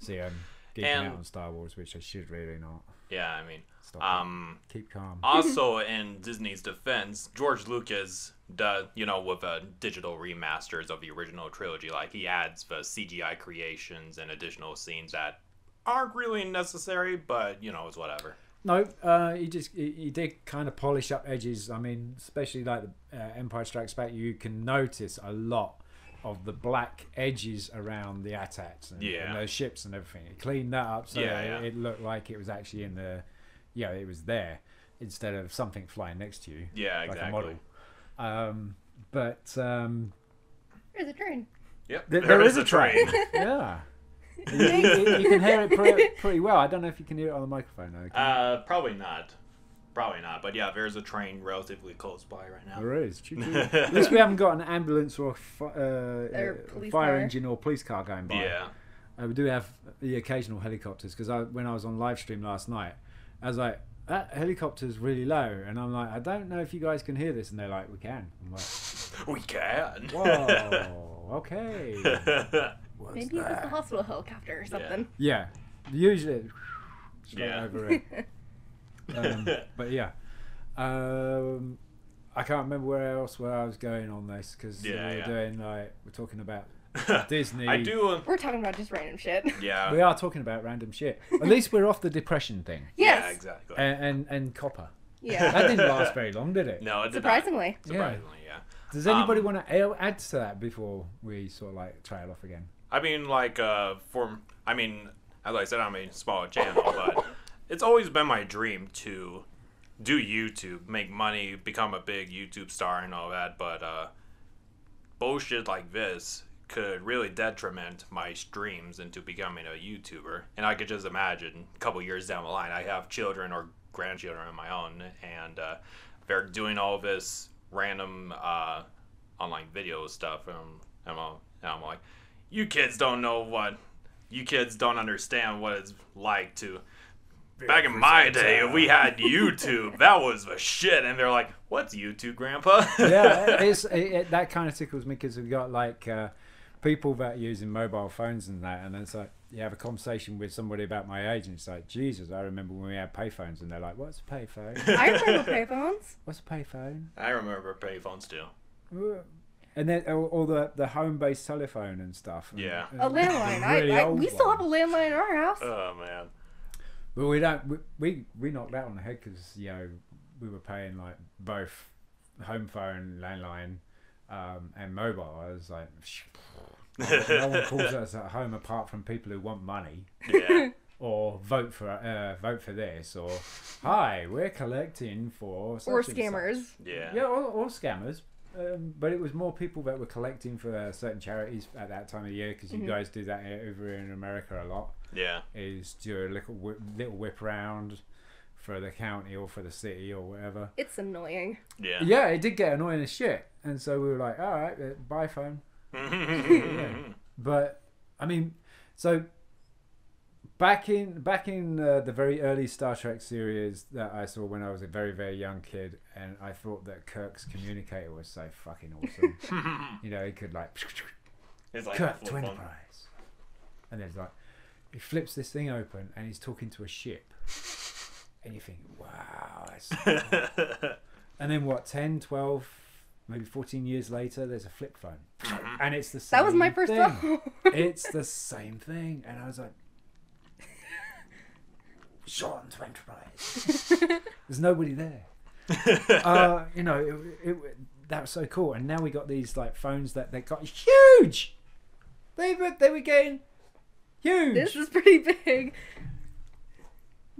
A: See, I'm geeking
B: And-
A: out on Star Wars, which I should really not.
B: yeah. I mean,
A: Stop. it.
B: um,
A: Keep calm.
B: also in Disney's defense, George Lucas does, you know, with uh, digital remasters of the original trilogy, like he adds the CGI creations and additional scenes that aren't really necessary, but you know, it's whatever.
A: No, uh, he just he, he did kind of polish up edges. I mean, especially like the uh, Empire Strikes Back, you can notice a lot of the black edges around the attacks and,
B: Yeah.
A: and those ships and everything. He cleaned that up so
B: Yeah,
A: that
B: yeah.
A: It, it looked like it was actually in the, yeah, it was there instead of something flying next to you.
B: Yeah,
A: like a
B: exactly.
A: model. Um, but um,
C: There's a train.
B: Yep,
A: There- there is a train. yeah, you, you- you can hear it pretty, pretty well. I don't know if you can hear it on the microphone though. Can
B: Uh, probably not. Probably not. But yeah, there's a train relatively close by right now.
A: There is. Choo-choo. At least we haven't got an ambulance or a fi-
C: Or
A: uh, uh,
C: police
A: fire
C: car.
A: engine or police car going by.
B: Yeah.
A: Uh, we do have the occasional helicopters because I, when I was on live stream last night, I was like, that helicopter's really low. And I'm like, I don't know if you guys can hear this. And they're like, we can. I'm like,
B: We can.
A: whoa, okay. What's
C: Maybe it was
A: that?
C: the hospital helicopter or something.
A: Yeah. Usually, straight
B: Yeah.
A: over it. Um, but yeah. Um, I can't remember where else where I was going on this because
B: Yeah,
A: we were
B: yeah.
A: doing like we're talking about Disney.
B: I do. um, uh,
C: We're talking about just random shit.
B: Yeah.
A: We are talking about random shit. At least we're off the depression thing
B: Yeah,
C: Yes.
B: exactly.
A: and and, and copper.
C: Yeah.
A: That didn't last very long, did it?
B: no, it did
C: Surprisingly.
B: Not. Surprisingly, yeah.
A: Does anybody
B: Um,
A: want to add to that before we sort of like trail off again?
B: I mean, like, uh, for I mean, as I said, I'm a small channel, but it's always been my dream to do YouTube, make money, become a big YouTube star, and all that. But uh, bullshit like this could really detriment my streams into becoming a YouTuber. And I could just imagine a couple years down the line, I have children or grandchildren of my own, and uh, they're doing all this random uh, online video stuff, and I'm, I'm, all, and I'm like, you kids don't know what, you kids don't understand what it's like to Back in my day, we had YouTube. That was the shit. And they're like, "What's YouTube, Grandpa?"
A: yeah, it's it, it, that kind of tickles me because we've got like uh, people that are using mobile phones and that, and it's like you have a conversation with somebody about my age, and it's like Jesus, I remember when we had payphones, and they're like, "What's a payphone?
C: I remember payphones.
A: What's a payphone?"
B: I remember payphones too.
A: And then all, all the the home based telephone and stuff.
B: Yeah.
C: A landline.
A: Really
C: I, I,
A: old
C: we still have a
A: one. Uh,
C: landline in our house.
B: Oh man.
A: But we don't. We we, we knocked that on the head because you know we were paying like both home phone, landline, um, and mobile. I was like, no one calls us at home apart from people who want money
B: Yeah.
A: or vote for uh, vote for this or hi, we're collecting for such
C: or
A: and such."
C: scammers.
B: Yeah.
A: Yeah, or, or scammers. Um, but it was more people that were collecting for uh, certain charities at that time of the year because you guys do that here- over here in America a lot
B: Yeah.
A: is do a little whip, little whip round for the county or for the city or whatever.
C: It's annoying.
B: Yeah.
A: Yeah, it did get annoying as shit, and so we were like, all right, uh, bye phone. But I mean, so back in back in uh, the very early Star Trek series that I saw when I was a very very young kid, and I thought that Kirk's communicator was so fucking awesome. you know, he could like
B: It's like
A: Kirk to
B: flip
A: Enterprise,
B: on.
A: and then it's like he flips this thing open and he's talking to a ship, and you think, wow, that's And then what, 10, 12, maybe 14 years later, there's a flip phone. And it's the same
C: That was my first
A: thing.
C: phone.
A: it's the same thing. And I was like, Sean to Enterprise. there's nobody there. uh, you know, it, it, that was so cool. And now we got these like phones that they got huge. They were, they were getting huge.
C: This is pretty big.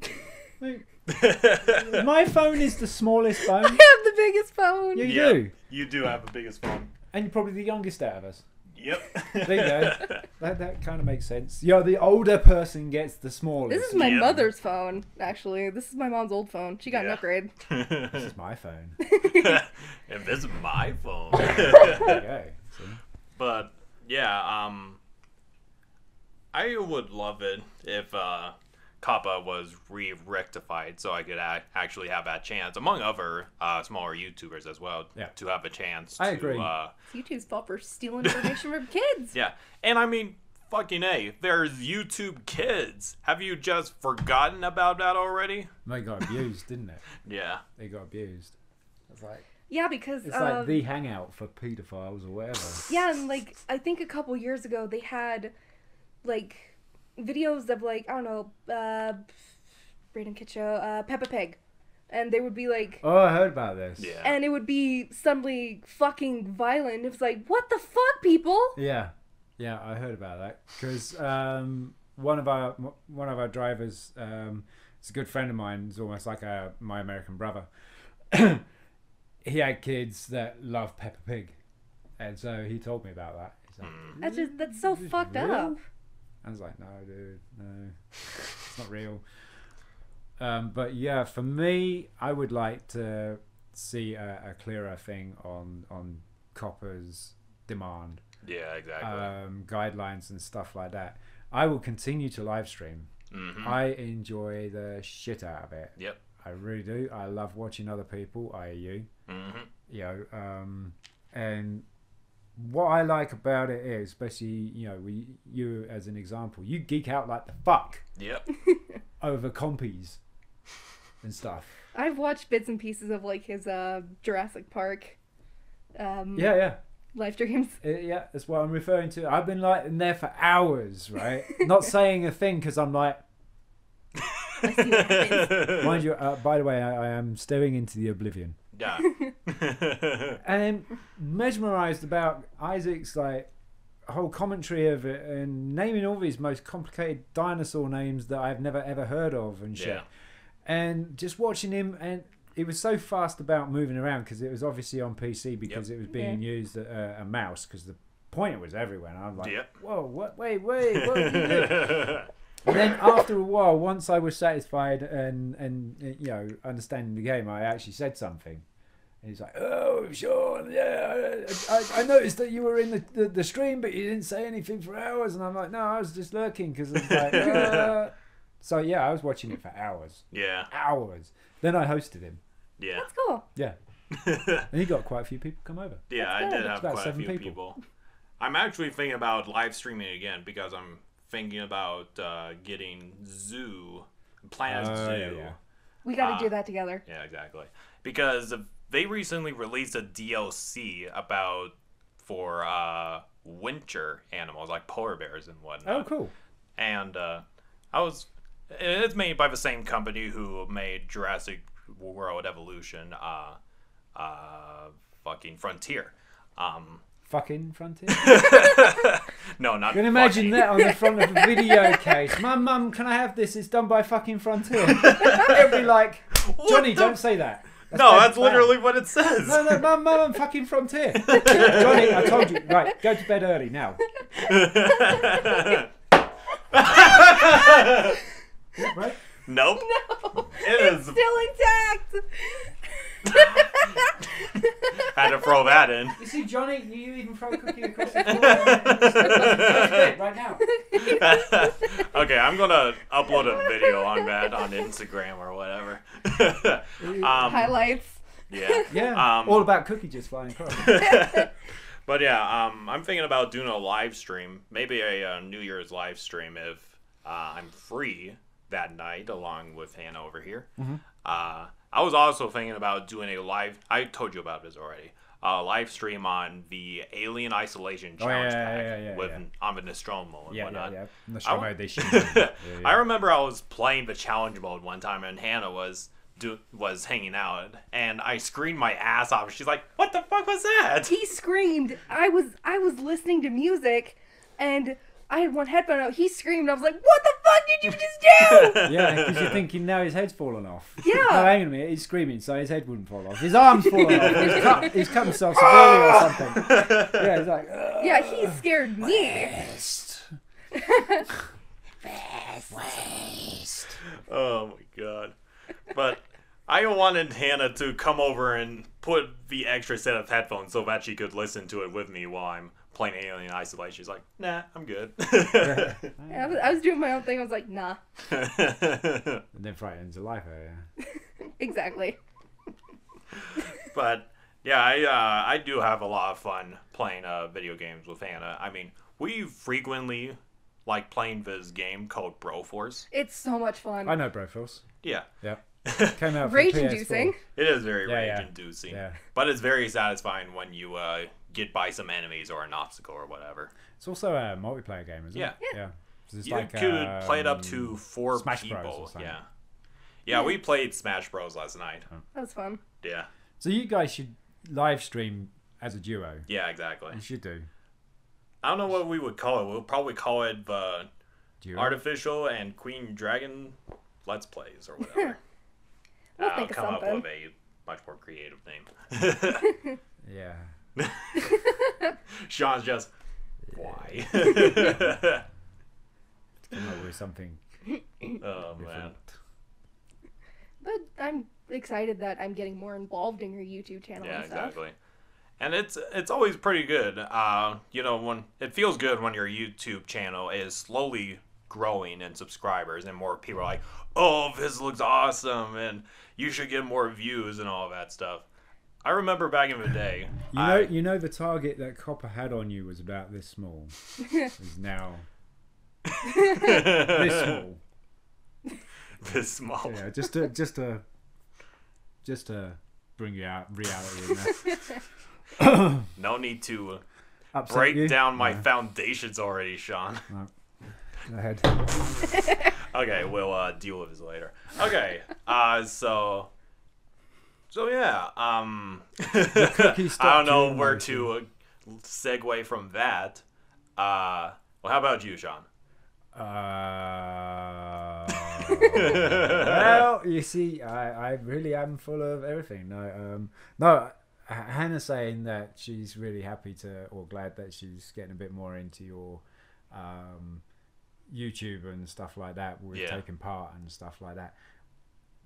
A: Like, my phone is the smallest
C: I
A: phone.
C: have the biggest phone.
A: You
B: Yeah.
A: do.
B: You do have the biggest phone.
A: And you're probably the youngest out of us.
B: Yep.
A: There you go. that that kind of makes sense. Yeah, the older person gets the smallest.
C: This is my
B: Yeah.
C: mother's phone, actually. This is my mom's old phone. She got an
B: Yeah.
C: upgrade.
A: This is my phone.
B: if this is my phone.
A: There you go. See?
B: but yeah, um, I would love it if uh, Kappa was re-rectified, so I could ac actually have that chance, among other uh, smaller YouTubers as well,
A: Yeah.
B: to have a chance.
A: I
B: to,
A: agree.
B: Uh,
C: It's YouTube's fault for stealing information from kids.
B: Yeah. And I mean, fucking A, there's YouTube kids. Have you just forgotten about that already?
A: They got abused, didn't it?
B: Yeah.
A: They got abused. It's like
C: Yeah, because
A: it's
C: um,
A: like the hangout for paedophiles or whatever.
C: yeah, and like I think a couple years ago they had like videos of like I don't know, uh, Brandon Kitcho, uh, Peppa Pig, and they would be like,
A: Oh, I heard about this.
B: Yeah.
C: and it would be suddenly fucking violent. It was like, what the fuck, people?
A: Yeah, yeah, I heard about that because um, one of our one of our drivers, um, it's a good friend of mine, is almost like a, my American brother. he had kids that love Peppa Pig, and so he told me about that. He's like,
C: That's just that's so
A: Is this
C: fucked
A: real?
C: up.
A: I was like, no, dude, no, it's not real. Um, but yeah, for me, I would like to see a, a clearer thing on on copper's demand
B: Yeah, exactly.
A: um, guidelines and stuff like that. I will continue to live stream.
B: Mm-hmm,
A: I enjoy the shit out of it.
B: Mm. yep.
A: I really do. I love watching other people, i.e., you.
B: mm-hmm.
A: You know, um, and what I like about it is, especially you know, we, you as an example, you geek out like the fuck
B: Yep.
A: over compies and stuff.
C: I've watched bits and pieces of like his uh Jurassic Park um
A: Yeah, yeah.
C: live streams.
A: Uh, yeah, that's what I'm referring to. I've been like in there for hours, right? Not saying a thing because I'm like, mind you. Uh, by the way, I, I am staring into the oblivion
B: yeah.
A: and mesmerized about Isaac's like whole commentary of it and naming all these most complicated dinosaur names that I've never ever heard of and shit.
B: Yeah.
A: And just watching him and. It was so fast about moving around because it was obviously on PC because it was being used a, a mouse because the pointer was everywhere. And I'm like,
B: Yep.
A: whoa, what? Wait, wait, what? did you do?" And then after a while, once I was satisfied and and uh, you know understanding the game, I actually said something. And he's like, "Oh, Sean, yeah, I, I, I noticed that you were in the, the, the stream, but you didn't say anything for hours." And I'm like, "No, I was just lurking because I was like, uh, So yeah, I was watching it for hours,
B: Yeah.
A: hours. Then I hosted him.
B: Yeah.
C: That's cool.
A: Yeah, and he got quite a few people come over.
B: Yeah, I
C: good.
B: did
C: It's
B: have
A: about
B: quite a
A: seven
B: few
A: people.
B: people. I'm actually thinking about live streaming again because I'm thinking about uh, getting Zoo, Planet
A: Oh, yeah,
B: Zoo.
A: yeah.
C: We got to
B: Ah.
C: do that together.
B: Yeah, exactly. Because they recently released a DLC about for uh, winter animals like polar bears and whatnot.
A: Oh, cool.
B: And uh, I was it's made by the same company who made Jurassic World Evolution, uh, uh, fucking Frontier. Um,
A: Fucking frontier.
B: no, not.
A: Can you imagine
B: fucking.
A: that on the front of a video case? My mum, can I have this? It's done by fucking Frontier. It'll be like, Johnny,
B: the-
A: don't say that.
B: No,
A: bad-
B: that's
A: bad."
B: literally what it says.
A: No, no, mum, mum, I'm fucking Frontier. Johnny, I told you. Right, go to bed early now. Right?
B: nope.
C: No,
B: It is.
C: still intact.
B: Had to throw that in.
A: You see, Johnny, you even throw a cookie across the floor. Go to bed right now.
B: okay, I'm gonna upload a video on that on Instagram or whatever. um,
C: Highlights.
B: yeah.
A: Yeah,
B: Um,
A: all about cookie just flying across.
B: But yeah, um, I'm thinking about doing a live stream, maybe a, uh New Year's live stream if uh, I'm free that night, along with Hannah over here.
A: Mm-hmm.
B: Uh, I was also thinking about doing a live. I told you about this already. A live stream on the Alien Isolation
A: Oh, yeah,
B: Challenge
A: yeah,
B: pack
A: yeah, yeah,
B: with
A: yeah.
B: on the Nostromo and
A: Yeah, yeah,
B: whatnot.
A: yeah. I'm not
B: I
A: sure
B: wa-
A: why they should. Yeah,
B: I
A: yeah.
B: remember I was playing the challenge mode one time, and Hannah was do, was hanging out, and I screamed my ass off. She's like, "What the fuck was that?"
C: he screamed. I was I was listening to music, and I had one headphone out. He screamed. I was like, "What the fuck did you just do?"
A: Yeah, because you're thinking now his head's fallen off.
C: Yeah.
A: No, hang on a minute, he's screaming, so his head wouldn't fall off. His arm's falling off. He's cut, he's cut himself severely or something. Yeah, he's like, "Ugh."
C: yeah, he scared me.
B: Oh my god! But I wanted Hannah to come over and put the extra set of headphones so that she could listen to it with me while I'm playing Alien Isolation. She's like, "Nah, I'm good."
C: I was, I was doing my own thing. I was like, "Nah,
A: And then frightens the life out of you.
C: exactly."
B: but yeah, I uh, I do have a lot of fun playing uh, video games with Hannah. I mean, we frequently like playing this game called Broforce.
C: It's so much
A: I
C: fun.
A: know Broforce.
B: Yeah,
A: Yeah. Came out for
C: Rage
A: PS4.
C: inducing.
B: it is very
A: Yeah, yeah.
B: rage-inducing,
A: Yeah.
B: but it's very satisfying when you uh, get by some enemies or an obstacle or whatever.
A: It's also a multiplayer game, isn't
B: Yeah.
A: it? Yeah. So it's
B: you
A: like,
B: could play it up to
A: um,
B: four
A: Smash Bros
B: people.
A: or something.
B: yeah. yeah, we played Smash Bros last night.
C: That was fun.
B: Yeah,
A: So you guys should live stream as a duo.
B: yeah, exactly.
A: You should do.
B: I don't know what we would call it. We'll probably call it the
A: Duo.
B: Artificial and Queen Dragon Let's Plays or whatever.
C: We'll
B: I'll
C: think of
B: come up
C: something.
B: with a much more creative name.
A: yeah.
B: Sean's just why? oh
A: Come up with something.
B: Oh, man.
C: But I'm excited that I'm getting more involved in your YouTube channel
B: Yeah,
C: and stuff.
B: exactly. And it's it's always pretty good. Uh, you know, when it feels good when your YouTube channel is slowly growing in subscribers and more people are like, "Oh, this looks awesome," and you should get more views and all that stuff. I remember back in the day,
A: You know,
B: I-
A: you know, the target that Copper had on you was about this small. is now this small.
B: this small.
A: Yeah, just to just to just to bring you out reality and that.
B: No need to
A: upset
B: break
A: you.
B: down my foundations already, Sean.
A: Go ahead.
B: Okay, we'll uh, deal with this later. Okay, uh, so, so yeah, um, I
A: stuck
B: don't
A: to
B: know
A: your
B: where
A: motion.
B: to uh, segue from that. Uh, well, how about you, Sean?
A: Uh, well, you see, I, I really am full of everything. No, um, no. H- Hannah's saying that she's really happy to or glad that she's getting a bit more into your um, YouTube and stuff like that. We're
B: Yeah.
A: taking part and stuff like that.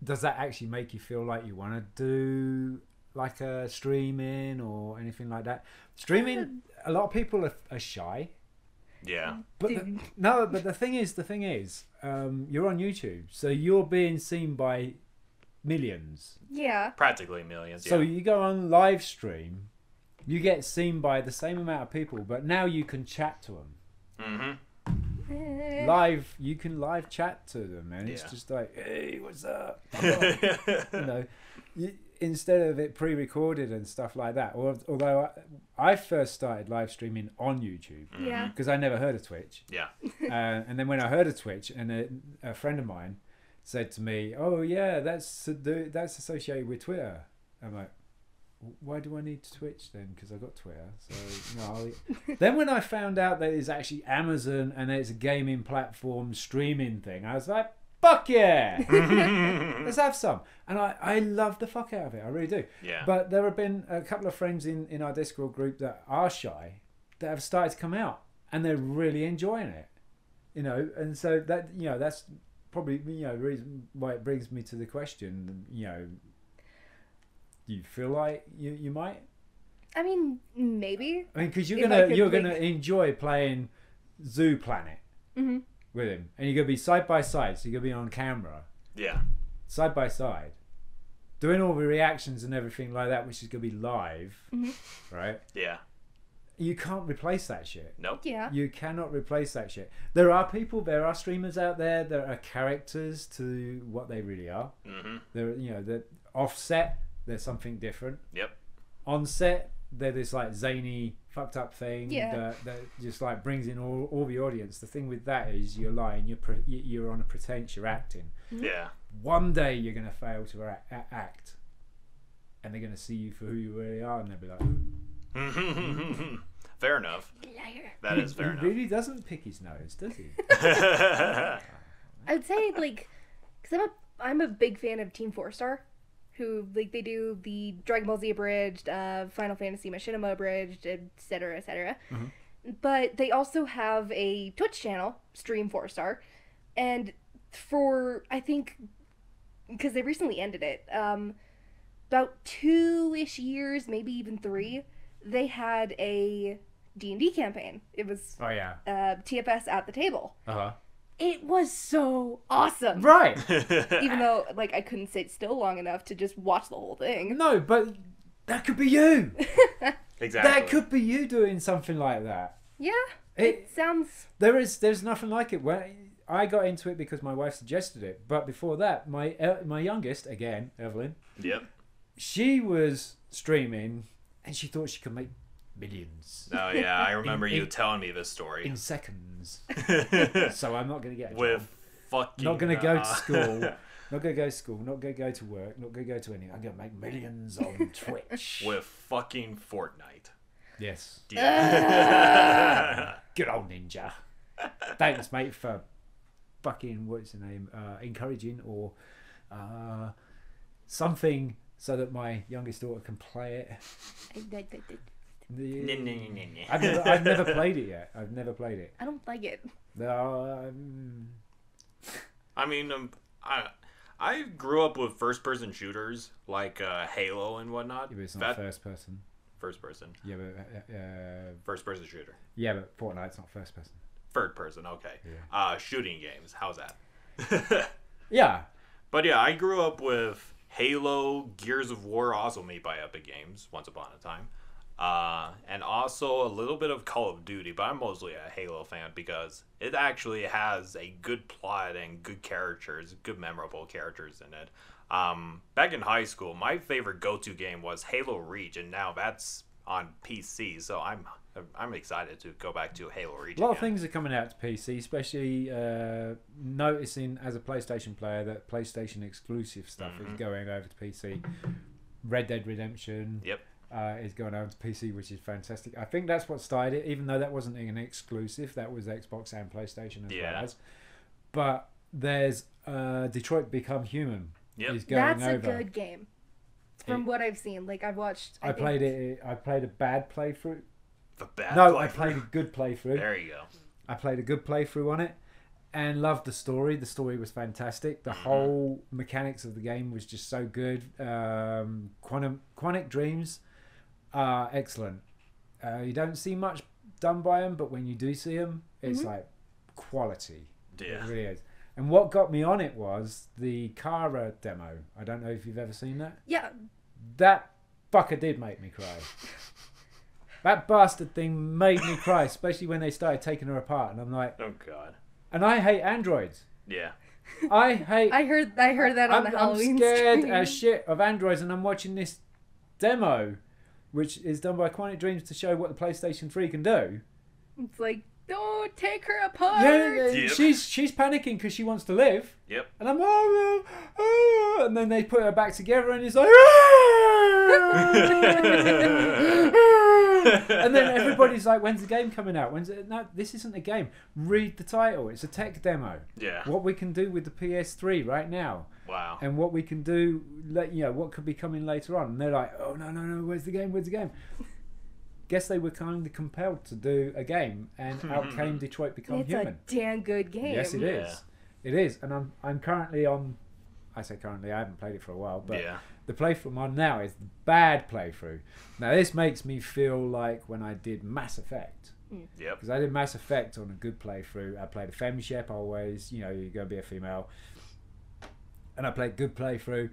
A: Does that actually make you feel like you want to do like a streaming or anything like that? Streaming, a lot of people are, are shy
B: Yeah.
A: But the, no, but the thing is, the thing is, um, you're on YouTube, so you're being seen by millions.
C: Yeah.
B: Practically millions. Yeah.
A: So you go on live stream, you get seen by the same amount of people, but now you can chat to them
B: Mm-hmm.
C: Eh,
A: live. You can live chat to them, and it's
B: Yeah.
A: just like, hey, what's up?
B: mm-hmm.
A: you know, y instead of it pre-recorded and stuff like that. Al- Although I, I first started live streaming on YouTube
C: Yeah.
A: because I never heard of Twitch.
B: yeah.
A: uh, and then when I heard of Twitch, and a, a friend of mine said to me, "Oh yeah, that's the- that's associated with Twitter." I'm like, "Why do I need Twitch then? Because I got Twitter." So no. I'll-" e-" then when I found out that it's actually Amazon and it's a gaming platform streaming thing, I was like, "Fuck yeah!" Let's have some. And I, I love the fuck out of it. I really do.
B: Yeah.
A: But there have been a couple of friends in, in our Discord group that are shy that have started to come out and they're really enjoying it. You know, and so that, you know, that's probably, you know, the reason why it brings me to the question, you know, do you feel like you, you might?
C: I mean, maybe.
A: I mean, because you're
C: If I
A: gonna
C: could
A: you're
C: make-
A: gonna enjoy playing Zoo Planet
C: Mhm.
A: with him, and you're gonna be side by side, so you're gonna be on camera,
B: Yeah.
A: side by side, doing all the reactions and everything like that, which is going to be live, right?
B: Yeah.
A: You can't replace that shit.
B: Nope.
C: Yeah.
A: You cannot replace that shit. There are people, there are streamers out there that are characters to what they really are.
B: Mm-hmm.
A: They're, you know, they're offset, they're something different.
B: Yep.
A: On set, they're this like zany, fucked up thing
C: Yeah.
A: that, that just like brings in all, all the audience. The thing with that is you're lying, you're, pre- you're on a pretense, you're acting Mm-hmm.
B: Yeah.
A: one day you're going to fail to a- a- act and they're going to see you for who you really are and they'll be like "Ooh,
B: fair enough.
C: Liar.
B: That is
A: he
B: fair enough.
A: really doesn't pick his nose does he
C: I'd say like, because I'm a I'm a big fan of Team Four Star, who like they do the Dragon Ball Z abridged, uh, Final Fantasy Machinima abridged, etc. etc. But they also have a Twitch channel, Stream Four Star, and for I think because they recently ended it, um, about two ish years, maybe even three, they had a D and D campaign. It was
A: oh yeah
C: uh, TFS at the table
A: uh-huh
C: it was so awesome.
A: right
C: Even though, like, I couldn't sit still long enough to just watch the whole thing.
A: no but that could be you
B: exactly.
A: that could be you doing something like that
C: Yeah,
A: it
C: it sounds.
A: there is there's nothing like it when I got into it because my wife suggested it but before that my el- my youngest again Evelyn
B: Yep.
A: she was streaming and she thought she could make millions
B: Oh yeah, I remember
A: In-
B: you
A: in-
B: telling me this story.
A: in seconds so I'm not going to get a job.
B: With fucking
A: not going to go to
B: uh,
A: school. Not gonna go to school, not gonna go to work, not gonna go to anything. I'm gonna make millions on Twitch.
B: with fucking Fortnite.
A: Yes.
B: Yeah.
A: Good old ninja. Thanks, mate, for fucking what's the name? Uh, encouraging or uh, something so that my youngest daughter can play it. I've never, I've never played it yet. I've never played it.
C: I don't like it.
A: No, um,
B: I mean, um, I I grew up with first person shooters like uh, Halo and whatnot.
A: if it's not
B: That-
A: first person.
B: first person,
A: Yeah, but uh, uh,
B: first person shooter,
A: yeah, but Fortnite's not first person.
B: third person. Okay,
A: Yeah.
B: uh, shooting games. How's that?
A: Yeah,
B: But yeah, I grew up with Halo, Gears of War, also made by Epic Games once upon a time, uh, and also a little bit of Call of Duty. But I'm mostly a Halo fan because it actually has a good plot and good characters, good memorable characters in it. Um, back in high school, my favorite go-to game was Halo Reach, and now that's on PC. So I'm I'm excited to go back to Halo Reach.
A: A lot of
B: again.
A: things are coming out to PC, especially uh, noticing as a PlayStation player that PlayStation exclusive stuff
B: Mm-hmm.
A: is going over to PC. Red Dead Redemption
B: Yep.
A: uh, is going over to PC, which is fantastic. I think that's what started it, even though that wasn't an exclusive. That was Xbox and PlayStation as
B: Yeah.
A: well as. But there's uh, Detroit Become Human
B: Yep.
A: is going
C: That's
A: over.
C: a good game. From what I've seen, like I've watched.
A: I played it. I played a bad playthrough.
B: The bad.
A: no,
B: play-
A: I played a good playthrough.
B: There you go.
A: I played a good playthrough on it and loved the story. The story was fantastic. The whole mechanics of the game was just so good. Um, Quantum Quantic Dreams are excellent. Uh, you don't see much done by them, but when you do see them, it's like quality. It
D: Yeah.
A: really is. And what got me on it was the Kara demo. I don't know if you've ever seen that.
C: Yeah,
A: That fucker did make me cry. that bastard thing made me cry, especially when they started taking her apart. And I'm like,
B: Oh God.
A: and I hate androids.
B: Yeah.
A: I hate.
C: I heard I heard that on
A: I'm,
C: the
A: I'm
C: Halloween
A: scared
C: stream.
A: as shit of androids, and I'm watching this demo, which is done by Quantic Dreams to show what the PlayStation 3 can do.
C: It's like, don't take her apart.
A: Yeah,
B: Yep.
A: she's she's panicking because she wants to live.
B: Yep.
A: And I'm oh, oh, oh," and then they put her back together, and it's like, "Ah." and then everybody's like, "When's the game coming out? When's it?" No, this isn't a game. Read the title. It's a tech demo.
B: Yeah.
A: What we can do with the PS3 right now,
B: Wow.
A: and what we can do, let you know, what could be coming later on. And they're like, "Oh no, no, no! Where's the game? Where's the game?" Guess they were kind of compelled to do a game, and out came Detroit Become
C: It's
A: Human.
C: a damn good game.
A: Yes, it
B: Yeah.
A: is. It is, and I'm I'm currently on. I say currently, I haven't played it for a while, but
B: Yeah.
A: the playthrough I'm on now is the bad playthrough. Now this makes me feel like when I did Mass Effect,
B: Yep.
A: because I did Mass Effect on a good playthrough. I played a femshep always. You know, you're gonna be a female, and I played good playthrough,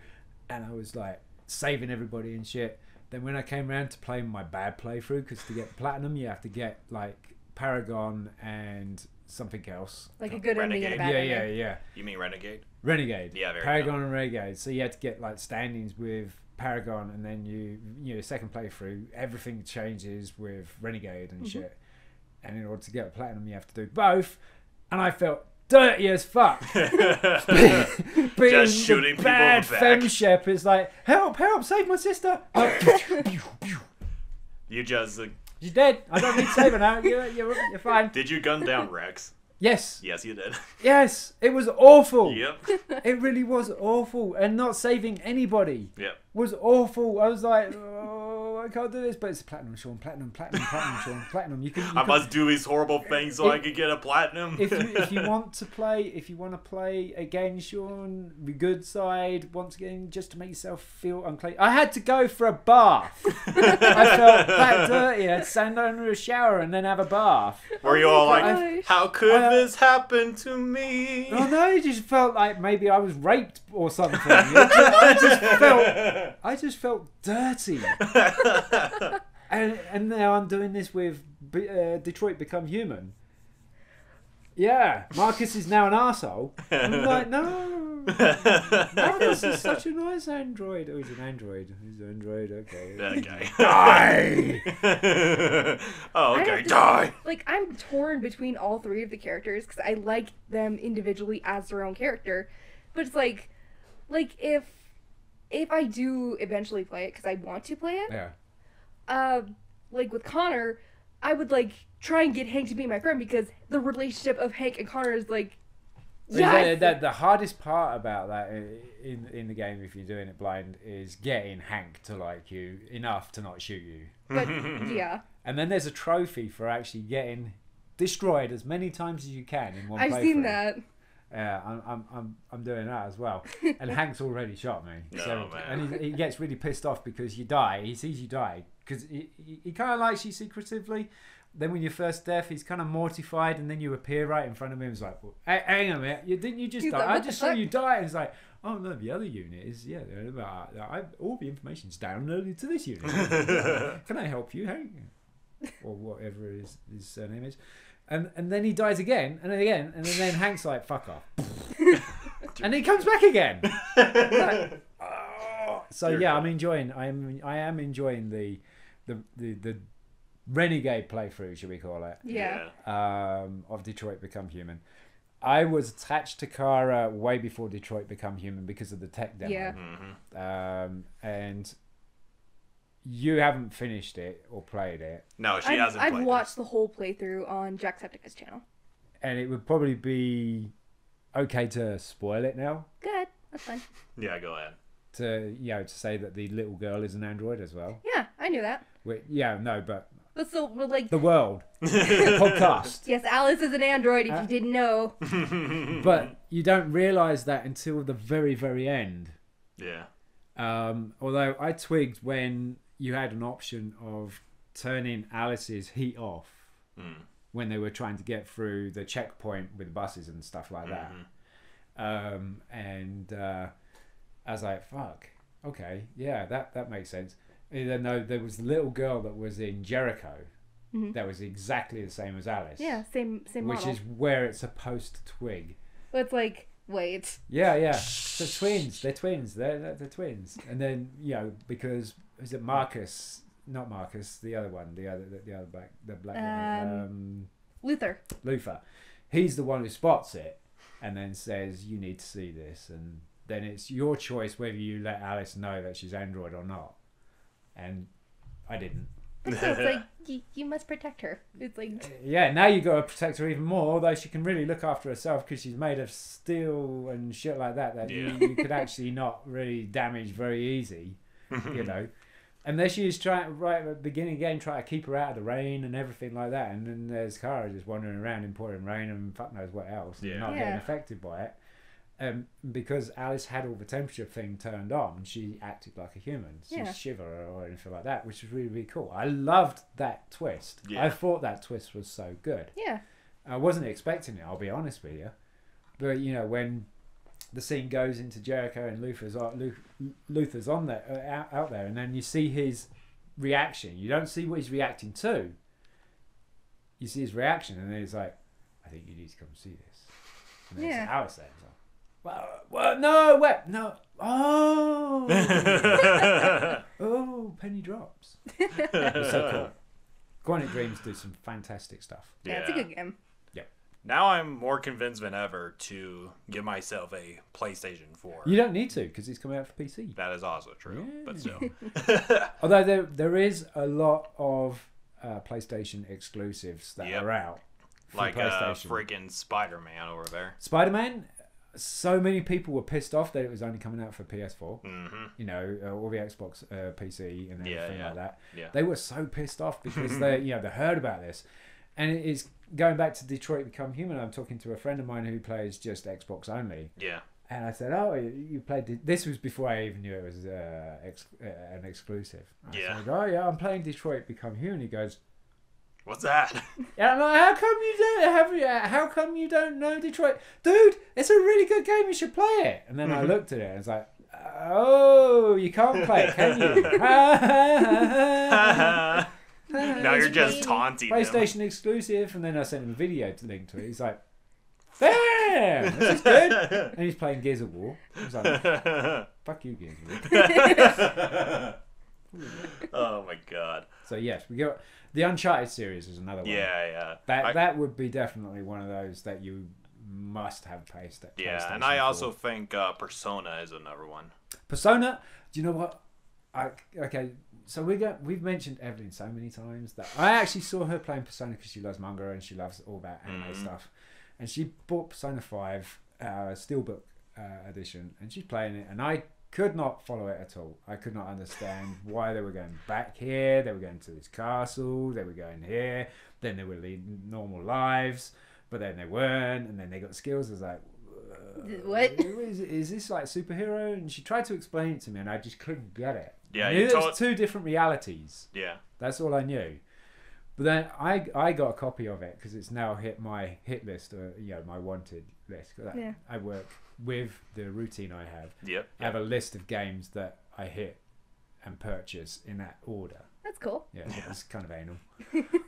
A: and I was like saving everybody and shit. Then when I came around to playing my bad playthrough, because to get platinum you have to get like Paragon and something else.
C: Like a good ending and
B: Renegade.
C: a bad
A: Yeah,
C: ending.
A: yeah, yeah.
B: You mean Renegade?
A: Renegade.
B: Yeah, very
A: Paragon and Renegade. So you had to get like standings with Paragon, and then you you know second playthrough everything changes with Renegade and shit. And in order to get platinum, you have to do both. And I felt dirty as fuck. Being
B: Just shooting people in
A: the bad
B: the back.
A: femshep is like help, help, save my sister. Like, pew, pew, pew.
B: you just uh,
A: She's dead. I don't need saving now. You're, you're, you're fine.
B: did you gun down Rex?
A: Yes,
B: Yes, you did.
A: yes. It was awful.
B: yep.
A: It really was awful, and not saving anybody.
B: Yep.
A: was awful. I was like, oh, I can't do this. But it's platinum, Sean. Platinum, platinum, platinum, Sean. Platinum. You can. You
B: I
A: can-
B: must do these horrible things so I could get a platinum.
A: if you, if you want to play, if you want to play again, Sean, the good side once again, just to make yourself feel unclean. I had to go for a bath. I felt that dirty. I had to stand under a shower and then have a bath.
B: Were you all
C: my
B: like,
C: gosh.
B: how could
A: I, uh,
B: this happen to me?
A: Oh no, it just felt like maybe I was raped or something. I just felt, I just felt dirty. and and now I'm doing this with B- uh, Detroit Become Human. Yeah, Marcus is now an arsehole. I'm like, no, Marcus is such a nice android. Oh, he's an android. He's an android. Okay.
B: okay.
A: Die.
B: oh,
C: I
B: okay.
C: don't-
B: Die.
C: Like I'm torn between all three of the characters because I like them individually as their own character, but it's like, like if if I do eventually play it because I want to play it,
A: Yeah.
C: uh, like with Connor, I would like try and get Hank to be my friend because the relationship of Hank and Connor is like,
A: Yeah,
C: yes,
A: the, the hardest part about that i- in in the game, if you're doing it blind, is getting Hank to like you enough to not shoot you.
C: but yeah.
A: And then there's a trophy for actually getting destroyed as many times as you can in one.
C: I've seen
A: playthrough.
C: that.
A: Yeah, Uh, I'm, I'm, I'm, I'm doing that as well. And Hank's already shot me.
B: No, man.
A: And he, he gets really pissed off because you die. He sees you die because he, he, he kind of likes you secretively. Then when you're first deaf, he's kind of mortified, and then you appear right in front of him. He's like, well, "Hey, hang on a minute, you, didn't you just
C: He's
A: die?
C: like,
A: I
C: "What the
A: just saw
C: fuck?"
A: you die." And he's like, "Oh no, the other unit is yeah. they're about- I, all the information's downloaded to this unit. Can I help you, Hank?" Or whatever his, his surname is. And, and then he dies again, and then again, and then Hank's like, fuck off and he comes back again. oh. so
B: Dear
A: yeah,
B: God.
A: I'm enjoying. I am. I am enjoying the, the the the renegade playthrough, should we call it,
C: Yeah.
A: um, of Detroit Become Human. I was attached to Kara way before Detroit Become Human because of the tech demo.
C: Yeah.
A: Um, and you haven't finished it or played it,
B: No, she
C: I've,
B: hasn't
C: I've
B: played
C: watched the whole playthrough on Jacksepticeye's channel.
A: and it would probably be okay to spoil it now.
C: Good. That's fun.
B: this. Yeah, go ahead.
A: To you know, to say that the little girl is an android as well.
C: Yeah, I knew that.
A: Wait, yeah, no, but
C: That's so well, like
A: the world podcast.
C: yes, Alice is an android. If you didn't know,
A: But you don't realize that until the very, very end.
B: Yeah.
A: Um, although I twigged when you had an option of turning Alice's heat off when they were trying to get through the checkpoint with buses and stuff like that. Um, and uh, I was like, "Fuck, okay, yeah, that that makes sense." And then though there was the little girl that was in Jericho, that was exactly the same as Alice.
C: Mm-hmm. Yeah, same same
A: Which
C: model.
A: is where it's supposed to twig.
C: It's like wait,
A: Yeah, yeah. They're twins. They're twins. They're, they're, they're twins. And then, you know, because, is it Marcus? Not Marcus, the other one, the other, the, the other black, the black guy,
C: Um,
A: um,
C: Luther.
A: Luther. He's the one who spots it and then says, you need to see this. And then it's your choice whether you let Alice know that she's android or not. And I didn't.
C: But still, it's like you, you must protect her. It's like
A: Yeah, now you got to protect her even more, although she can really look after herself because she's made of steel and shit like that that you-
B: Yeah.
A: you, could actually not really damage very easy, you know. Unless you just try right at the beginning again, try to keep her out of the rain and everything like that, and then there's Kara just wandering around in pouring rain and fuck knows what else,
B: Yeah.
A: and not
C: Yeah.
A: getting affected by it. Um, because Alice had all the temperature thing turned on, she acted like a human. She
C: Yeah.
A: shiver or anything like that, which was really really cool. I loved that twist. I
B: Yeah.
A: thought that twist was so good.
C: yeah,
A: I wasn't expecting it. I'll be honest with you, but you know when the scene goes into Jericho and Luther's on, Lu- Luther's on there uh, out, out there, and then you see his reaction. You don't see what he's reacting to. You see his reaction, and then he's like, "I think you need to come see this." And then
C: Yeah.
A: it's Alice there. It's like, well, well, no, wait, no. Oh, oh, penny drops. It was so cool. Quantic Dreams do some fantastic stuff.
C: yeah, it's a good game.
B: Now I'm more convinced than ever to give myself a PlayStation 4.
A: You don't need to because it's coming out for PC.
B: That is also true, but still.
A: Although there there is a lot of uh, PlayStation exclusives that
B: Yep.
A: are out. for
B: like uh,
A: PlayStation.
B: freaking Spider Man over there.
A: Spider Man. So many people were pissed off that it was only coming out for PS4.
B: hmm
A: You know, uh, all the Xbox, uh, PC, and
B: Yeah,
A: everything
B: yeah.
A: like that.
B: Yeah.
A: They were so pissed off because they, you know, they heard about this, and it is going back to Detroit Become Human. I'm talking to a friend of mine who plays just Xbox only,
B: Yeah.
A: And I said, "Oh, you- you played De- this was before I even knew it was uh, ex- uh, an exclusive." I
B: Yeah.
A: said, "Oh yeah, I'm playing Detroit Become Human." He goes,
B: What's that?
A: "Yeah, I'm like, how come you don't have you, uh, How come you don't know Detroit, dude? It's a really good game. You should play it." And then
B: Mm-hmm.
A: I looked at it and it's like, "Oh, you can't play it, can you?"
B: now you're just taunting him.
A: PlayStation exclusive. And then I sent him a video to link to it. He's like, "Damn, this is good." And he's playing Gears of War. I was like, "Fuck you, Gears of War."
B: oh my god.
A: So yes, we got the Uncharted series is another one.
B: Yeah, yeah.
A: that
B: I-
A: that would be definitely one of those that you must have placed.
B: yeah, and I also think uh, Persona is another one.
A: Persona. Do you know what? I okay. So we got we've mentioned Evelyn so many times that I actually saw her playing Persona because she loves manga and she loves all that anime stuff, and she bought Persona Five uh, Steelbook uh, edition and she's playing it and I could not follow it at all. I could not understand why they were going back here. They were going to this castle. They were going here. Then they were leading normal lives, but then they weren't, and then they got skills. I was like,
C: What?
A: is, is this like superhero? And she tried to explain it to me, and I just couldn't get it.
B: Yeah,
A: I
B: you
A: knew there was
B: told-
A: two different realities.
B: Yeah.
A: That's all I knew. But then I I got a copy of it because it's now hit my hit list or you know my wanted list. 'Cause I,
C: Yeah.
A: I work with the routine I have.
B: Yep.
A: I have a list of games that I hit and purchase in that order.
C: That's cool.
A: Yeah, it's kind of anal.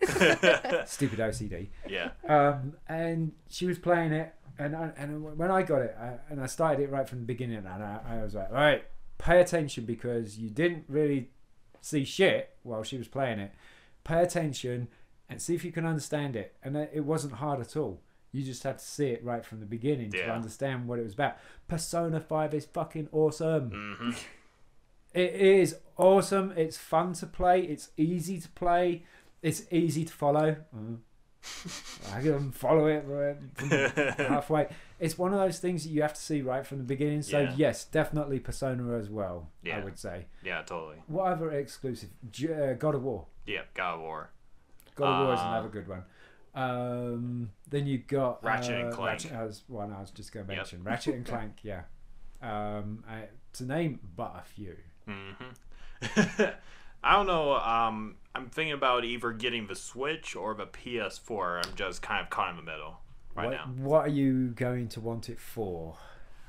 A: Stupid OCD
B: Yeah.
A: um, and she was playing it, and I, and when I got it, I, and I started it right from the beginning, and I, I was like, all right, pay attention because you didn't really see shit while she was playing it. Pay attention and see if you can understand it. And it it wasn't hard at all. You just had to see it right from the beginning to
B: Yeah.
A: understand what it was about. Persona Five is fucking awesome.
B: Mm-hmm.
A: It is awesome. It's fun to play. It's easy to play. It's easy to follow. Mm.
B: Mm-hmm.
A: I can follow it right from halfway. It's one of those things that you have to see right from the beginning. So
B: Yeah.
A: yes, definitely Persona as well. I
B: Yeah.
A: would say.
B: Yeah, totally.
A: What other exclusive? J- uh, God of War.
B: Yep, God of War.
A: God of War is
B: Uh,
A: another good one. Um, then you got
B: Ratchet
A: uh,
B: and Clank.
A: Ratchet, I was one I was just going to
B: Yep.
A: mention. Ratchet and Clank. Yeah. Um, I, to name but a few.
B: hmm I don't know. Um, I'm thinking about either getting the Switch or the PS4. I'm just kind of caught in the middle right
A: what,
B: now.
A: what are you going to want it for?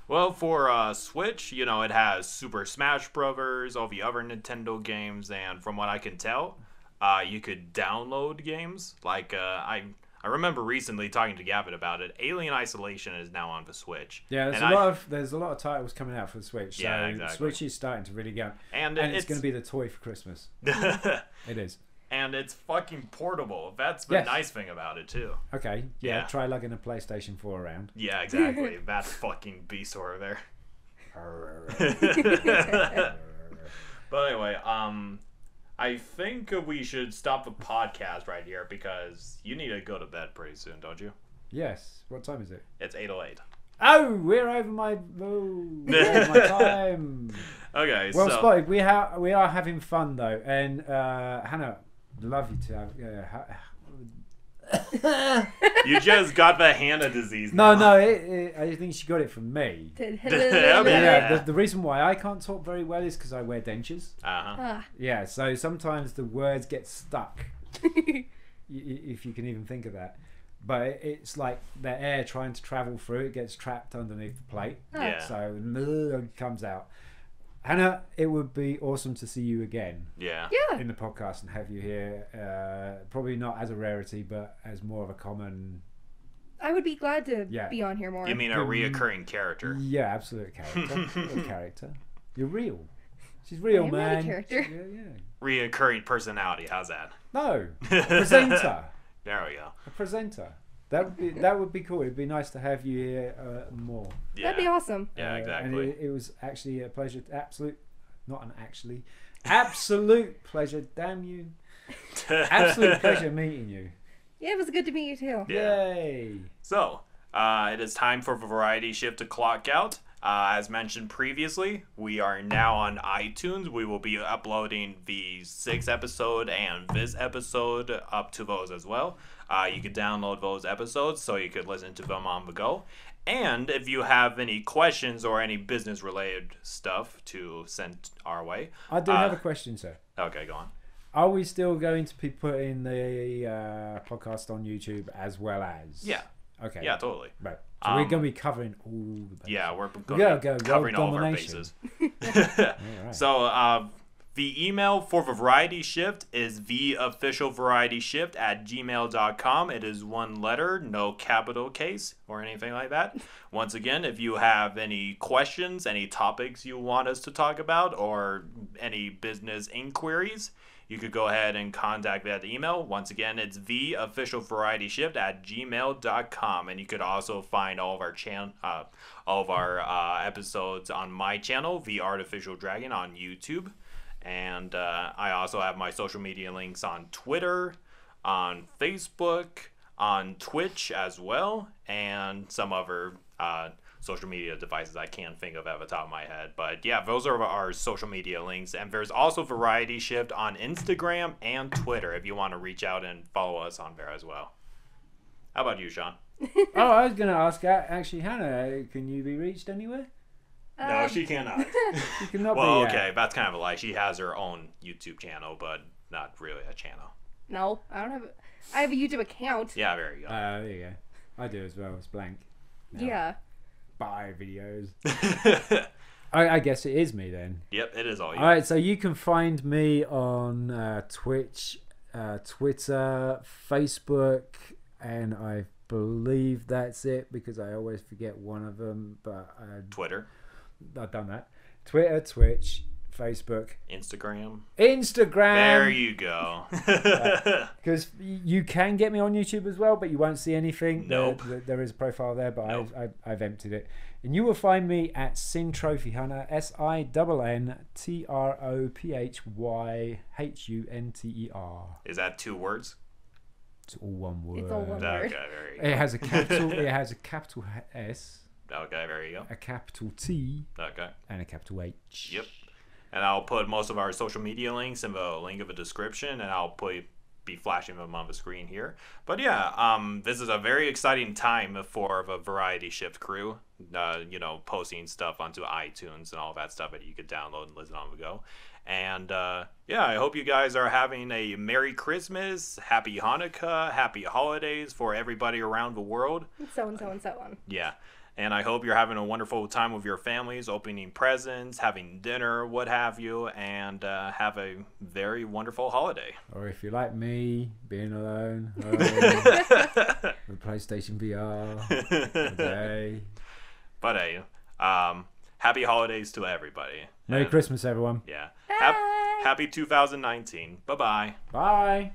B: Well, for uh, Switch, you know, it has Super Smash Brothers, all the other Nintendo games, and from what I can tell, uh, you could download games. Like uh, I, I remember recently talking to Gavin about it. Alien Isolation is now on the Switch.
A: Yeah, there's
B: and
A: a
B: I-
A: lot of there's a lot of titles coming out for the Switch. So
B: Yeah, exactly.
A: Switch is starting to really go,
B: And
A: and it's,
B: it's-
A: going to be the toy for Christmas. It is.
B: and it's fucking portable. That's the
A: Yes.
B: nice thing about it too.
A: Okay. Yeah.
B: Yeah.
A: Try lugging a PlayStation 4 around.
B: Yeah, exactly. that fucking beast over there. But anyway, um, I think we should stop the podcast right here because you need to go to bed pretty soon, don't you?
A: yes. What time is it?
B: It's eight oh eight.
A: Oh, we're over my oh, yeah, my time.
B: Okay,
A: Well
B: so
A: spotted. We have we are having fun though, and uh, Hannah, love you to have. Uh, ha-
B: you just got the Hannah disease.
A: no,
B: now.
A: no, it, it, I think she got it from me. Yeah,
B: Yeah.
A: The, the reason why I can't talk very well is because I wear dentures.
B: Uh-huh.
C: Ah.
A: Yeah, so sometimes the words get stuck, y- y- if you can even think of that. But it- it's like the air trying to travel through, it gets trapped underneath the plate.
B: Yeah.
A: So it comes out. Hannah, it would be awesome to see you again
B: Yeah.
C: yeah.
A: in the podcast and have you here. Uh, probably not as a rarity, but as more of a common,
C: I would be glad to
A: Yeah.
C: be on here more.
B: You mean a reoccurring character?
A: yeah, absolute character. You're a character. You're real. She's real,
C: am not Oh, a
A: man.
C: character.
A: She- yeah, yeah.
B: Reoccurring personality. How's that?
A: No, presenter.
B: There we go.
A: a presenter. That would be that would be cool. It'd be nice to have you here uh, more.
B: Yeah.
C: That'd be awesome.
B: Yeah,
A: Uh,
B: exactly.
A: And it, it was actually a pleasure. Absolute, not an actually, absolute pleasure. Damn you! Absolute pleasure meeting you.
C: Yeah, it was good to meet you too.
B: Yeah.
A: Yay!
B: So, uh, it is time for Variety Shift to clock out. Uh, as mentioned previously, we are now on iTunes. We will be uploading the sixth episode and this episode up to those as well. Uh, you could download those episodes so you could listen to them on the go. And if you have any questions or any business related stuff to send our way.
A: I do
B: Uh,
A: have a question, sir.
B: Okay, go on.
A: Are we still going to be putting the uh, podcast on YouTube as well as?
B: Yeah.
A: Okay.
B: Yeah, totally.
A: Right. So
B: Um,
A: we're going to be covering all the bases.
B: Yeah, we're going
A: gotta go
B: to
A: world
B: be covering all of our
A: domination.
B: bases.
A: All right.
B: So uh, the email for the variety shift is the official variety shift at gmail.com. It is one letter, no capital case or anything like that. Once again, if you have any questions, any topics you want us to talk about, or any business inquiries, you could go ahead and contact that email. Once again, it's the official variety shift at gmail.com. And you could also find all of our channel, uh, all of our uh, episodes on my channel, The Artificial Dragon, on YouTube. And uh, I also have my social media links on Twitter, on Facebook, on Twitch as well, and some other uh, social media devices I can't think of at the top of my head. But yeah, those are our social media links. And there's also Variety Shift on Instagram and Twitter if you want to reach out and follow us on there as well. How about you, Sean?
A: oh, I was going to ask uh, actually, Hannah, can you be reached anywhere?
C: Um,
B: no, she cannot.
A: You cannot
B: well,
A: be. uh,
B: okay, that's kind of a lie. She has her own YouTube channel, but not really a channel.
C: No, I don't have. A, I have a YouTube account.
B: Yeah, there you go.
A: Uh, there you go. I do as well. It's blank.
C: Yeah.
A: Bye videos. I, I guess it is me then.
B: yep, it is all you.
A: All right, so you can find me on uh, Twitch, uh, Twitter, Facebook, and I believe that's it because I always forget one of them. But uh,
B: Twitter,
A: I've done that. Twitter, Twitch, Facebook,
B: Instagram. There
A: Instagram.
B: you go.
A: Because you can get me on YouTube as well, but you won't see anything. There-
B: Nope.
A: There, there is a profile there, but I've, I've, I've emptied it. And you will find me at Sin Trophy Hunter, S I N N T R O P H Y H U N T E R.
B: is that two words?
A: It's all one word.
C: It's all one word.
B: Okay, there you go.
A: It has a capital. it has a capital H- S,
B: Okay, there you
A: a capital T,
B: go. Okay.
A: and a capital H.
B: Yep. And I'll put most of our social media links in the link of the description, and I'll put be flashing them on the screen here. But yeah, um, this is a very exciting time for the Variety Shift crew. Uh, you know, posting stuff onto iTunes and all that stuff that you could download and listen on the go. And uh, yeah, I hope you guys are having a Merry Christmas, Happy Hanukkah, Happy Holidays for everybody around the world.
C: And so and so and so on.
B: Yeah. And I hope you're having a wonderful time with your families, opening presents, having dinner, what have you, and uh, have a very wonderful holiday.
A: Or if you're like me, being alone, home, with PlayStation VR, okay.
B: But hey, um, happy holidays to everybody.
A: Merry
B: And,
A: Christmas, everyone.
B: Yeah.
C: Bye.
B: Hap- happy 2019. Bye bye.
A: Bye.